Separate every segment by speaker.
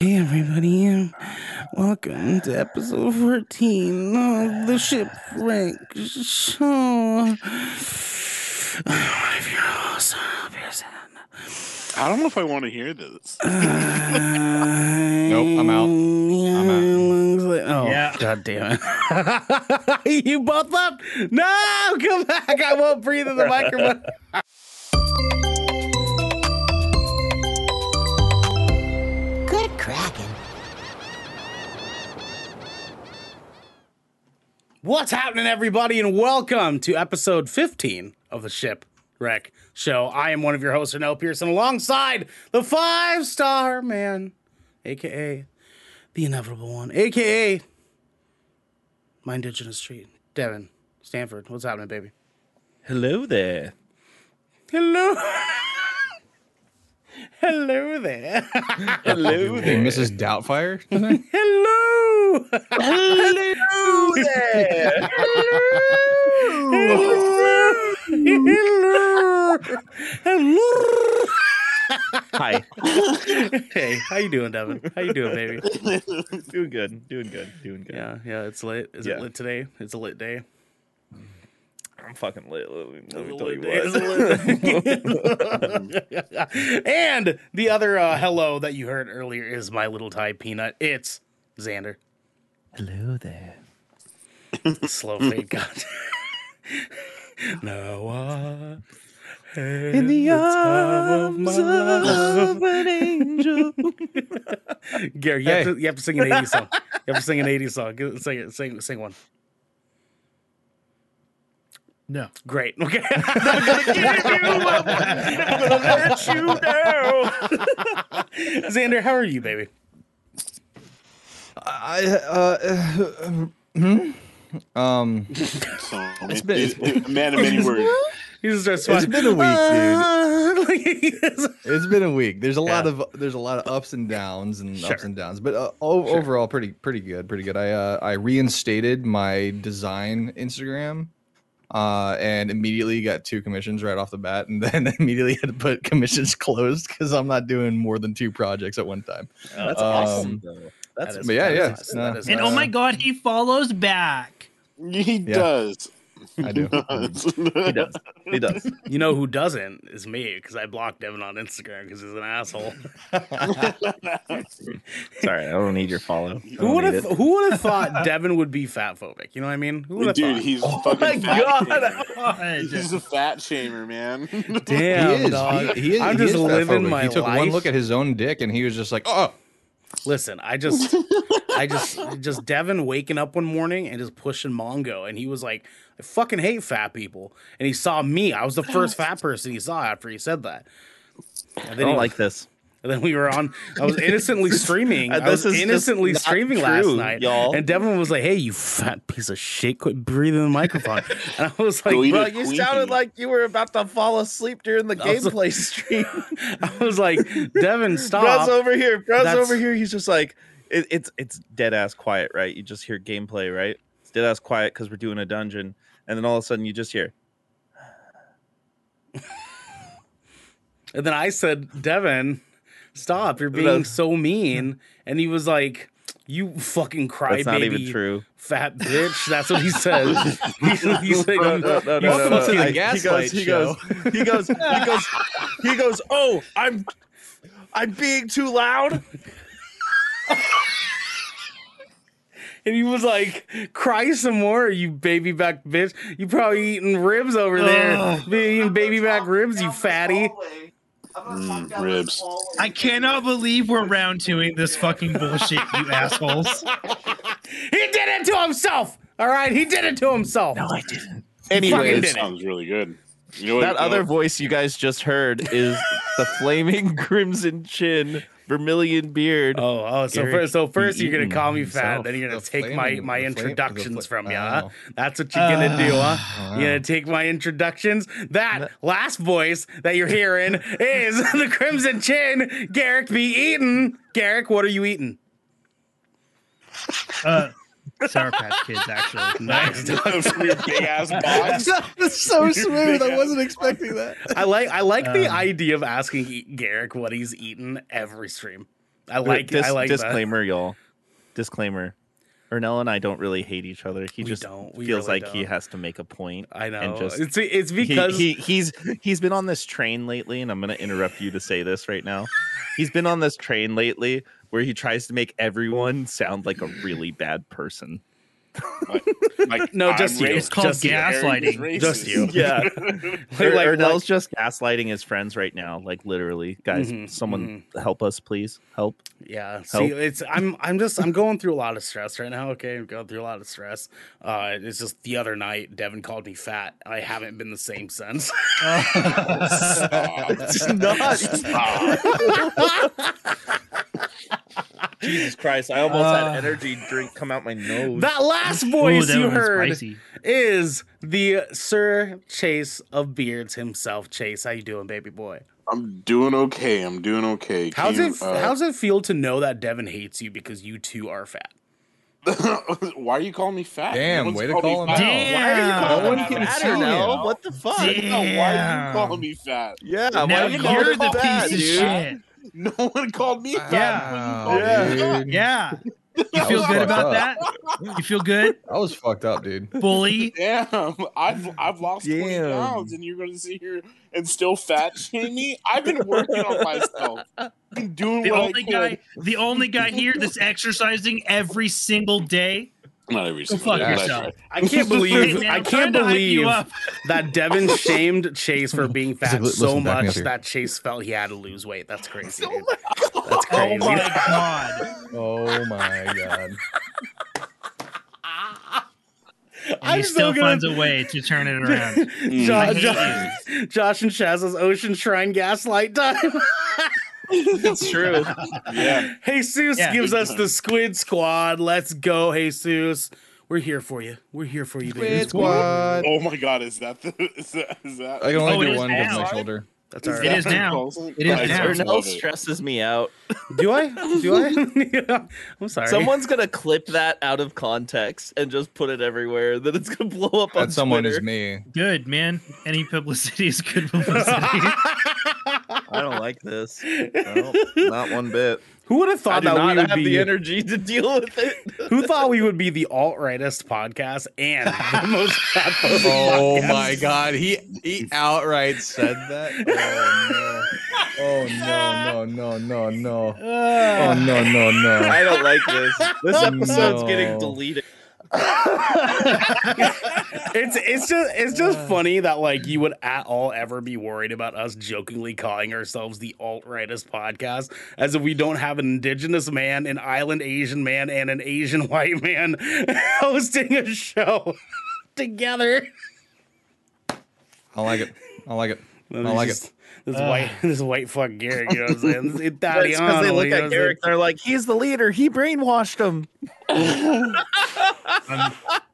Speaker 1: Hey everybody, welcome to episode 14 of the Shipwreck Show. I'm one of your hosts, Arnold Pearson.
Speaker 2: I don't know if I want to hear this.
Speaker 1: Nope,
Speaker 3: I'm out. I'm out.
Speaker 1: oh,
Speaker 4: Yeah.
Speaker 1: god damn it. you both left. No, come back. I won't breathe in the microphone.
Speaker 5: Good Kraken.
Speaker 1: What's happening, everybody, and welcome to episode 15 of the Shipwreck Show. I am one of your hosts, Arnell Pearson, alongside the five star man, aka the inevitable one, aka my indigenous street, Devin Stanford. What's happening, baby?
Speaker 3: Hello there.
Speaker 1: Hello. Hello there.
Speaker 3: Hello
Speaker 4: Hey, Mrs. Doubtfire. tonight?
Speaker 1: Hello.
Speaker 3: Hello there.
Speaker 1: Hello. Hello. Hello.
Speaker 3: Hi.
Speaker 1: Hey, how you doing, Devin? How you doing, baby?
Speaker 3: Doing good. Doing good. Doing good.
Speaker 1: Yeah, yeah, it's lit. Is
Speaker 3: Yeah.
Speaker 1: it lit today? It's a lit day.
Speaker 3: I'm fucking lit. Let me, let me
Speaker 1: It's a
Speaker 3: tell
Speaker 1: lit
Speaker 3: you
Speaker 1: day. It's
Speaker 3: what.
Speaker 1: a lit day. and the other uh, hello that you heard earlier is my little Thai peanut. It's Xander.
Speaker 3: Hello there.
Speaker 1: Slow fade. God. no one. In the arms of, an angel. Gary, you,
Speaker 4: Hey.
Speaker 1: have to, you have to sing an 80s song. You have to sing an 80s song. Give- Sing, it. sing, sing one.
Speaker 4: No.
Speaker 1: Great. Okay. I'm gonna give you up. I'm gonna let you know. Xander, how are you, baby?
Speaker 4: I, uh, uh, um,
Speaker 2: So,
Speaker 4: It's
Speaker 2: it-
Speaker 4: been-
Speaker 2: it- it- a man of many words.
Speaker 1: He just starts
Speaker 4: it's
Speaker 1: smiling.
Speaker 4: been a week,
Speaker 1: Like,
Speaker 4: dude. It's been a week. There's a lot
Speaker 1: Yeah.
Speaker 4: of there's a lot of ups and downs and
Speaker 1: Sure.
Speaker 4: ups and downs, but uh, o- overall, pretty pretty good, pretty good. I uh, I reinstated my design Instagram, uh, and immediately got two commissions right off the bat, and then immediately had to put commissions closed because I'm not doing more than two projects at one time.
Speaker 3: That's
Speaker 4: Um,
Speaker 3: awesome, though. That's
Speaker 1: that is-
Speaker 4: but yeah,
Speaker 1: that is
Speaker 4: yeah,
Speaker 1: nice.
Speaker 4: no.
Speaker 1: That is
Speaker 6: And
Speaker 1: nice.
Speaker 6: oh my god, he follows back.
Speaker 2: He does.
Speaker 4: I do.
Speaker 3: he does. He does.
Speaker 1: You know who doesn't is me because I blocked Devin on Instagram because he's an asshole.
Speaker 3: Sorry, I don't need your follow. I
Speaker 1: Who
Speaker 3: don't
Speaker 1: would
Speaker 3: need
Speaker 1: have
Speaker 3: it.
Speaker 1: Who would have thought Devin would be fat phobic? You know what I mean? Who would have
Speaker 2: Dude,
Speaker 1: thought?
Speaker 2: he's
Speaker 3: Oh
Speaker 2: fucking
Speaker 3: my
Speaker 2: fat
Speaker 3: God.
Speaker 2: shamer. He's
Speaker 6: Just-
Speaker 2: a fat shamer, man.
Speaker 1: Damn,
Speaker 4: he is.
Speaker 1: dog.
Speaker 4: He, he is.
Speaker 1: I'm
Speaker 4: he
Speaker 1: just
Speaker 4: is
Speaker 1: living
Speaker 4: fatphobic.
Speaker 1: my
Speaker 4: He took
Speaker 1: life.
Speaker 4: one look at his own dick and he was just like, "Oh,
Speaker 1: Listen, I just, I just, just Devin waking up one morning and just pushing Mongo, and he was like, "I fucking hate fat people," and he saw me. I was the first fat person he saw after he said that. And
Speaker 3: I
Speaker 1: then,
Speaker 3: don't
Speaker 1: he-
Speaker 3: like this.
Speaker 1: and then we were on. I was innocently streaming.
Speaker 3: Uh,
Speaker 1: I was
Speaker 3: this is just
Speaker 1: innocently
Speaker 3: not
Speaker 1: streaming last
Speaker 3: true,
Speaker 1: night,
Speaker 3: y'all.
Speaker 1: And Devin was like, "Hey, you fat piece of shit! Quit breathing the microphone." and I was like,
Speaker 2: Go eat
Speaker 1: "Bro,
Speaker 2: a Twinkie.
Speaker 3: you were about to fall asleep during the
Speaker 1: Also-
Speaker 3: stream.
Speaker 1: I was like, Devin, stop."
Speaker 3: Brad's over here. Brad's
Speaker 1: That's-
Speaker 3: over here. He's just like it, it's it's dead ass quiet, right? You just hear gameplay, right? It's dead ass quiet because we're doing a dungeon, and then all of a sudden you just hear.
Speaker 1: And then I said, Devin, stop. You're being
Speaker 3: No.
Speaker 1: so mean. And he was like, You fucking
Speaker 3: That's not even
Speaker 1: crybaby
Speaker 3: true.
Speaker 1: fat bitch. That's what he says. he, he's like,
Speaker 3: No, no, no,
Speaker 1: "You
Speaker 3: no, no, no.
Speaker 1: fucking-
Speaker 3: I-
Speaker 4: the
Speaker 3: he goes,
Speaker 4: gaslight
Speaker 3: he goes, he goes, he goes, he goes. Oh, I'm, I'm being too loud.
Speaker 1: And he was like, Cry some more, you baby back bitch. You probably eating ribs over there. Be Eating baby back ribs, you fatty.
Speaker 2: Mm, ribs.
Speaker 6: I cannot believe we're round twoing this fucking bullshit, you assholes.
Speaker 1: He did it to himself. All right, he did it to himself.
Speaker 3: I didn't.
Speaker 1: Fucking
Speaker 2: It
Speaker 1: did
Speaker 3: Anyways,
Speaker 1: it.
Speaker 2: sounds really good. You know what?
Speaker 3: that
Speaker 2: you know-
Speaker 3: other voice you guys just heard is the flaming crimson chin, vermilion beard.
Speaker 1: Oh, oh! So
Speaker 3: Gary
Speaker 1: first, so first
Speaker 3: be
Speaker 1: you're gonna
Speaker 3: eating
Speaker 1: call me fat,
Speaker 3: himself.
Speaker 1: then you're gonna
Speaker 4: The
Speaker 1: take my
Speaker 4: flaming-
Speaker 1: my
Speaker 4: the flame- the
Speaker 1: introductions
Speaker 4: fl-
Speaker 1: from you. Huh?
Speaker 4: oh.
Speaker 1: That's what you're gonna do, huh?
Speaker 4: wow.
Speaker 1: You're gonna take my introductions. That last voice that you're hearing is the Crimson Chin, Garrick be Eaton. Garrick, what are you eating?
Speaker 6: Uh, Sour Patch Kids, actually.
Speaker 1: Nice.
Speaker 2: from your big ass box.
Speaker 4: that was
Speaker 3: Oh,
Speaker 4: so smooth. I wasn't expecting that."
Speaker 1: I like I like the
Speaker 6: Um,
Speaker 1: idea of asking E- Garrick what he's eaten every stream. I like
Speaker 3: Dis-
Speaker 1: I like that.
Speaker 3: disclaimer, y'all. Disclaimer. Ernell and I don't really hate each other. He
Speaker 1: We
Speaker 3: just
Speaker 1: don't. We
Speaker 3: feels
Speaker 1: really
Speaker 3: like he
Speaker 1: don't.
Speaker 3: has to make a point.
Speaker 1: I know.
Speaker 3: And just,
Speaker 1: it's it's
Speaker 3: he-
Speaker 1: because
Speaker 3: he, he's he's been on this train lately, and I'm gonna interrupt you to say this right now. He's been on this train lately where he tries to make everyone sound like a really bad person.
Speaker 2: Like,
Speaker 1: No,
Speaker 2: I'm
Speaker 1: just you.
Speaker 2: racist.
Speaker 1: It's
Speaker 6: called
Speaker 2: Just you.
Speaker 6: gaslighting.
Speaker 2: Harry's
Speaker 1: Just
Speaker 2: racist.
Speaker 1: you.
Speaker 3: Yeah.
Speaker 1: like,
Speaker 3: Like,
Speaker 1: like-
Speaker 3: Ernell's just gaslighting his friends right now, like literally. Guys,
Speaker 1: Mhm,
Speaker 3: someone help us, please. Help.
Speaker 1: Yeah. See, it's I'm I'm just I'm going through a lot of stress right now. Okay, I'm going through a lot of stress. Uh, it's just the other night, Devin called me fat. I haven't been the same since.
Speaker 2: Stop.
Speaker 3: not.
Speaker 2: Stop.
Speaker 3: Jesus Christ! I almost
Speaker 6: Uh.
Speaker 3: had energy drink come out my nose.
Speaker 1: that last voice
Speaker 6: that
Speaker 1: you
Speaker 6: would've been
Speaker 1: heard
Speaker 6: spicy.
Speaker 1: is the Sir Chase of Beards himself. Chase, how you doing, baby boy?
Speaker 2: I'm doing okay. I'm doing okay.
Speaker 1: How's
Speaker 2: Came,
Speaker 1: it
Speaker 2: uh,
Speaker 1: How's it feel to know that Devin hates you because you too are fat?
Speaker 2: why are you calling me fat?
Speaker 4: Damn,
Speaker 2: No one's
Speaker 4: way to
Speaker 2: called me
Speaker 4: call him
Speaker 2: fat.
Speaker 4: out.
Speaker 2: Why are you
Speaker 6: Damn.
Speaker 2: calling
Speaker 4: No
Speaker 2: me
Speaker 4: one can
Speaker 2: fat?
Speaker 4: see him.
Speaker 3: know. What the fuck?
Speaker 2: No, why are you
Speaker 6: Damn.
Speaker 2: calling me fat?
Speaker 3: Yeah.
Speaker 1: Uh,
Speaker 6: Now
Speaker 2: you
Speaker 6: you're
Speaker 2: call it
Speaker 6: the
Speaker 2: bad,
Speaker 6: piece of
Speaker 2: dude?
Speaker 6: shit.
Speaker 2: No one called me fat.
Speaker 6: Yeah.
Speaker 2: When you called me
Speaker 4: Dude,
Speaker 2: fat.
Speaker 6: Yeah. You
Speaker 4: was
Speaker 6: feel good
Speaker 4: fucked
Speaker 6: about
Speaker 4: up.
Speaker 6: that? You feel good,
Speaker 4: I was fucked up, dude.
Speaker 6: bully?
Speaker 2: Damn, I've I've lost twenty
Speaker 3: Damn.
Speaker 2: pounds, and you're going to sit here and still fat shame me. I've been working on myself, I've been doing
Speaker 6: The
Speaker 2: what
Speaker 6: only
Speaker 2: I could.
Speaker 6: guy, the only guy here that's exercising every single day.
Speaker 2: Not every
Speaker 6: Go
Speaker 2: single
Speaker 6: fuck
Speaker 2: day, but I
Speaker 6: yourself.
Speaker 1: I can't
Speaker 6: Hey,
Speaker 1: believe
Speaker 6: man,
Speaker 1: I
Speaker 6: I'm
Speaker 1: can't
Speaker 6: trying to hype you
Speaker 1: believe
Speaker 6: up.
Speaker 1: that Devin shamed Chase for being fat
Speaker 4: like, "Listen,
Speaker 1: so
Speaker 4: back me up
Speaker 1: much
Speaker 4: here."
Speaker 1: that Chase felt he had to lose weight. That's crazy.
Speaker 2: So
Speaker 1: dude.
Speaker 2: much.
Speaker 1: That's
Speaker 6: Oh
Speaker 1: crazy.
Speaker 6: my god!
Speaker 4: Oh my god.
Speaker 6: And he
Speaker 1: I'm
Speaker 6: still
Speaker 1: still
Speaker 6: finds
Speaker 1: gonna.
Speaker 6: a way to turn it around.
Speaker 1: Jo-
Speaker 6: I hate
Speaker 1: Jo- Josh and Chaz's Ocean Shrine Gaslight time.
Speaker 3: It's true.
Speaker 2: Yeah,
Speaker 1: Jesus
Speaker 6: Yeah.
Speaker 1: gives us the Squid Squad. Let's go, Jesus. We're here for you. We're here for you, baby.
Speaker 4: Squid Squad.
Speaker 2: Oh my god, is that the is that is that?
Speaker 4: I can only
Speaker 6: Oh, it
Speaker 4: do
Speaker 6: is
Speaker 4: one with
Speaker 6: now.
Speaker 4: my shoulder.
Speaker 1: That's all
Speaker 6: It
Speaker 1: right.
Speaker 6: is now. It is now.
Speaker 2: I
Speaker 3: Ernell
Speaker 2: love it.
Speaker 3: stresses me out.
Speaker 1: Do I? Do I? I'm sorry.
Speaker 3: Someone's gonna clip that out of context and just put it everywhere. Then it's gonna blow up on
Speaker 4: That someone
Speaker 3: Twitter.
Speaker 4: is me.
Speaker 6: Good man. Any publicity is good publicity.
Speaker 3: I don't like this. No, not one bit.
Speaker 1: Who would have
Speaker 3: I
Speaker 1: thought
Speaker 3: do
Speaker 1: that
Speaker 3: not
Speaker 1: we would
Speaker 3: have
Speaker 1: be?
Speaker 3: the energy to deal with it.
Speaker 1: Who thought we would be the alt rightist podcast and the most fat
Speaker 4: Oh my god. He he outright said that. Oh no. Oh no, no, no, no, no. Oh no, no, no.
Speaker 3: I don't like this. This episode's
Speaker 4: No.
Speaker 3: getting deleted.
Speaker 1: It's it's just it's just funny that like you would at all ever be worried about us jokingly calling ourselves the alt rightist podcast as if we don't have an indigenous man, an island Asian man, and an Asian white man hosting a show together.
Speaker 4: I don't like it. I don't like it. I don't like
Speaker 1: This-
Speaker 4: it.
Speaker 1: This white this white fuck Garrick, you know what I'm saying? This
Speaker 3: That's because
Speaker 1: Italiano,
Speaker 3: they
Speaker 1: you
Speaker 3: look
Speaker 1: know what I'm
Speaker 3: at
Speaker 1: saying?
Speaker 3: Eric. They're like, he's the leader. He brainwashed him.
Speaker 6: I'm,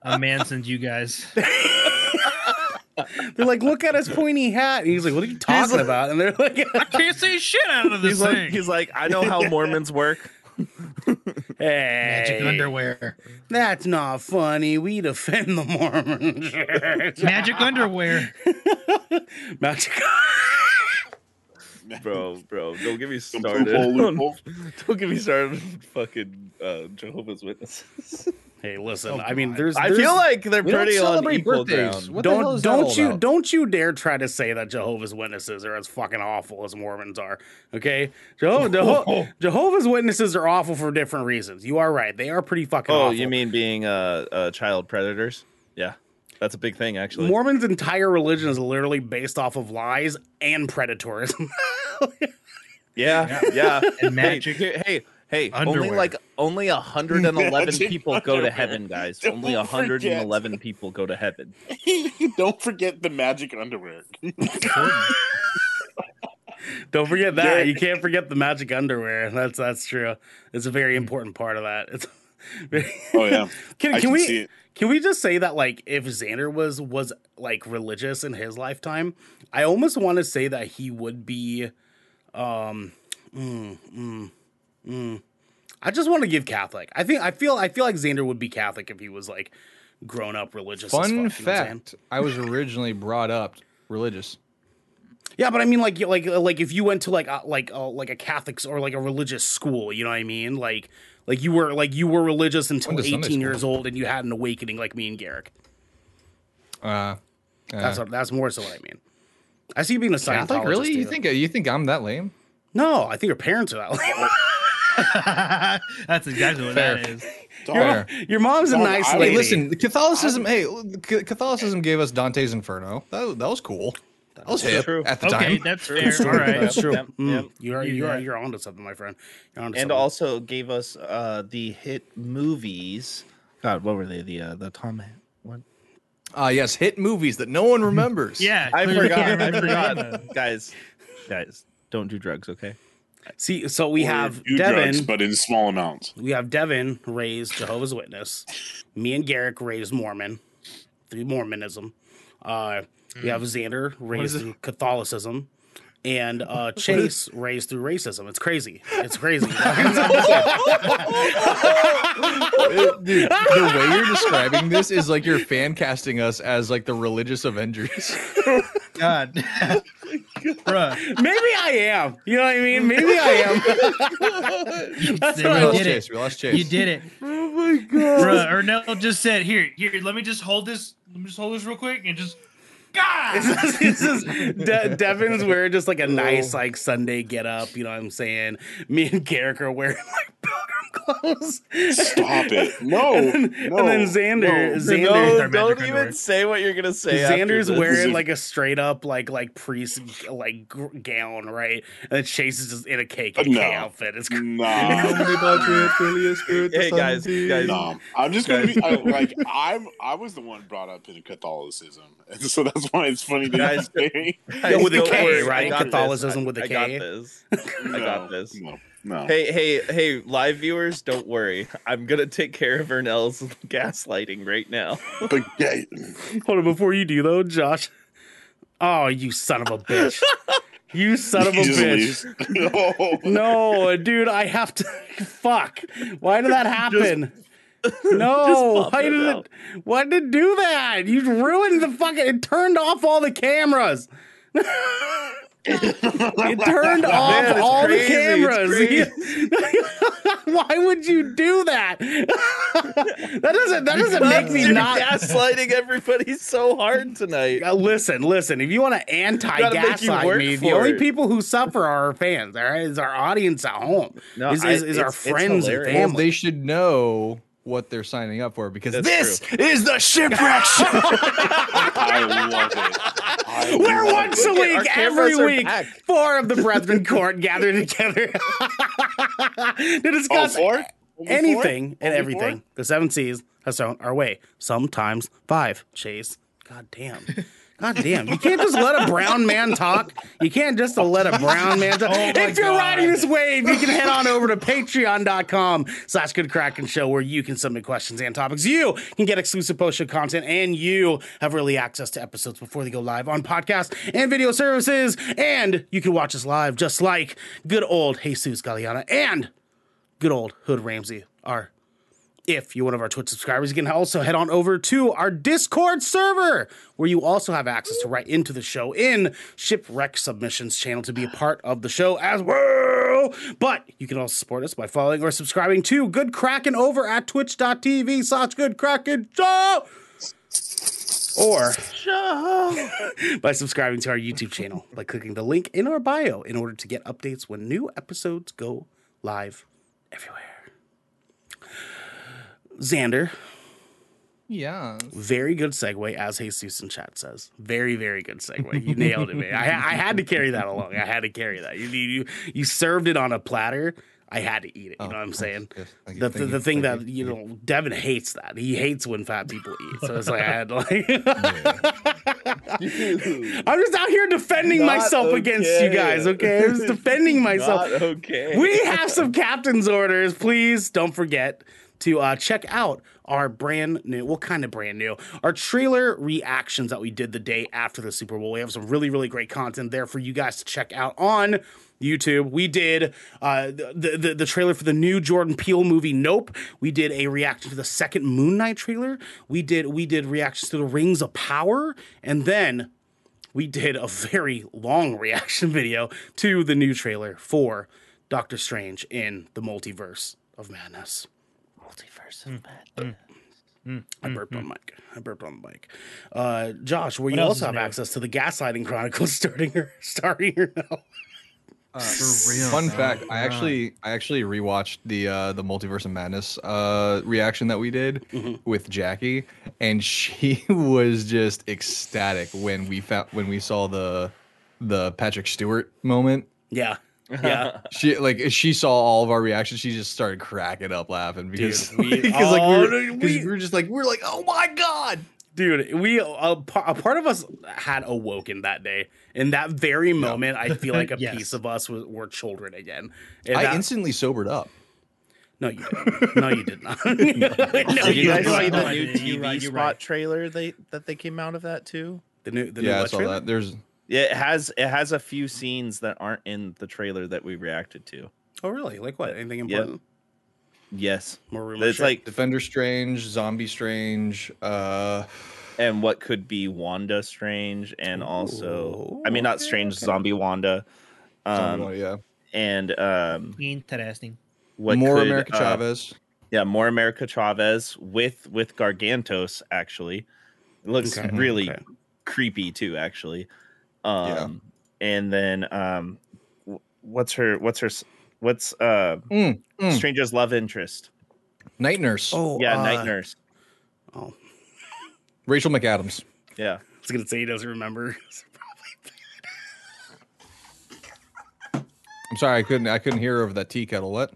Speaker 6: I'm Manson's you guys.
Speaker 1: They're like, look at his pointy hat. And he's like, what are you talking about? And they're like,
Speaker 6: Can't say shit out of this
Speaker 3: He's like,
Speaker 6: thing.
Speaker 3: he's like, I know how Mormons work.
Speaker 1: hey,
Speaker 6: Magic underwear.
Speaker 1: that's not funny. We defend the Mormon church.
Speaker 6: Magic underwear.
Speaker 1: Magic.
Speaker 3: bro, bro, don't get me
Speaker 2: Some
Speaker 3: started.
Speaker 2: loophole,
Speaker 3: on-
Speaker 2: loophole.
Speaker 3: don't get me started on fucking uh, Jehovah's Witnesses.
Speaker 1: Hey, listen. I mean, there's.
Speaker 3: Oh, I
Speaker 1: there's-
Speaker 3: feel like they're
Speaker 4: We don't
Speaker 3: pretty on
Speaker 4: celebrate
Speaker 3: equal ground.
Speaker 4: birthdays. What the hell
Speaker 1: don't
Speaker 4: is that
Speaker 1: don't
Speaker 4: all
Speaker 1: you
Speaker 4: about?
Speaker 1: don't you dare try to say that Jehovah's Witnesses are as fucking awful as Mormons are. Okay, Jeho-
Speaker 3: Oh.
Speaker 1: Jeho- Jehovah's Witnesses are awful for different reasons. You are right; they are pretty fucking.
Speaker 3: Oh,
Speaker 1: awful.
Speaker 3: you mean being uh, uh, child predators? Yeah, that's a big thing actually.
Speaker 1: Mormon's entire religion is literally based off of lies and predatorism.
Speaker 3: yeah, yeah. hey,
Speaker 6: And magic.
Speaker 3: here- hey, hey, only
Speaker 6: underwear.
Speaker 3: like only hundred and eleven
Speaker 2: Magic
Speaker 3: people go to
Speaker 2: underwear.
Speaker 3: heaven, guys.
Speaker 2: Don't
Speaker 3: only hundred and eleven people go to heaven.
Speaker 2: Don't forget the magic underwear.
Speaker 1: Don't forget that.
Speaker 2: Yeah.
Speaker 1: You can't forget the magic underwear. That's that's true. It's a very important part of that. It's
Speaker 2: Oh yeah,
Speaker 1: can, can
Speaker 2: I can
Speaker 1: we
Speaker 2: see it.
Speaker 1: can we just say that like if Xander was was like religious in his lifetime, I almost want to say that he would be um mm, mm, mm. I just want to give Catholic. I think I feel I feel like Xander would be Catholic if he was like grown up religious. as
Speaker 4: Fun
Speaker 1: fuck, you know what I'm saying?
Speaker 4: fact, I was originally brought up religious.
Speaker 1: Yeah, but I mean, like, like, like, if you went to like, uh, like, uh, like a Catholic s- or like a religious school, you know what I mean? Like, like you were like you were religious until
Speaker 4: to Sunday
Speaker 1: eighteen years old, and you had an awakening, like me and Garrick.
Speaker 4: Uh,
Speaker 1: That's what, that's more so what I mean. I see you being a Scientologist.
Speaker 4: Catholic, really? You
Speaker 1: dude.
Speaker 4: think you think I'm that lame?
Speaker 1: No, I think your parents are that. Like,
Speaker 6: That's exactly what that is.
Speaker 4: Fair.
Speaker 1: your mom's a
Speaker 2: Dog,
Speaker 1: nice
Speaker 2: I-
Speaker 1: lady.
Speaker 4: Hey, listen, Catholicism. hey, C- Catholicism gave us Dante's Inferno. That, that was cool. That was hip
Speaker 3: true.
Speaker 4: at the
Speaker 6: Okay,
Speaker 4: time.
Speaker 6: that's fair. All right.
Speaker 1: That's true.
Speaker 3: Yep,
Speaker 1: Mm,
Speaker 3: yep.
Speaker 1: You are
Speaker 6: You
Speaker 1: you are
Speaker 6: got it.
Speaker 1: you're onto something, my friend. You're onto
Speaker 3: and
Speaker 1: something.
Speaker 3: also gave us uh the hit movies. God, what were they? The uh, the Tom one.
Speaker 4: Ah, yes, hit movies that no one remembers.
Speaker 6: Yeah,
Speaker 3: I
Speaker 6: clearly can't
Speaker 3: forgot. I
Speaker 6: remember
Speaker 3: forgot.
Speaker 6: them.
Speaker 3: guys, guys, don't do drugs, okay?
Speaker 1: see, so we have
Speaker 2: do
Speaker 1: Devin.
Speaker 2: drugs, but in small amounts.
Speaker 1: we have Devin raised Jehovah's Witness. Me and Garrick raised Mormon through Mormonism. Uh, We have Xander raised through Catholicism. And uh, Chase raised through racism. It's crazy. It's crazy.
Speaker 4: Uh, Dude, the way you're describing this is like you're fan casting us as like the religious Avengers.
Speaker 6: God. Bruh.
Speaker 1: Maybe I am. You know what I mean? Maybe I am.
Speaker 6: There
Speaker 4: We
Speaker 6: I
Speaker 4: lost
Speaker 6: did
Speaker 4: Chase.
Speaker 6: it.
Speaker 4: We lost Chase.
Speaker 6: You did it. Oh my god. Bruh, Ernell just said, here, here, let me just hold this. Let me just hold this real quick and just God
Speaker 1: It's just- De- Devin's wearing just like a nice like Sunday get up, you know what I'm saying? Me and Garrick are wearing like pilgrim clothes.
Speaker 2: Stop it. No.
Speaker 1: and then
Speaker 2: no,
Speaker 1: Xander-
Speaker 2: no.
Speaker 1: Xander-
Speaker 3: No,
Speaker 6: Our magic
Speaker 3: don't even
Speaker 6: underwear.
Speaker 3: say what you're gonna say.
Speaker 1: Xander's
Speaker 3: after this.
Speaker 1: wearing like a straight up like like priest like gr- gown, right? And then Chase is just in a cake and
Speaker 2: No.
Speaker 1: K outfit. It's cr-
Speaker 2: Nah.
Speaker 3: Hey guys, guys,
Speaker 2: Nah. I'm just gonna be I, like I'm. I was the one brought up in Catholicism, and so that's why it's funny that you
Speaker 3: Guys,
Speaker 2: say.
Speaker 3: guys,
Speaker 1: with a
Speaker 3: don't
Speaker 1: K,
Speaker 3: worry, I
Speaker 1: right?
Speaker 3: got this,
Speaker 1: Catholicism
Speaker 3: I-
Speaker 1: with a
Speaker 3: I got
Speaker 1: K.
Speaker 3: this.
Speaker 2: No,
Speaker 3: I got this.
Speaker 2: No. No.
Speaker 3: Hey, hey, hey, live viewers, don't worry. I'm gonna take care of Ernell's gaslighting right now.
Speaker 2: But yeah,
Speaker 1: Hold on, before you do though, Josh. Oh, you son of a bitch! you son of a
Speaker 2: he just
Speaker 1: bitch!
Speaker 2: leaves. no.
Speaker 1: No, dude, I have to. Fuck! Why did that happen? no,
Speaker 3: pop
Speaker 1: why
Speaker 3: it
Speaker 1: did
Speaker 3: out.
Speaker 1: it? Why did it do that? You ruined the fucking. It turned off all the cameras. it turned off
Speaker 3: Man, it's
Speaker 1: all
Speaker 3: crazy,
Speaker 1: the cameras.
Speaker 3: it's
Speaker 1: why would you do that? that doesn't. That doesn't make me
Speaker 3: You're
Speaker 1: not.
Speaker 3: gaslighting everybody so hard tonight.
Speaker 1: Uh, listen, listen. If you want to
Speaker 3: Gotta make you
Speaker 1: anti-gaslight
Speaker 3: work
Speaker 1: me, the
Speaker 3: for
Speaker 1: only
Speaker 3: it.
Speaker 1: people who suffer are our fans. All right, is our audience at home.
Speaker 3: No,
Speaker 1: is
Speaker 3: I-
Speaker 1: is, is our
Speaker 3: it's- it's
Speaker 1: friends and
Speaker 3: hilarious.
Speaker 4: Well,
Speaker 1: family.
Speaker 4: they should know what they're signing up for because
Speaker 3: That's
Speaker 4: this is the shipwreck show.
Speaker 2: I love it. I
Speaker 1: We're
Speaker 2: love
Speaker 1: once
Speaker 2: it.
Speaker 1: a
Speaker 3: our
Speaker 1: week,
Speaker 3: cameras
Speaker 1: every
Speaker 3: are
Speaker 1: week.
Speaker 3: back.
Speaker 1: Four of the Brethren Court gather together to
Speaker 2: Oh,
Speaker 1: discuss
Speaker 2: four? Only four?
Speaker 1: anything and
Speaker 2: Only
Speaker 1: everything. The seven C's has thrown our way. Sometimes five. Chase. God damn. God damn. You can't just let a brown man talk. You can't just let a brown man talk. if you're
Speaker 6: God.
Speaker 1: riding this wave, you can head on over to patreon.com slash good kraken show where you can submit questions and topics. You can get exclusive post show content and you have early access to episodes before they go live on podcast and video services. And you can watch us live just like good old Jesus Galliana and good old Hood Ramsey are. If you're one of our Twitch subscribers, you can also head on over to our Discord server, where you also have access to write into the show in Shipwreck Submissions channel to be a part of the show as well. But you can also support us by following or subscribing to Good Kraken over at twitch.tv slash Good Kraken Show. Or by subscribing to our YouTube channel by clicking the link in our bio in order to get updates when new episodes go live everywhere. Xander,
Speaker 4: yeah.
Speaker 1: very good segue, as Jesus in chat says. Very, very good segue. You nailed it, man. I, I had to carry that along. I had to carry that. You, you, you served it on a platter. I had to eat it.
Speaker 3: Oh,
Speaker 1: You know what
Speaker 4: Oh,
Speaker 1: I'm saying? the, the, the thing that you know Devin hates that he hates when fat people eat. So it's like I had to like I'm just out here defending
Speaker 3: Not
Speaker 1: myself against you
Speaker 3: okay.
Speaker 1: guys. Okay, I'm just defending myself.
Speaker 3: Not okay.
Speaker 1: We have some captain's orders. Please don't forget to uh, check out our brand new, well, kind of brand new, our trailer reactions that we did the day after the Super Bowl. We have some really, really great content there for you guys to check out on YouTube. We did uh, the, the the trailer for the new Jordan Peele movie Nope. We did a reaction to the second Moon Knight trailer. We did we did reactions to the Rings of Power, and then we did a very long reaction video to the new trailer for Doctor Strange in the Multiverse of Madness. Multiverse
Speaker 6: Hmm.
Speaker 1: of Madness. I burped on mic. I burped on the mic. Uh, Josh, will you
Speaker 6: else
Speaker 1: also
Speaker 6: is
Speaker 1: have
Speaker 6: new?
Speaker 1: access to the Gaslighting Chronicles starting her starting her now?
Speaker 7: For real.
Speaker 4: Fun
Speaker 1: Oh,
Speaker 7: bro.
Speaker 4: fact: I
Speaker 7: Right.
Speaker 4: actually, I actually rewatched the uh, the Multiverse of Madness uh, reaction that we did
Speaker 1: Mm-hmm.
Speaker 4: with Jackie, and she was just ecstatic when we found when we saw the the Patrick Stewart moment.
Speaker 1: Yeah. Yeah.
Speaker 4: She like she saw all of our reactions. She just started cracking up laughing because
Speaker 1: Dude, we-
Speaker 4: because like we
Speaker 1: oh,
Speaker 4: were,
Speaker 1: dude,
Speaker 4: 'cause
Speaker 1: we-
Speaker 4: we were just like we were like oh my god.
Speaker 1: Dude, we a, pa- a part of us had awoken that day. In that very moment, I feel like a
Speaker 6: Yes.
Speaker 1: piece of us was, were children again. And
Speaker 4: I
Speaker 1: that-
Speaker 4: instantly sobered up.
Speaker 1: no, you didn't. no, you did not. no, you,
Speaker 3: Did you
Speaker 1: did
Speaker 3: guys see
Speaker 1: not.
Speaker 3: the
Speaker 6: I
Speaker 3: new
Speaker 6: did. You're
Speaker 3: TV
Speaker 6: right, you're
Speaker 3: spot
Speaker 6: right.
Speaker 3: trailer they that they came out of that too?
Speaker 1: The new, the new
Speaker 4: Yeah, I
Speaker 1: what
Speaker 4: saw
Speaker 1: trailer?
Speaker 4: that. There's
Speaker 3: Yeah, it has it has a few scenes that aren't in the trailer that we reacted to.
Speaker 1: Oh, really? Like what? Anything
Speaker 3: Yeah.
Speaker 1: important?
Speaker 3: Yes.
Speaker 1: More rumor
Speaker 3: It's
Speaker 1: shit?
Speaker 3: like
Speaker 4: Defender Strange, Zombie Strange, uh,
Speaker 3: and what could be Wanda Strange and also I mean
Speaker 1: Ooh,
Speaker 3: not
Speaker 1: okay,
Speaker 3: Strange
Speaker 1: okay.
Speaker 3: Zombie Wanda.
Speaker 4: zombie
Speaker 3: Um
Speaker 4: one, yeah,
Speaker 3: and um
Speaker 6: Interesting.
Speaker 3: what
Speaker 4: more
Speaker 3: could,
Speaker 4: America
Speaker 3: uh,
Speaker 4: Chavez.
Speaker 3: Yeah, more America Chavez with with Gargantos actually. It looks
Speaker 1: Okay,
Speaker 3: really
Speaker 1: okay.
Speaker 3: creepy too actually. Um and then um wh- what's her what's her s- what's uh
Speaker 4: Mm, mm.
Speaker 3: Stranger's love interest?
Speaker 4: Night Nurse.
Speaker 1: Hmm. oh,
Speaker 3: Yeah,
Speaker 1: uh,
Speaker 3: night nurse.
Speaker 1: Oh,
Speaker 4: Rachel McAdams.
Speaker 3: Yeah.
Speaker 1: I was gonna say he doesn't remember.
Speaker 4: I'm sorry, I couldn't. I couldn't hear over that tea kettle. What?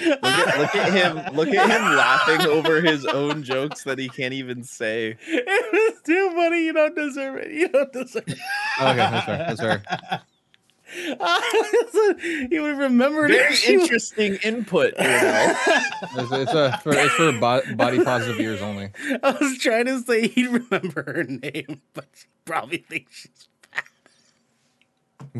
Speaker 3: Look at, look at him! Look at him laughing over his own jokes that he can't even say.
Speaker 1: it was too funny. You don't deserve it. You don't deserve it.
Speaker 4: Okay, that's fair. That's fair.
Speaker 1: Ah, he would have remembered it.
Speaker 3: Very
Speaker 1: if she was-
Speaker 3: interesting input. You know?
Speaker 4: It's, it's a for, it's for bo- body positive ears only.
Speaker 1: I was trying to say he'd remember her name, but she probably thinks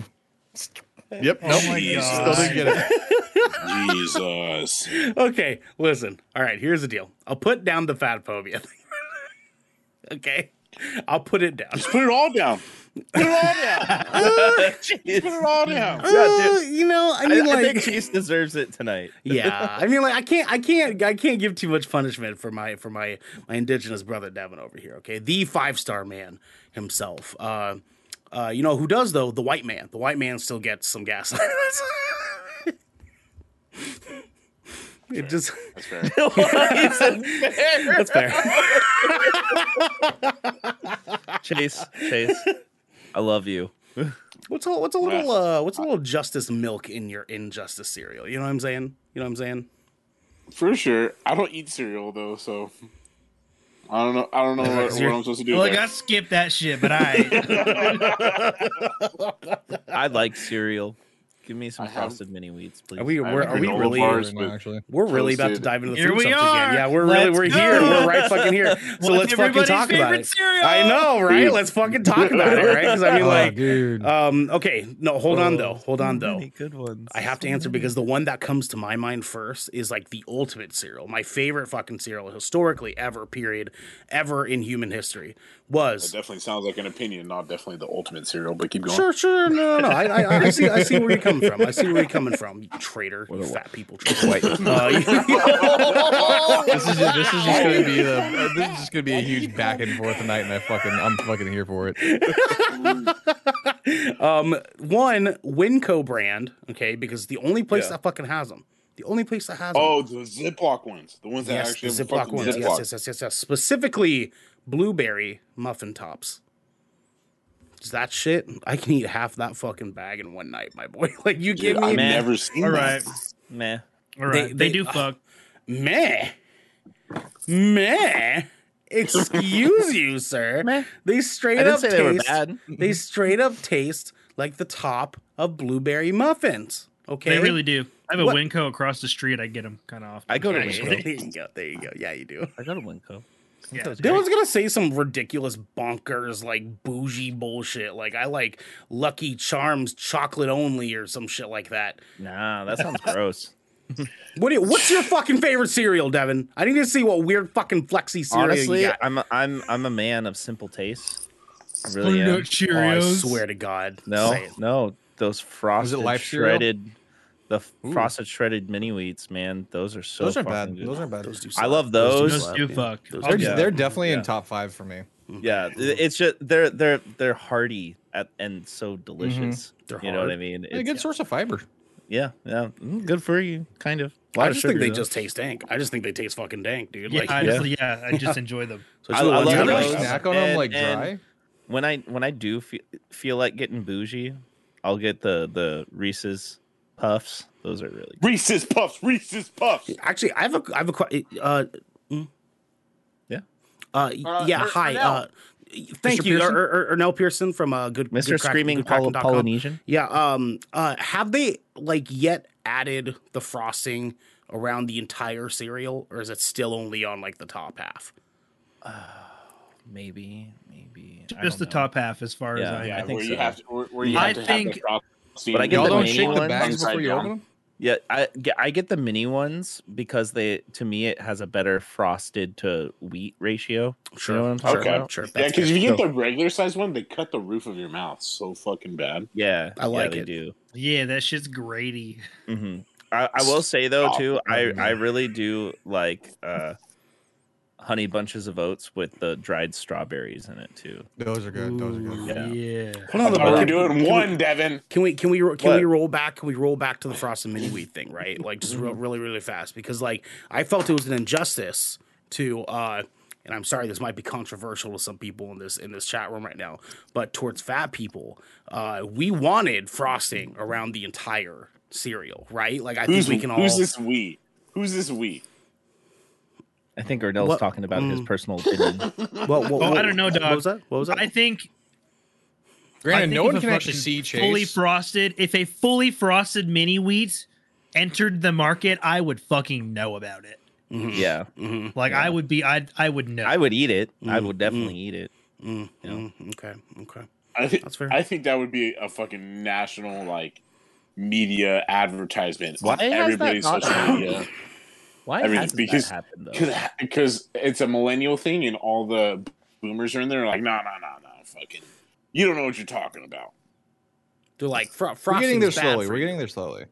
Speaker 1: she's.
Speaker 4: Yep.
Speaker 6: Oh my God.
Speaker 4: it.
Speaker 2: Jesus.
Speaker 1: Okay, listen. All right, here's the deal. I'll put down the fat phobia thing. okay, I'll put it down.
Speaker 2: Put it all down. Put it all down. Put it all down.
Speaker 3: Yeah,
Speaker 1: Uh, you know, I
Speaker 3: I,
Speaker 1: mean,
Speaker 3: I
Speaker 1: like,
Speaker 3: think Chase deserves it tonight.
Speaker 1: yeah, I mean, like, I can't, I can't, I can't give too much punishment for my for my my indigenous brother Devin over here. Okay, the five star man himself. Uh, uh, you know who does though? The white man. The white man still gets some gas. it just
Speaker 2: That's fair.
Speaker 1: that's fair.
Speaker 3: Chase, Chase, I love you.
Speaker 1: What's a what's a little uh, what's a little justice milk in your injustice cereal? You know what I'm saying? You know what I'm saying?
Speaker 2: For sure. I don't eat cereal though, so I don't know. I don't know what, what I'm supposed to do.
Speaker 6: Look,
Speaker 2: there.
Speaker 6: I skipped that shit, but I
Speaker 3: I like cereal. Give me some
Speaker 2: I have-
Speaker 3: frosted mini wheats, please.
Speaker 1: Are we
Speaker 2: I
Speaker 1: we're,
Speaker 2: haven't
Speaker 1: are we
Speaker 2: heard
Speaker 1: really
Speaker 2: all bars,
Speaker 4: Right
Speaker 2: but-
Speaker 4: now, actually.
Speaker 1: We're really about to
Speaker 2: Toasted.
Speaker 1: dive into the
Speaker 6: Here
Speaker 1: food
Speaker 6: we
Speaker 1: subject
Speaker 6: are.
Speaker 1: again. Yeah, we're really
Speaker 6: Let's
Speaker 1: we're here.
Speaker 6: go.
Speaker 1: We're right fucking here. So
Speaker 6: What's
Speaker 1: let's fucking
Speaker 6: everybody's
Speaker 1: talk about
Speaker 6: favorite
Speaker 1: it.
Speaker 6: cereal?
Speaker 1: I know, right? Let's fucking talk about it, right? Because I mean,
Speaker 4: Oh,
Speaker 1: like,
Speaker 4: dude.
Speaker 1: um, okay, no, hold on though,
Speaker 3: Oh,
Speaker 1: hold on though.
Speaker 3: Many good ones.
Speaker 1: I have to answer because the one that comes to my mind first is like the ultimate cereal. My favorite fucking cereal historically ever, period, ever in human history
Speaker 2: That
Speaker 1: was.
Speaker 2: definitely sounds like an opinion, not definitely the ultimate cereal, but keep going.
Speaker 1: Sure, sure, no, no, no. I, I, I see, I see where you're coming from. I see where you're coming from, you traitor, you fat people traitor. Uh,
Speaker 4: This is just, this is just gonna be the uh, this is just gonna be a huge back and forth tonight, and I fucking I'm fucking here for it.
Speaker 1: Um, one Winco brand, okay, because the only place
Speaker 3: Yeah.
Speaker 1: that fucking has them, the only place that has them.
Speaker 2: Oh, the Ziploc ones. The ones that
Speaker 1: yes, the
Speaker 2: actually have
Speaker 1: Ziploc
Speaker 2: fucking
Speaker 1: ones. Yes, yes, yes, yes, yes. Specifically, blueberry muffin tops. Is that shit? I can eat half that fucking bag in one night, my boy. Like you
Speaker 2: Dude,
Speaker 1: give
Speaker 2: I've
Speaker 1: me
Speaker 3: Man.
Speaker 2: never seen
Speaker 6: all
Speaker 2: that.
Speaker 6: right,
Speaker 3: Meh.
Speaker 6: all right. They,
Speaker 1: they-
Speaker 6: do fuck.
Speaker 1: meh, meh. Excuse you, sir. They straight
Speaker 3: I didn't
Speaker 1: up
Speaker 3: say
Speaker 1: taste.
Speaker 3: they were bad.
Speaker 1: They straight up taste like the top of blueberry muffins. Okay,
Speaker 6: They really do. I have a
Speaker 1: What-
Speaker 6: Winco across the street. I get them kind of often.
Speaker 3: I go to
Speaker 1: There
Speaker 3: Winco.
Speaker 1: you go. There you go. Yeah, you do.
Speaker 3: I go to Winco.
Speaker 6: Yeah.
Speaker 1: Dylan's gonna say some ridiculous bonkers like bougie bullshit. Like I like Lucky Charms chocolate only or some shit like that.
Speaker 3: Nah, that sounds gross.
Speaker 1: What? do you- what's your fucking favorite cereal, Devin? I need to see what weird fucking flexi cereal you
Speaker 3: Honestly,
Speaker 1: got.
Speaker 3: I'm a, I'm I'm a man of simple tastes. Really
Speaker 6: Blue
Speaker 3: am.
Speaker 6: Nut
Speaker 1: Oh, I
Speaker 6: Cheerios.
Speaker 1: swear to God.
Speaker 3: No,
Speaker 1: Say it.
Speaker 3: no, those frosted
Speaker 4: life cereal?
Speaker 3: shredded, the f-
Speaker 4: Ooh.
Speaker 3: frosted shredded mini wheats, man. Those are so.
Speaker 4: those are
Speaker 3: fucking
Speaker 4: bad.
Speaker 3: good.
Speaker 4: Those are bad.
Speaker 1: Those do
Speaker 3: I
Speaker 1: suck.
Speaker 3: love
Speaker 1: do
Speaker 3: those.
Speaker 6: Those
Speaker 1: suck,
Speaker 6: do
Speaker 1: yeah.
Speaker 6: fuck.
Speaker 1: Those
Speaker 4: They're,
Speaker 1: do
Speaker 3: Yeah.
Speaker 4: they're definitely
Speaker 3: Yeah.
Speaker 4: in top five for me.
Speaker 3: Yeah, th- it's just they're they're they're hearty at, and so delicious.
Speaker 1: Mm-hmm. They're
Speaker 3: You know what I
Speaker 1: hard.
Speaker 3: mean?
Speaker 4: a
Speaker 3: It's-
Speaker 4: good source of fiber.
Speaker 3: Yeah, yeah. Mm, good for you, kind of. A lot
Speaker 1: I
Speaker 3: of
Speaker 1: just think
Speaker 3: sugar,
Speaker 1: they
Speaker 3: though.
Speaker 1: just taste dank. I just think they taste fucking dank, dude.
Speaker 6: Yeah,
Speaker 1: like,
Speaker 6: I
Speaker 3: yeah.
Speaker 6: Just, yeah, I just enjoy them.
Speaker 1: so it's
Speaker 3: I-
Speaker 1: the
Speaker 3: I
Speaker 1: ones
Speaker 3: love
Speaker 1: you
Speaker 4: Do you ever
Speaker 1: like.
Speaker 3: those.
Speaker 4: snack on
Speaker 3: And-
Speaker 4: them like
Speaker 3: and-
Speaker 4: dry?
Speaker 3: when I when I do feel, feel like getting bougie, I'll get the the Reese's puffs. Those are really good.
Speaker 2: Reese's Puffs, Reese's Puffs.
Speaker 1: Actually, I have a, I have a, que- uh, mm?
Speaker 3: Yeah.
Speaker 1: uh,
Speaker 7: Uh,
Speaker 1: yeah.
Speaker 7: Ur-
Speaker 1: hi,
Speaker 7: Urnell.
Speaker 1: uh, thank
Speaker 4: Mr.
Speaker 1: you,
Speaker 4: Pearson?
Speaker 1: Ur- Ur- Urnell Pearson from uh, Good
Speaker 3: Mr.
Speaker 1: Good Crack-
Speaker 3: Screaming
Speaker 1: Good Crackin'
Speaker 3: Pol-
Speaker 1: dot com.
Speaker 3: Polynesian.
Speaker 1: Yeah. Um. Uh. Have they like yet added the frosting around the entire cereal, or is it still only on like the top half?
Speaker 3: Maybe, maybe I
Speaker 6: Just the
Speaker 3: don't know.
Speaker 6: top half, as far as
Speaker 3: Yeah,
Speaker 6: I,
Speaker 3: yeah,
Speaker 6: I think.
Speaker 2: where
Speaker 3: so.
Speaker 2: you have to, where, where you
Speaker 6: I
Speaker 2: have to
Speaker 6: think-
Speaker 2: have the frosting.
Speaker 3: But I get
Speaker 4: Y'all
Speaker 3: the
Speaker 4: don't
Speaker 3: mini
Speaker 4: shake the
Speaker 3: ones
Speaker 4: bags before
Speaker 2: upside
Speaker 4: you
Speaker 2: down.
Speaker 4: open them.
Speaker 3: Yeah, I get I get the mini ones because they to me it has a better frosted to wheat ratio.
Speaker 1: Sure.
Speaker 3: You know what I'm
Speaker 1: sure.
Speaker 3: talking
Speaker 2: Okay.
Speaker 3: about?
Speaker 1: Sure.
Speaker 2: Yeah,
Speaker 1: that's
Speaker 2: because
Speaker 1: good.
Speaker 2: if you get the regular size one, they cut the roof of your mouth so fucking bad.
Speaker 3: Yeah,
Speaker 1: I like
Speaker 3: yeah,
Speaker 1: it.
Speaker 3: They do.
Speaker 6: Yeah, that shit's grady.
Speaker 3: hmm I, I will say though
Speaker 2: Stop.
Speaker 3: too, I I really do like uh, honey bunches of oats with the dried strawberries in it too.
Speaker 4: Those are good. Those are good.
Speaker 3: Yeah.
Speaker 1: Hold on,
Speaker 2: I
Speaker 1: but
Speaker 2: thought we
Speaker 1: can-
Speaker 2: were doing one, Devin.
Speaker 1: Can we can we ro- can
Speaker 3: What?
Speaker 1: we roll back? Can we roll back to the frosted mini wheat thing? Right, like just
Speaker 4: Mm-hmm.
Speaker 1: real, really really fast because like I felt it was an injustice to, uh and I'm sorry this might be controversial to some people in this in this chat room right now, but towards fat people, uh, we wanted frosting around the entire cereal, right? Like I
Speaker 2: Who's,
Speaker 1: think we can all.
Speaker 2: who's this we? Who's this we?
Speaker 3: I think Ernell's
Speaker 1: What-
Speaker 3: talking about his
Speaker 1: Mm.
Speaker 3: personal opinion.
Speaker 1: Well, well,
Speaker 6: Oh, I don't know,
Speaker 1: What
Speaker 6: dog.
Speaker 1: was that? What was that?
Speaker 6: I think I
Speaker 4: Granted,
Speaker 6: think
Speaker 4: no
Speaker 6: if
Speaker 4: one
Speaker 6: a
Speaker 4: can actually
Speaker 6: fucking
Speaker 4: see
Speaker 6: Fully
Speaker 4: Chase.
Speaker 6: frosted. If a fully frosted mini wheat entered the market, I would fucking know about it.
Speaker 1: Mhm,
Speaker 3: yeah,
Speaker 1: mhm,
Speaker 6: Like I would be, I I would know.
Speaker 3: I would eat it. I
Speaker 1: Mm,
Speaker 3: would definitely eat it.
Speaker 1: mm,
Speaker 3: Yeah.
Speaker 1: mm, okay. Okay.
Speaker 2: I, thi-
Speaker 1: That's fair.
Speaker 2: I think that would be a fucking national like media advertisement.
Speaker 3: Why
Speaker 2: on
Speaker 3: has that
Speaker 2: everybody's
Speaker 3: not-
Speaker 2: social media?
Speaker 3: Why
Speaker 2: I mean,
Speaker 3: hasn't
Speaker 2: because-
Speaker 3: that happened though?
Speaker 2: Because it's a millennial thing, and all the boomers are in there like, no, no, no, no, fucking, you don't know what you're talking about.
Speaker 1: They're like fro-
Speaker 4: We're
Speaker 1: frosting.
Speaker 4: getting there slowly. We're getting there slowly.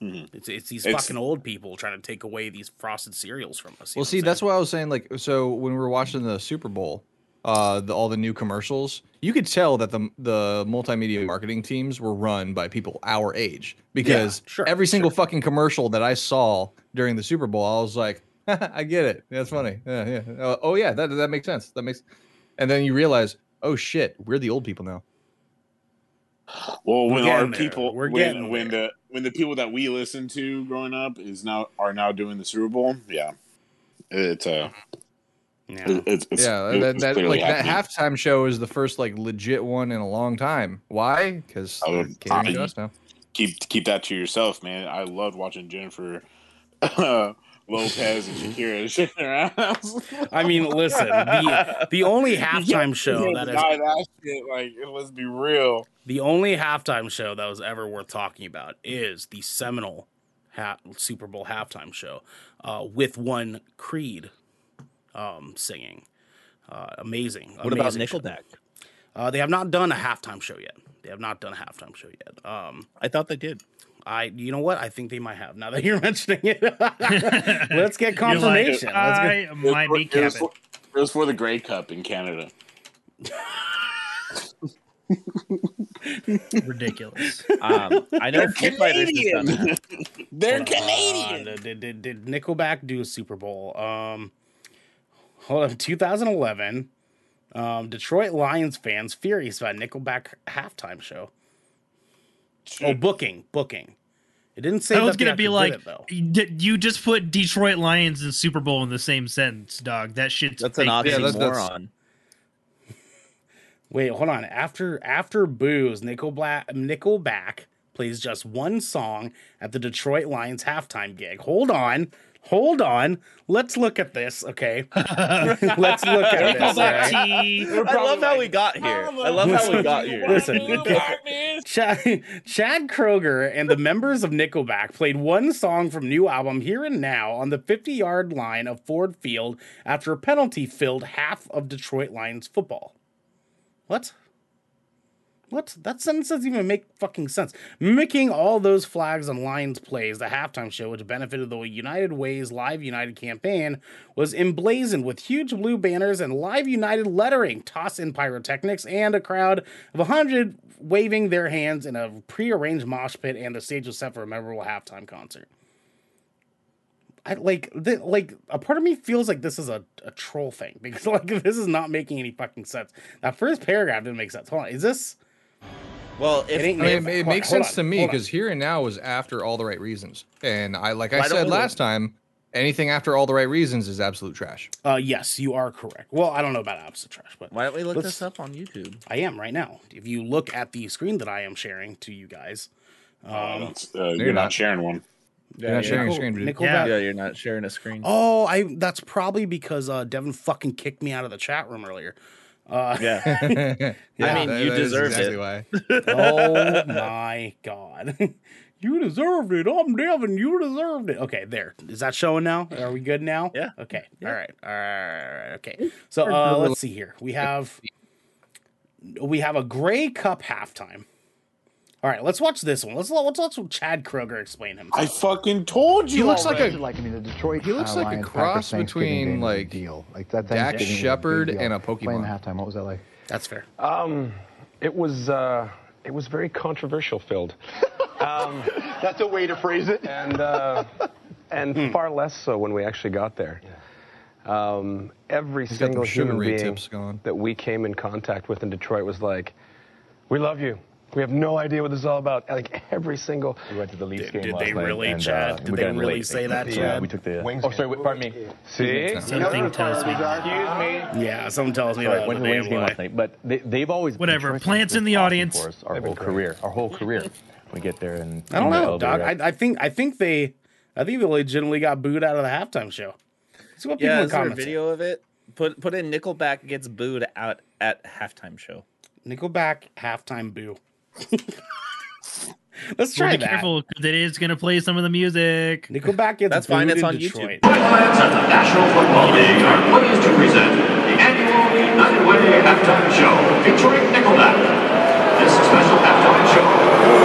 Speaker 1: It's, it's these
Speaker 2: It's-
Speaker 1: fucking old people trying to take away these frosted cereals from us. you
Speaker 4: Well,
Speaker 1: know
Speaker 4: see,
Speaker 1: what I'm
Speaker 4: that's why I was saying. Like, so when we were watching the Super Bowl, uh, the, all the new commercials, you could tell that the the multimedia marketing teams were run by people our age because
Speaker 1: sure,
Speaker 4: every single fucking commercial that I saw during the Super Bowl, I was like, I get it. That's funny. Yeah, yeah. Uh, oh yeah, that that makes sense. That makes. And then you realize, oh shit, we're the old people now.
Speaker 2: Well, when our
Speaker 1: getting there.
Speaker 2: people,
Speaker 1: We're
Speaker 2: when,
Speaker 1: getting
Speaker 2: when the when the people that we listened to growing up is now are now doing the Super Bowl, yeah, it's uh,
Speaker 1: saying? Yeah.
Speaker 2: it- it's, it's
Speaker 4: yeah,
Speaker 2: it-
Speaker 4: that,
Speaker 2: it's
Speaker 4: that
Speaker 2: clearly
Speaker 4: like that
Speaker 2: happening.
Speaker 4: halftime show is the first like legit one in a long time. Why? Because
Speaker 2: I
Speaker 4: they're
Speaker 2: would-
Speaker 4: catering
Speaker 2: I-
Speaker 4: to us now.
Speaker 2: keep keep that to yourself, man. I loved watching Jennifer. Uh, Lopez and Shakira shit in her house.
Speaker 1: I mean, listen, the, the only halftime show
Speaker 2: You
Speaker 1: that
Speaker 2: can't
Speaker 1: is
Speaker 2: deny that shit. Like, it- let's be real.
Speaker 1: the only halftime show that was ever worth talking about is the seminal ha- Super Bowl halftime show uh, with one Creed um, singing. Uh, amazing.
Speaker 3: what about
Speaker 1: amazing show.
Speaker 3: Nickelback?
Speaker 1: Uh, they have not done a halftime show yet. They have not done a halftime show yet. Um,
Speaker 3: I thought they did.
Speaker 1: I, you know what? I think they might have. Now that you're mentioning it, let's get
Speaker 6: You're like,
Speaker 1: confirmation. Let's get-
Speaker 6: I
Speaker 2: It was
Speaker 6: might
Speaker 2: for-
Speaker 6: be
Speaker 2: it was,
Speaker 6: capping.
Speaker 2: for, it was for the Grey Cup in Canada.
Speaker 6: Ridiculous.
Speaker 3: Um, I know Foo Fighters has done that.
Speaker 2: They're
Speaker 1: Uh, did, did, did Nickelback do a Super Bowl? Um, hold on, 2011. Um, Detroit Lions fans furious about Nickelback halftime show. Oh, booking, booking. It didn't say
Speaker 6: I
Speaker 1: that
Speaker 6: was
Speaker 1: they
Speaker 6: gonna be
Speaker 1: actually
Speaker 6: like,
Speaker 1: did it, though.
Speaker 6: you did- you just put Detroit Lions and Super Bowl in the same sentence, dog. That shit's
Speaker 3: That's an
Speaker 4: Yeah,
Speaker 3: oxymoron.
Speaker 4: that's- that's-
Speaker 1: Wait, hold on. After after booze, Nickelback Nickelback plays just one song at the Detroit Lions halftime gig. Hold on. Hold on. Let's look at this, okay? Let's look at this. all right?
Speaker 6: Nickelback
Speaker 3: I love how we got here. I love how we got here.
Speaker 1: Listen, Um, Chad, Chad Kroger and the members of Nickelback played one song from new album Here and Now on the 50 yard line of Ford Field after a penalty filled half of Detroit Lions football. What? What? That sentence doesn't even make fucking sense. Mimicking all those flags on Lions plays, the halftime show, which benefited the United Way's Live United campaign, was emblazoned with huge blue banners and Live United lettering, toss in pyrotechnics, and a crowd of 100 waving their hands in a prearranged mosh pit, and the stage was set for a memorable halftime concert. I like th- like a part of me feels like this is a, a troll thing because like this is not making any fucking sense. That first paragraph didn't make sense. Hold on, is this?
Speaker 3: Well,
Speaker 1: It
Speaker 3: if
Speaker 1: ain't
Speaker 4: I mean,
Speaker 1: Yeah,
Speaker 4: it, it
Speaker 1: hold
Speaker 4: makes
Speaker 1: on,
Speaker 4: sense to
Speaker 1: hold
Speaker 4: me
Speaker 1: on.
Speaker 4: because here and now was after all the right reasons, and I like I
Speaker 3: Why don't
Speaker 4: said
Speaker 3: we-
Speaker 4: last time, anything after all the right reasons is absolute trash.
Speaker 1: Uh, yes, you are correct. Well, I don't know about opposite trash, but
Speaker 3: why don't we look
Speaker 1: Let's-
Speaker 3: this up on YouTube?
Speaker 1: I am right now. If you look at the screen that I am sharing to you guys,
Speaker 2: Uh,
Speaker 1: um,
Speaker 2: that's- uh, you're
Speaker 4: you're
Speaker 2: not
Speaker 4: not.
Speaker 2: sharing one.
Speaker 4: You're not sharing your
Speaker 1: Nicole-
Speaker 4: screen, dude.
Speaker 1: Nicole
Speaker 6: Yeah.
Speaker 1: Beck-
Speaker 3: Yeah, you're not sharing a screen.
Speaker 1: Oh, I. That's probably because uh, Devin fucking kicked me out of the chat room earlier. Uh,
Speaker 3: Yeah, I mean, you
Speaker 4: is
Speaker 3: deserved
Speaker 4: exactly
Speaker 3: it.
Speaker 4: Why.
Speaker 1: oh my god. You deserved it. I'm Devin. You deserved it. Okay, there. Is that showing now? Are we good now?
Speaker 3: Yeah.
Speaker 1: Okay.
Speaker 3: Yeah.
Speaker 1: All right. All right. Okay. So uh, let's see here. We have we have a Grey Cup halftime. All right. Let's watch this one. Let's let's watch Chad Kroger explain
Speaker 2: I
Speaker 1: himself.
Speaker 2: fucking told you.
Speaker 4: He looks
Speaker 2: already.
Speaker 4: like a
Speaker 8: like I mean the Detroit.
Speaker 4: He looks
Speaker 8: uh,
Speaker 4: like a
Speaker 8: Lions back
Speaker 4: cross
Speaker 8: at Thanksgiving
Speaker 4: between,
Speaker 8: Day was a
Speaker 4: like,
Speaker 8: deal like that.
Speaker 4: Dax
Speaker 8: Thanksgiving was a big
Speaker 4: Shepard
Speaker 8: deal.
Speaker 4: and a
Speaker 8: Playing the
Speaker 4: Pokemon.
Speaker 8: halftime. What was that like?
Speaker 1: That's fair.
Speaker 9: Um, it was uh, it was very controversial filled,
Speaker 8: That's a way to phrase it.
Speaker 9: and uh, and
Speaker 10: Hmm.
Speaker 9: far less so when we actually got there. Um, every
Speaker 4: got
Speaker 9: single
Speaker 4: them sugar
Speaker 9: human
Speaker 4: ray
Speaker 9: being
Speaker 4: tips going.
Speaker 9: that we came in contact with in Detroit was like, "We love you. We have no idea what this is all about." Like every single.
Speaker 10: We went to the Leafs
Speaker 1: Did-
Speaker 10: game
Speaker 1: did
Speaker 10: last
Speaker 1: they
Speaker 10: night,
Speaker 1: really,
Speaker 10: and, uh,
Speaker 1: Chad? Did
Speaker 10: we
Speaker 1: they
Speaker 10: got
Speaker 1: really
Speaker 10: late.
Speaker 1: say that,
Speaker 10: Yeah,
Speaker 1: Chad?
Speaker 10: we took the.
Speaker 8: Wings
Speaker 10: oh, sorry. wait, Pardon me.
Speaker 9: See,
Speaker 1: Something tells me.
Speaker 8: Excuse me.
Speaker 1: Yeah. Someone tells me that.
Speaker 10: Went to the Wings game last night, but they, they've always
Speaker 6: Whatever,
Speaker 10: Detroit's
Speaker 6: plants
Speaker 10: been
Speaker 6: in the
Speaker 10: awesome
Speaker 6: audience.
Speaker 10: For us our whole career, our whole career. We get there and
Speaker 1: I don't
Speaker 10: we
Speaker 1: know,
Speaker 10: elevate
Speaker 1: Doc.
Speaker 10: up.
Speaker 1: I, I think I think they I think they legitimately got booed out of the halftime show. See what people
Speaker 3: yeah,
Speaker 1: are
Speaker 3: is there a
Speaker 1: commenting.
Speaker 3: video of it? Put put in Nickelback gets booed out at halftime show.
Speaker 1: Nickelback halftime boo. Let's
Speaker 6: Well,
Speaker 1: try
Speaker 6: be
Speaker 1: that.
Speaker 6: careful because it is gonna play some of the music.
Speaker 1: Nickelback gets
Speaker 3: That's
Speaker 1: booed
Speaker 3: fine, it's
Speaker 1: in
Speaker 3: on
Speaker 1: Detroit.
Speaker 11: Lions of the National Football League are pleased to present the annual United Way halftime show featuring Nickelback. This special halftime show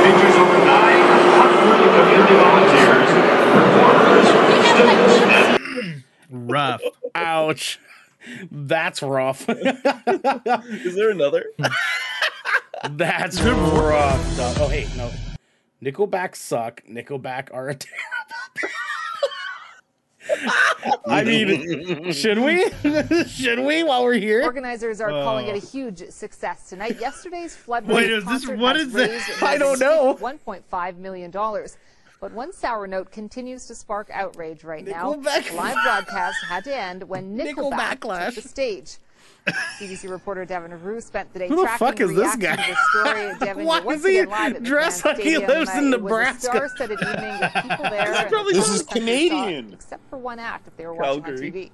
Speaker 11: features over 900 community volunteers, performers, students, and
Speaker 6: Rough.
Speaker 1: Ouch. That's rough.
Speaker 3: Is there another?
Speaker 1: That's rough. Doc. Oh hey, no. Nickelback suck. Nickelback are a terrible. I mean, should we? should we while we're here?
Speaker 11: Organizers are calling it a huge success tonight. Yesterday's flood
Speaker 6: Wait,
Speaker 11: relief
Speaker 6: is this-
Speaker 11: concert
Speaker 6: what
Speaker 11: has
Speaker 6: is that?
Speaker 11: raised
Speaker 1: I don't know.
Speaker 11: $1.5 million. But one sour note continues to spark outrage right now.
Speaker 1: Nickelback.
Speaker 11: The Live broadcast had to end when Nickelback,
Speaker 1: Nickelbacklash.
Speaker 11: took the stage. CBC reporter Devin Rue spent the day
Speaker 1: Who the
Speaker 11: tracking
Speaker 1: fuck is this guy?
Speaker 11: reaction to the story. Devin,
Speaker 1: Why
Speaker 11: you're once
Speaker 1: is he
Speaker 11: again live at the
Speaker 1: dressed
Speaker 11: Grand
Speaker 1: like he
Speaker 11: Stadium.
Speaker 1: lives
Speaker 11: Uh,
Speaker 1: in
Speaker 11: it was a
Speaker 1: Nebraska?
Speaker 11: star-studded evening with people there. and
Speaker 3: probably
Speaker 11: the
Speaker 2: This is
Speaker 11: country saw it,
Speaker 2: Canadian.
Speaker 11: Except for one act if they were watching on
Speaker 3: Calgary.
Speaker 11: TV.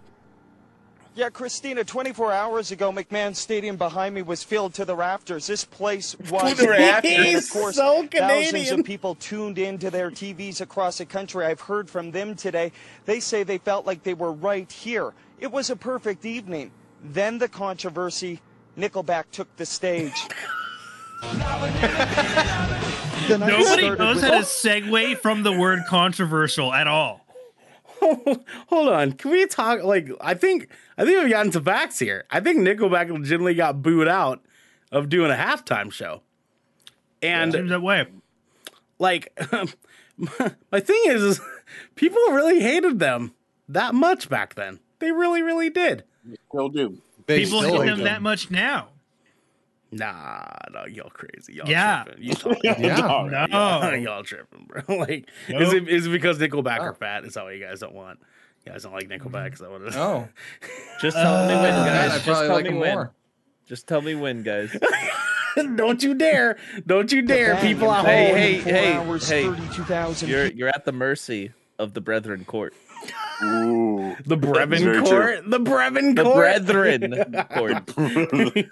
Speaker 8: Yeah, Christina, 24 hours ago, McMahon Stadium behind me was filled to the rafters. This place was.
Speaker 3: the rafters.
Speaker 8: And
Speaker 1: He's so
Speaker 8: Thousands
Speaker 1: Canadian.
Speaker 8: of people tuned into their TVs across the country. I've heard from them today. They say they felt like they were right here. It was a perfect evening. Then the controversy. Nickelback took the stage. The night
Speaker 6: Nobody
Speaker 8: started
Speaker 6: knows
Speaker 8: with-
Speaker 6: how to segue from the word controversial at all.
Speaker 1: Hold on. Can we talk? Like, I think I think we've gotten to facts here. I think Nickelback legitimately got booed out of doing a halftime show, and
Speaker 6: Seems that way.
Speaker 1: like, my, my thing is, is people really hated them that much back then. They really, really did.
Speaker 2: He'll do.
Speaker 4: They
Speaker 6: People
Speaker 4: still
Speaker 6: hate
Speaker 4: hate
Speaker 6: them that much now.
Speaker 1: Nah, no, y'all crazy. Y'all
Speaker 6: Yeah.
Speaker 1: tripping. You talking.
Speaker 4: Yeah,
Speaker 6: No.
Speaker 1: Y'all, y'all tripping, bro. Like, is it is it because Nickelback
Speaker 2: Oh.
Speaker 1: are fat? Is that what you guys don't want? You guys don't like Nickelback? Is that what it is?
Speaker 2: Oh.
Speaker 4: no,
Speaker 3: Just tell me when, guys.
Speaker 4: I
Speaker 3: Just
Speaker 4: probably
Speaker 3: tell
Speaker 4: like
Speaker 3: me
Speaker 4: him
Speaker 3: when.
Speaker 4: more.
Speaker 3: Just tell me when, guys.
Speaker 1: don't you dare! Don't you dare!
Speaker 8: Bang,
Speaker 1: People out
Speaker 8: bang,
Speaker 1: there.
Speaker 3: hey, hey,
Speaker 8: four hours,
Speaker 3: hey.
Speaker 8: 32,000
Speaker 3: You're you're at the mercy of the brethren court.
Speaker 2: Ooh.
Speaker 1: The
Speaker 2: very
Speaker 1: Brevin
Speaker 2: true.
Speaker 1: Court. The Brevin
Speaker 3: The
Speaker 1: Court.
Speaker 3: brethren court.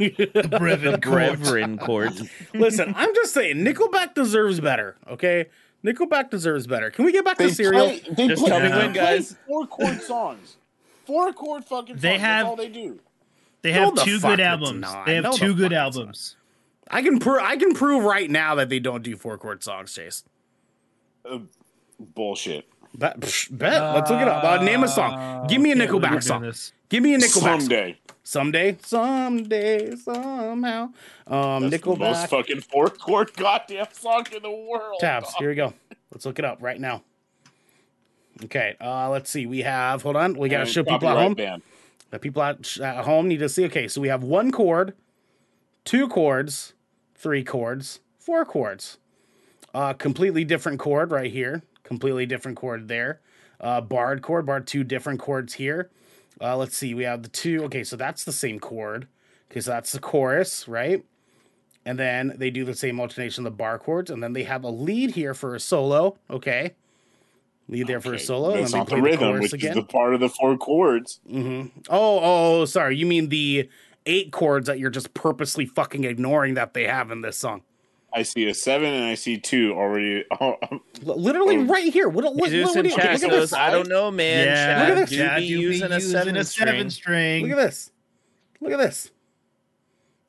Speaker 6: Brevin
Speaker 3: The brethren court.
Speaker 1: Listen, I'm just saying, Nickelback deserves better. Okay, Nickelback deserves better. Can we get back
Speaker 2: They
Speaker 1: to cereal?
Speaker 2: play. They
Speaker 3: Just
Speaker 2: play,
Speaker 3: tell me
Speaker 2: they
Speaker 3: when,
Speaker 2: play
Speaker 3: guys.
Speaker 2: Four chord songs. Four chord fucking.
Speaker 6: They
Speaker 2: songs.
Speaker 6: have-
Speaker 2: That's all they do.
Speaker 6: They
Speaker 1: No,
Speaker 6: have
Speaker 1: the
Speaker 6: two
Speaker 1: fuck
Speaker 6: good
Speaker 1: it's
Speaker 6: albums.
Speaker 1: not.
Speaker 6: They have
Speaker 1: No, the
Speaker 6: two good
Speaker 1: fuck it's
Speaker 6: albums.
Speaker 1: not. I can prove I can prove right now that they don't do four chord songs, Chase.
Speaker 2: Bullshit.
Speaker 1: Bet, psh, bet. Let's look it up. Uh, name a song. Give me a
Speaker 2: can't believe we're
Speaker 1: Nickelback
Speaker 2: doing
Speaker 1: song.
Speaker 2: this.
Speaker 1: Give me a Nickelback.
Speaker 2: Someday.
Speaker 1: Song. Someday. Someday. Somehow. Um,
Speaker 2: That's the
Speaker 1: Nickelback.
Speaker 2: most fucking four chord goddamn song in the world.
Speaker 1: tabs. Here we go. Let's look it up right now. Okay. Uh, let's see. We have. Hold on. We got to
Speaker 2: And
Speaker 1: show people at
Speaker 2: copyright
Speaker 1: home.
Speaker 2: ban.
Speaker 1: The people at, at home need to see. Okay, so we have one chord, two chords, three chords, four chords. Uh, completely different chord right here. Completely different chord there. Uh, barred chord, barred two different chords here. Uh, let's see, we have the two. Okay, so that's the same chord. Okay, so that's the chorus, right? And then they do the same alternation of the bar chords, and then they have a lead here for a solo. Okay, lead there for a solo.
Speaker 2: That's
Speaker 1: and
Speaker 2: not
Speaker 1: then they
Speaker 2: the
Speaker 1: play
Speaker 2: rhythm,
Speaker 1: chorus
Speaker 2: which is the part of the four chords.
Speaker 1: hmm Oh, oh, sorry. You mean the eight chords that you're just purposely fucking ignoring that they have in this song?
Speaker 2: I see a seven and I see two already. Oh,
Speaker 1: L- Literally right here. What? What?
Speaker 3: Jesus
Speaker 1: what,
Speaker 3: and
Speaker 1: what
Speaker 3: Chad
Speaker 1: look at
Speaker 3: goes,
Speaker 1: this.
Speaker 3: Oh. "I don't know, man.
Speaker 1: Yeah. Look
Speaker 3: Chad
Speaker 1: at this.
Speaker 3: do be using a seven string."
Speaker 1: Look at this. Look at this.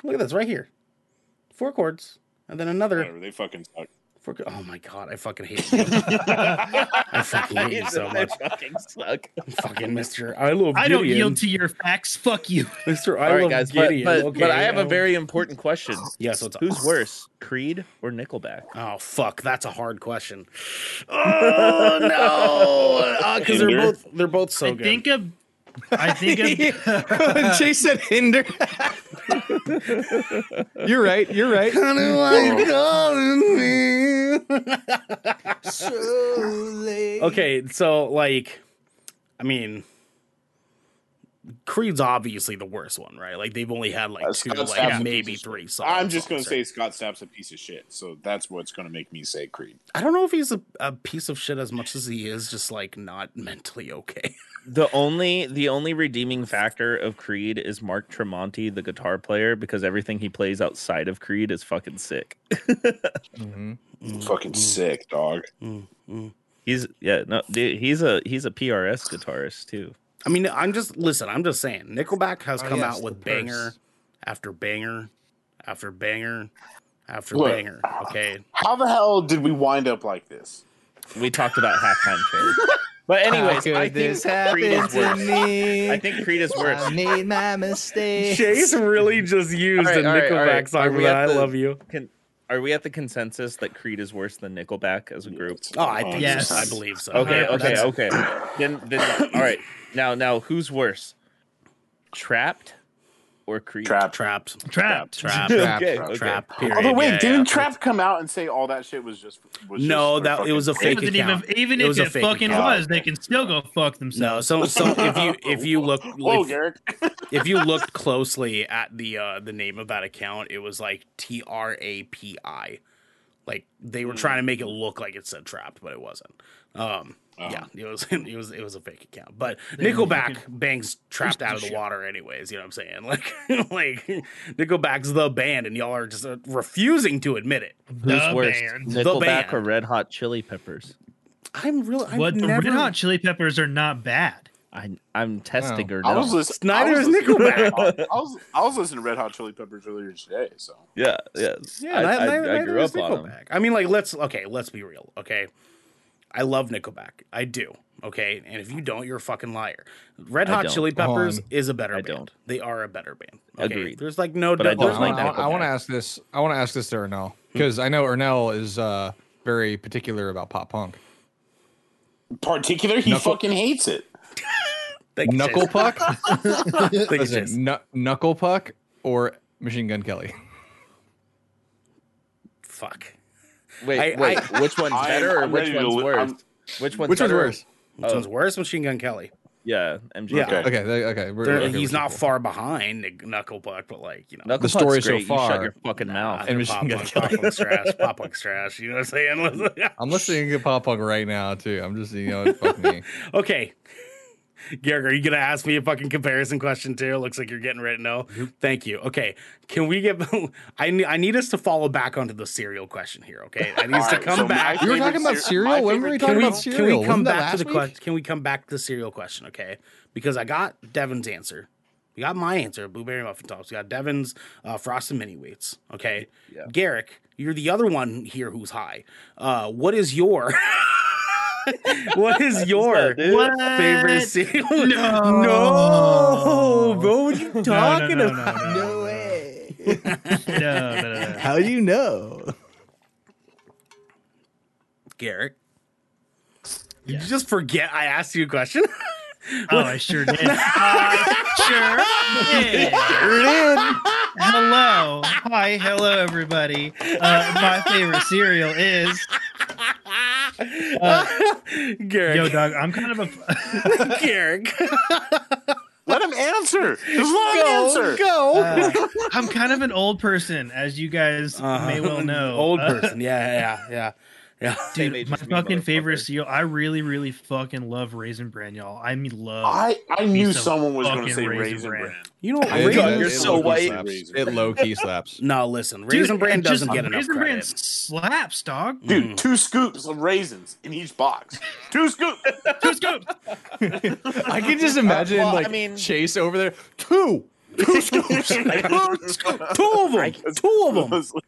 Speaker 1: Look at this right here. Four chords and then another.
Speaker 2: Whatever. They fucking suck.
Speaker 1: Four, chor- oh my god! I fucking hate you. I fucking hate you so much.
Speaker 3: Fucking suck.
Speaker 1: Fucking Mister. I love.
Speaker 6: I don't
Speaker 1: Gideon.
Speaker 6: yield to your facts. Fuck you,
Speaker 1: Mister.
Speaker 3: All
Speaker 1: I
Speaker 3: right,
Speaker 1: love
Speaker 3: guys, but,
Speaker 1: Gideon.
Speaker 3: but,
Speaker 1: okay, oh.
Speaker 3: but I have a
Speaker 1: I'll-
Speaker 3: very important question.
Speaker 1: Yes, what's up?
Speaker 3: Who's worse, Creed or Nickelback?
Speaker 1: Oh fuck, that's a hard question. Oh no, because they're
Speaker 3: Hinder.
Speaker 1: both they're both so
Speaker 6: I
Speaker 1: good.
Speaker 6: think of. I think
Speaker 1: of.
Speaker 4: Chase said hinder. you're right. You're right.
Speaker 1: okay, so like, I mean, Creed's obviously the worst one, right? Like they've only had like two,
Speaker 2: Scott
Speaker 1: like
Speaker 2: Stapp's a
Speaker 1: maybe
Speaker 2: piece of
Speaker 1: three
Speaker 2: shit.
Speaker 1: songs.
Speaker 2: I'm just gonna say Scott Stapp's a piece of shit, so that's what's gonna make me say Creed.
Speaker 1: I don't know if he's a, a piece of shit as much as he is just like not mentally okay.
Speaker 3: The only the only redeeming factor of Creed is Mark Tremonti, the guitar player, because everything he plays outside of Creed is fucking sick.
Speaker 2: fucking sick, dog.
Speaker 3: He's yeah, no, dude, he's a he's a PRS guitarist too.
Speaker 1: I mean, I'm just listen. I'm just saying, Nickelback has
Speaker 3: Oh,
Speaker 1: come
Speaker 3: yes,
Speaker 1: out
Speaker 3: the
Speaker 1: with
Speaker 3: purse.
Speaker 1: banger after banger after banger after
Speaker 2: Look,
Speaker 1: banger. Okay,
Speaker 2: How the hell did we wind up like this?
Speaker 3: We talked about halftime show. But anyways, I think Creed is worse. I think Creed is worse.
Speaker 4: made my mistake.
Speaker 1: Chase really just used
Speaker 3: All right,
Speaker 1: a
Speaker 3: all right, all
Speaker 1: Nickelback
Speaker 3: right. Are
Speaker 1: song.
Speaker 3: we
Speaker 1: for that
Speaker 3: at
Speaker 1: I
Speaker 3: the-
Speaker 1: love you.
Speaker 3: Can, are we at the consensus that Creed is worse than Nickelback as a group?
Speaker 1: Oh, I think so. Yes. I believe so.
Speaker 3: Okay,
Speaker 1: Uh,
Speaker 3: okay,
Speaker 1: that's-
Speaker 3: okay. Then, then, all right. Now, now, who's worse, Trapped or Creed?
Speaker 2: Trapped.
Speaker 1: Trapped.
Speaker 6: Trapped.
Speaker 1: Trapped.
Speaker 3: Okay,
Speaker 1: Trapped.
Speaker 3: okay.
Speaker 1: Trapped.
Speaker 2: Although
Speaker 1: Period.
Speaker 2: wait,
Speaker 1: Yeah,
Speaker 2: didn't
Speaker 1: yeah.
Speaker 2: Trap come out and say all that shit was just was
Speaker 1: No,
Speaker 2: just for
Speaker 1: that- it was a
Speaker 2: fucking
Speaker 1: fake
Speaker 2: ratings?
Speaker 1: account.
Speaker 6: even, even
Speaker 1: It
Speaker 6: if
Speaker 1: was
Speaker 6: it
Speaker 1: a fake
Speaker 6: fucking
Speaker 1: account.
Speaker 6: was, they can still go fuck
Speaker 1: No,
Speaker 6: themselves.
Speaker 1: so so if you if you look
Speaker 2: Whoa,
Speaker 1: if,
Speaker 2: Garrick.
Speaker 1: if you looked closely at the uh the name of that account, it was like T R A P I. Like they were trying to make it look like it said trapped, but it wasn't. Um yeah, it was it was it was a fake account. But
Speaker 6: They
Speaker 1: Nickelback
Speaker 6: fucking-
Speaker 1: bangs trapped out of the
Speaker 6: shit.
Speaker 1: water anyways, you know what I'm saying? Like like Nickelback's the band and y'all are just uh, refusing to admit it.
Speaker 3: Who's
Speaker 6: The
Speaker 3: worse,
Speaker 6: band.
Speaker 1: The
Speaker 3: Nickelback
Speaker 1: band.
Speaker 3: or Red Hot Chili Peppers?
Speaker 1: I'm real I've
Speaker 6: What the
Speaker 1: never
Speaker 6: Red Hot Chili Peppers are not bad.
Speaker 3: I I'm testing her.
Speaker 2: I
Speaker 3: no.
Speaker 2: was listening.
Speaker 1: Snyder
Speaker 2: I was
Speaker 1: is
Speaker 2: listening to
Speaker 1: Nickelback.
Speaker 2: Red Hot- I was I was listening to Red Hot Chili Peppers earlier today. So
Speaker 3: Yeah, yeah,
Speaker 1: Yeah,
Speaker 3: I,
Speaker 1: ni-
Speaker 3: I,
Speaker 1: ni-
Speaker 3: I
Speaker 1: neither
Speaker 3: grew
Speaker 1: is
Speaker 3: up on him.
Speaker 1: Nickelback. I mean, like, let's okay, let's be real. Okay, I love Nickelback. I do. Okay, and if you don't, you're a fucking liar. Red
Speaker 3: I
Speaker 1: Hot
Speaker 3: don't.
Speaker 1: Chili Peppers
Speaker 4: Hold
Speaker 1: is a better
Speaker 3: I
Speaker 1: band.
Speaker 3: don't.
Speaker 1: They are a better band. Okay,
Speaker 3: Agreed.
Speaker 1: there's like no.
Speaker 3: But I
Speaker 1: doubt.
Speaker 3: don't
Speaker 4: I
Speaker 3: like
Speaker 4: want, I,
Speaker 3: Nickelback.
Speaker 4: want to ask this. I want to ask this to Ernell because I know Ernell is uh, very particular about pop punk.
Speaker 2: particular, he
Speaker 4: Knuckle-
Speaker 2: fucking hates it.
Speaker 4: Knuckle puck,
Speaker 1: Thank you, Chase.
Speaker 4: Listen, knu- knuckle puck, or Machine Gun Kelly.
Speaker 1: Fuck.
Speaker 3: Wait,
Speaker 1: I-
Speaker 3: wait.
Speaker 1: I-
Speaker 3: which one's
Speaker 2: I am-
Speaker 3: better or
Speaker 2: I'm
Speaker 3: which
Speaker 2: ready to
Speaker 3: one's
Speaker 2: li-
Speaker 3: worse?
Speaker 2: I'm-
Speaker 3: Which one's
Speaker 4: Which one's
Speaker 3: better?
Speaker 4: worse?
Speaker 1: Which
Speaker 3: Oh.
Speaker 1: one's worse? Machine Gun Kelly.
Speaker 3: Yeah, MJ.
Speaker 1: Yeah.
Speaker 2: Okay.
Speaker 4: Okay, they- okay. We're,
Speaker 1: They're-
Speaker 4: okay, we're
Speaker 1: he's not
Speaker 4: cool.
Speaker 1: far behind Nic- Knucklepuck, but like you know,
Speaker 3: Knuckle
Speaker 4: The story
Speaker 3: Puck's
Speaker 4: so
Speaker 3: great. You shut
Speaker 4: far-
Speaker 3: your fucking mouth.
Speaker 4: And
Speaker 1: pop
Speaker 4: Machine Gun
Speaker 1: punk, pop
Speaker 4: Kelly.
Speaker 1: punk's trash, pop punk's trash. You know what I'm saying?
Speaker 4: I'm listening to pop punk right now too. I'm just you know fuck me.
Speaker 1: Okay. Garrick, are you gonna ask me a fucking comparison question too? Looks like you're getting ready. No, thank you. Okay, can we get? I need I need us to follow back onto the cereal question here. Okay, I need us to
Speaker 2: Alright,
Speaker 1: come
Speaker 2: so my
Speaker 1: back.
Speaker 4: We were
Speaker 2: favorite
Speaker 4: talking about
Speaker 2: ser-
Speaker 4: cereal?
Speaker 2: my
Speaker 4: When were
Speaker 2: favorite
Speaker 4: we talking
Speaker 1: Can we,
Speaker 4: about
Speaker 1: can
Speaker 4: cereal?
Speaker 1: we come
Speaker 4: Wasn't that
Speaker 1: back to
Speaker 4: last
Speaker 1: the
Speaker 4: week?
Speaker 1: question? Can we come back to the cereal question? Okay, because I got Devin's answer. We got my answer, blueberry muffin tops. We got Devin's uh, frosted mini wheats. Okay, Garrick, you're the other one here who's high. Uh, what is your what is your
Speaker 6: dude. What?
Speaker 1: favorite cereal?
Speaker 6: No.
Speaker 1: no, bro, what are you talking
Speaker 6: no, no,
Speaker 1: about?
Speaker 6: no,
Speaker 1: way.
Speaker 6: uh,
Speaker 12: How do you know?
Speaker 1: Garrick, did you just forget I asked you a question?
Speaker 6: Oh, I sure did. sure did. Hello. Hi. Hello, everybody. Uh, my favorite cereal is. Uh, Yo, dog, I'm kind of a.
Speaker 1: Garrick.
Speaker 2: Let him answer. Just let him
Speaker 6: Go,
Speaker 2: answer.
Speaker 1: Go.
Speaker 6: Uh, I'm kind of an old person, as you guys may well know.
Speaker 1: Uh-huh. Old
Speaker 6: Uh,
Speaker 1: person. Yeah, yeah, yeah. Yeah.
Speaker 6: Dude, my fucking favorite cereal. I really, really fucking love Raisin Bran, y'all. I mean, love.
Speaker 2: I, I
Speaker 6: a
Speaker 2: knew
Speaker 6: piece of
Speaker 2: someone was going
Speaker 6: fucking
Speaker 2: to say Raisin Bran.
Speaker 1: You
Speaker 6: know,
Speaker 4: It-
Speaker 6: Raisin-
Speaker 4: it-
Speaker 6: You're
Speaker 4: it
Speaker 6: so
Speaker 4: low-key
Speaker 6: white.
Speaker 4: slaps. It low key slaps.
Speaker 1: No, listen,
Speaker 6: Dude,
Speaker 1: Raisin Bran
Speaker 6: it just-
Speaker 1: doesn't get enough
Speaker 6: Raisin
Speaker 1: credit.
Speaker 6: Bran slaps, dog.
Speaker 2: Dude, two scoops of raisins in each box. Two scoops.
Speaker 6: two scoops.
Speaker 4: I can just imagine
Speaker 2: well, I
Speaker 4: like
Speaker 2: mean-
Speaker 4: Chase over there. Two, two scoops,
Speaker 1: two of them, two of them.
Speaker 2: That's
Speaker 3: I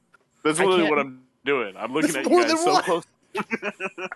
Speaker 2: literally
Speaker 3: can't-
Speaker 2: what I'm doing. I'm looking
Speaker 3: That's
Speaker 2: at you
Speaker 3: more
Speaker 2: guys
Speaker 3: than
Speaker 2: so
Speaker 3: one.
Speaker 2: close.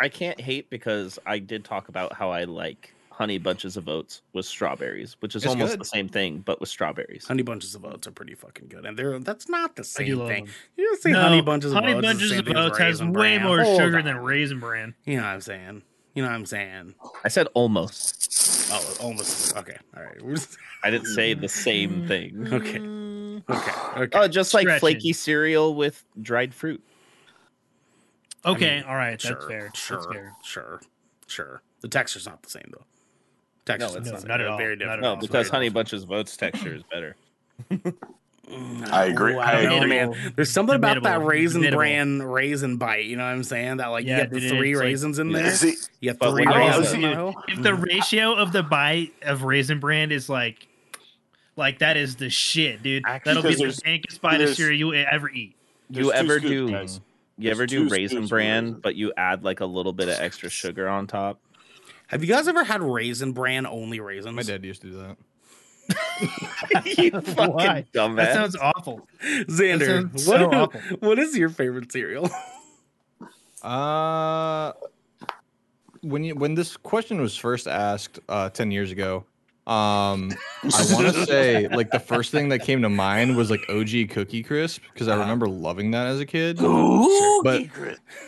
Speaker 3: I can't hate because I did talk about how I like honey bunches of oats with strawberries, which is
Speaker 1: It's
Speaker 3: almost
Speaker 1: good.
Speaker 3: the same thing but with strawberries.
Speaker 1: Honey bunches of oats are pretty fucking good, and they're that's not the
Speaker 3: do
Speaker 1: same
Speaker 3: love
Speaker 1: thing.
Speaker 3: them.
Speaker 1: You don't say
Speaker 6: No,
Speaker 1: honey bunches of
Speaker 6: Honey
Speaker 1: oats. is
Speaker 6: Bunches
Speaker 1: the same
Speaker 6: of
Speaker 1: thing as
Speaker 6: Oats has
Speaker 1: Raisin
Speaker 6: way
Speaker 1: Bran.
Speaker 6: more
Speaker 1: Hold
Speaker 6: sugar
Speaker 1: on.
Speaker 6: than Raisin Bran.
Speaker 1: You know what I'm saying? You know what I'm saying?
Speaker 3: I said almost.
Speaker 1: Oh, almost. Okay, all right. We're just-
Speaker 3: I didn't say the
Speaker 6: Mm.
Speaker 3: same thing.
Speaker 1: Okay. Okay.
Speaker 3: Oh, just like
Speaker 1: Stretching.
Speaker 3: flaky cereal with dried fruit.
Speaker 1: I
Speaker 6: Okay,
Speaker 1: mean,
Speaker 6: all right,
Speaker 1: sure,
Speaker 6: that's fair.
Speaker 1: Sure,
Speaker 6: that's fair.
Speaker 1: sure, sure. The texture's not the same though. Texture's not,
Speaker 3: it's not.
Speaker 1: the same.
Speaker 3: Not at
Speaker 1: They're
Speaker 3: all.
Speaker 1: Very
Speaker 3: Not
Speaker 1: different.
Speaker 3: No, Oh, because honey bunches of oats texture is better.
Speaker 2: I agree.
Speaker 1: Ooh,
Speaker 2: I
Speaker 1: I don't know,
Speaker 2: agree.
Speaker 1: man. There's something about that
Speaker 2: Debatable.
Speaker 1: raisin
Speaker 2: Debatable.
Speaker 1: bran raisin bite. You know what I'm saying? That like
Speaker 6: Yeah,
Speaker 1: you get the
Speaker 6: dude,
Speaker 1: three
Speaker 6: it's like-
Speaker 1: raisins in
Speaker 6: Yeah.
Speaker 1: there.
Speaker 6: See,
Speaker 1: You get
Speaker 6: But
Speaker 1: three
Speaker 6: when you-
Speaker 1: raisins.
Speaker 6: if-
Speaker 1: in there.
Speaker 6: if the ratio of the bite of Raisin Bran is like, like that is the shit, dude. That'll be
Speaker 3: because
Speaker 6: the
Speaker 3: there's-
Speaker 6: dankest bite of
Speaker 3: there's-
Speaker 6: cereal you e-, ever eat.
Speaker 3: you ever do you ever do
Speaker 6: two
Speaker 3: raisin
Speaker 6: scoops,
Speaker 3: bran, but you add like a little bit of extra sugar on top?
Speaker 1: Have you guys ever had raisin bran only raisins? My
Speaker 4: dad used to do that.
Speaker 3: you fucking
Speaker 6: Why?
Speaker 3: dumbass.
Speaker 6: That sounds awful. That
Speaker 1: Xander,
Speaker 6: sounds so
Speaker 1: what,
Speaker 6: awful.
Speaker 1: what is your favorite cereal?
Speaker 4: Uh, when you when this question was first asked uh, ten years ago, um, I want to say like the first thing that came to mind was like OG Cookie Crisp because I remember loving that as a kid. but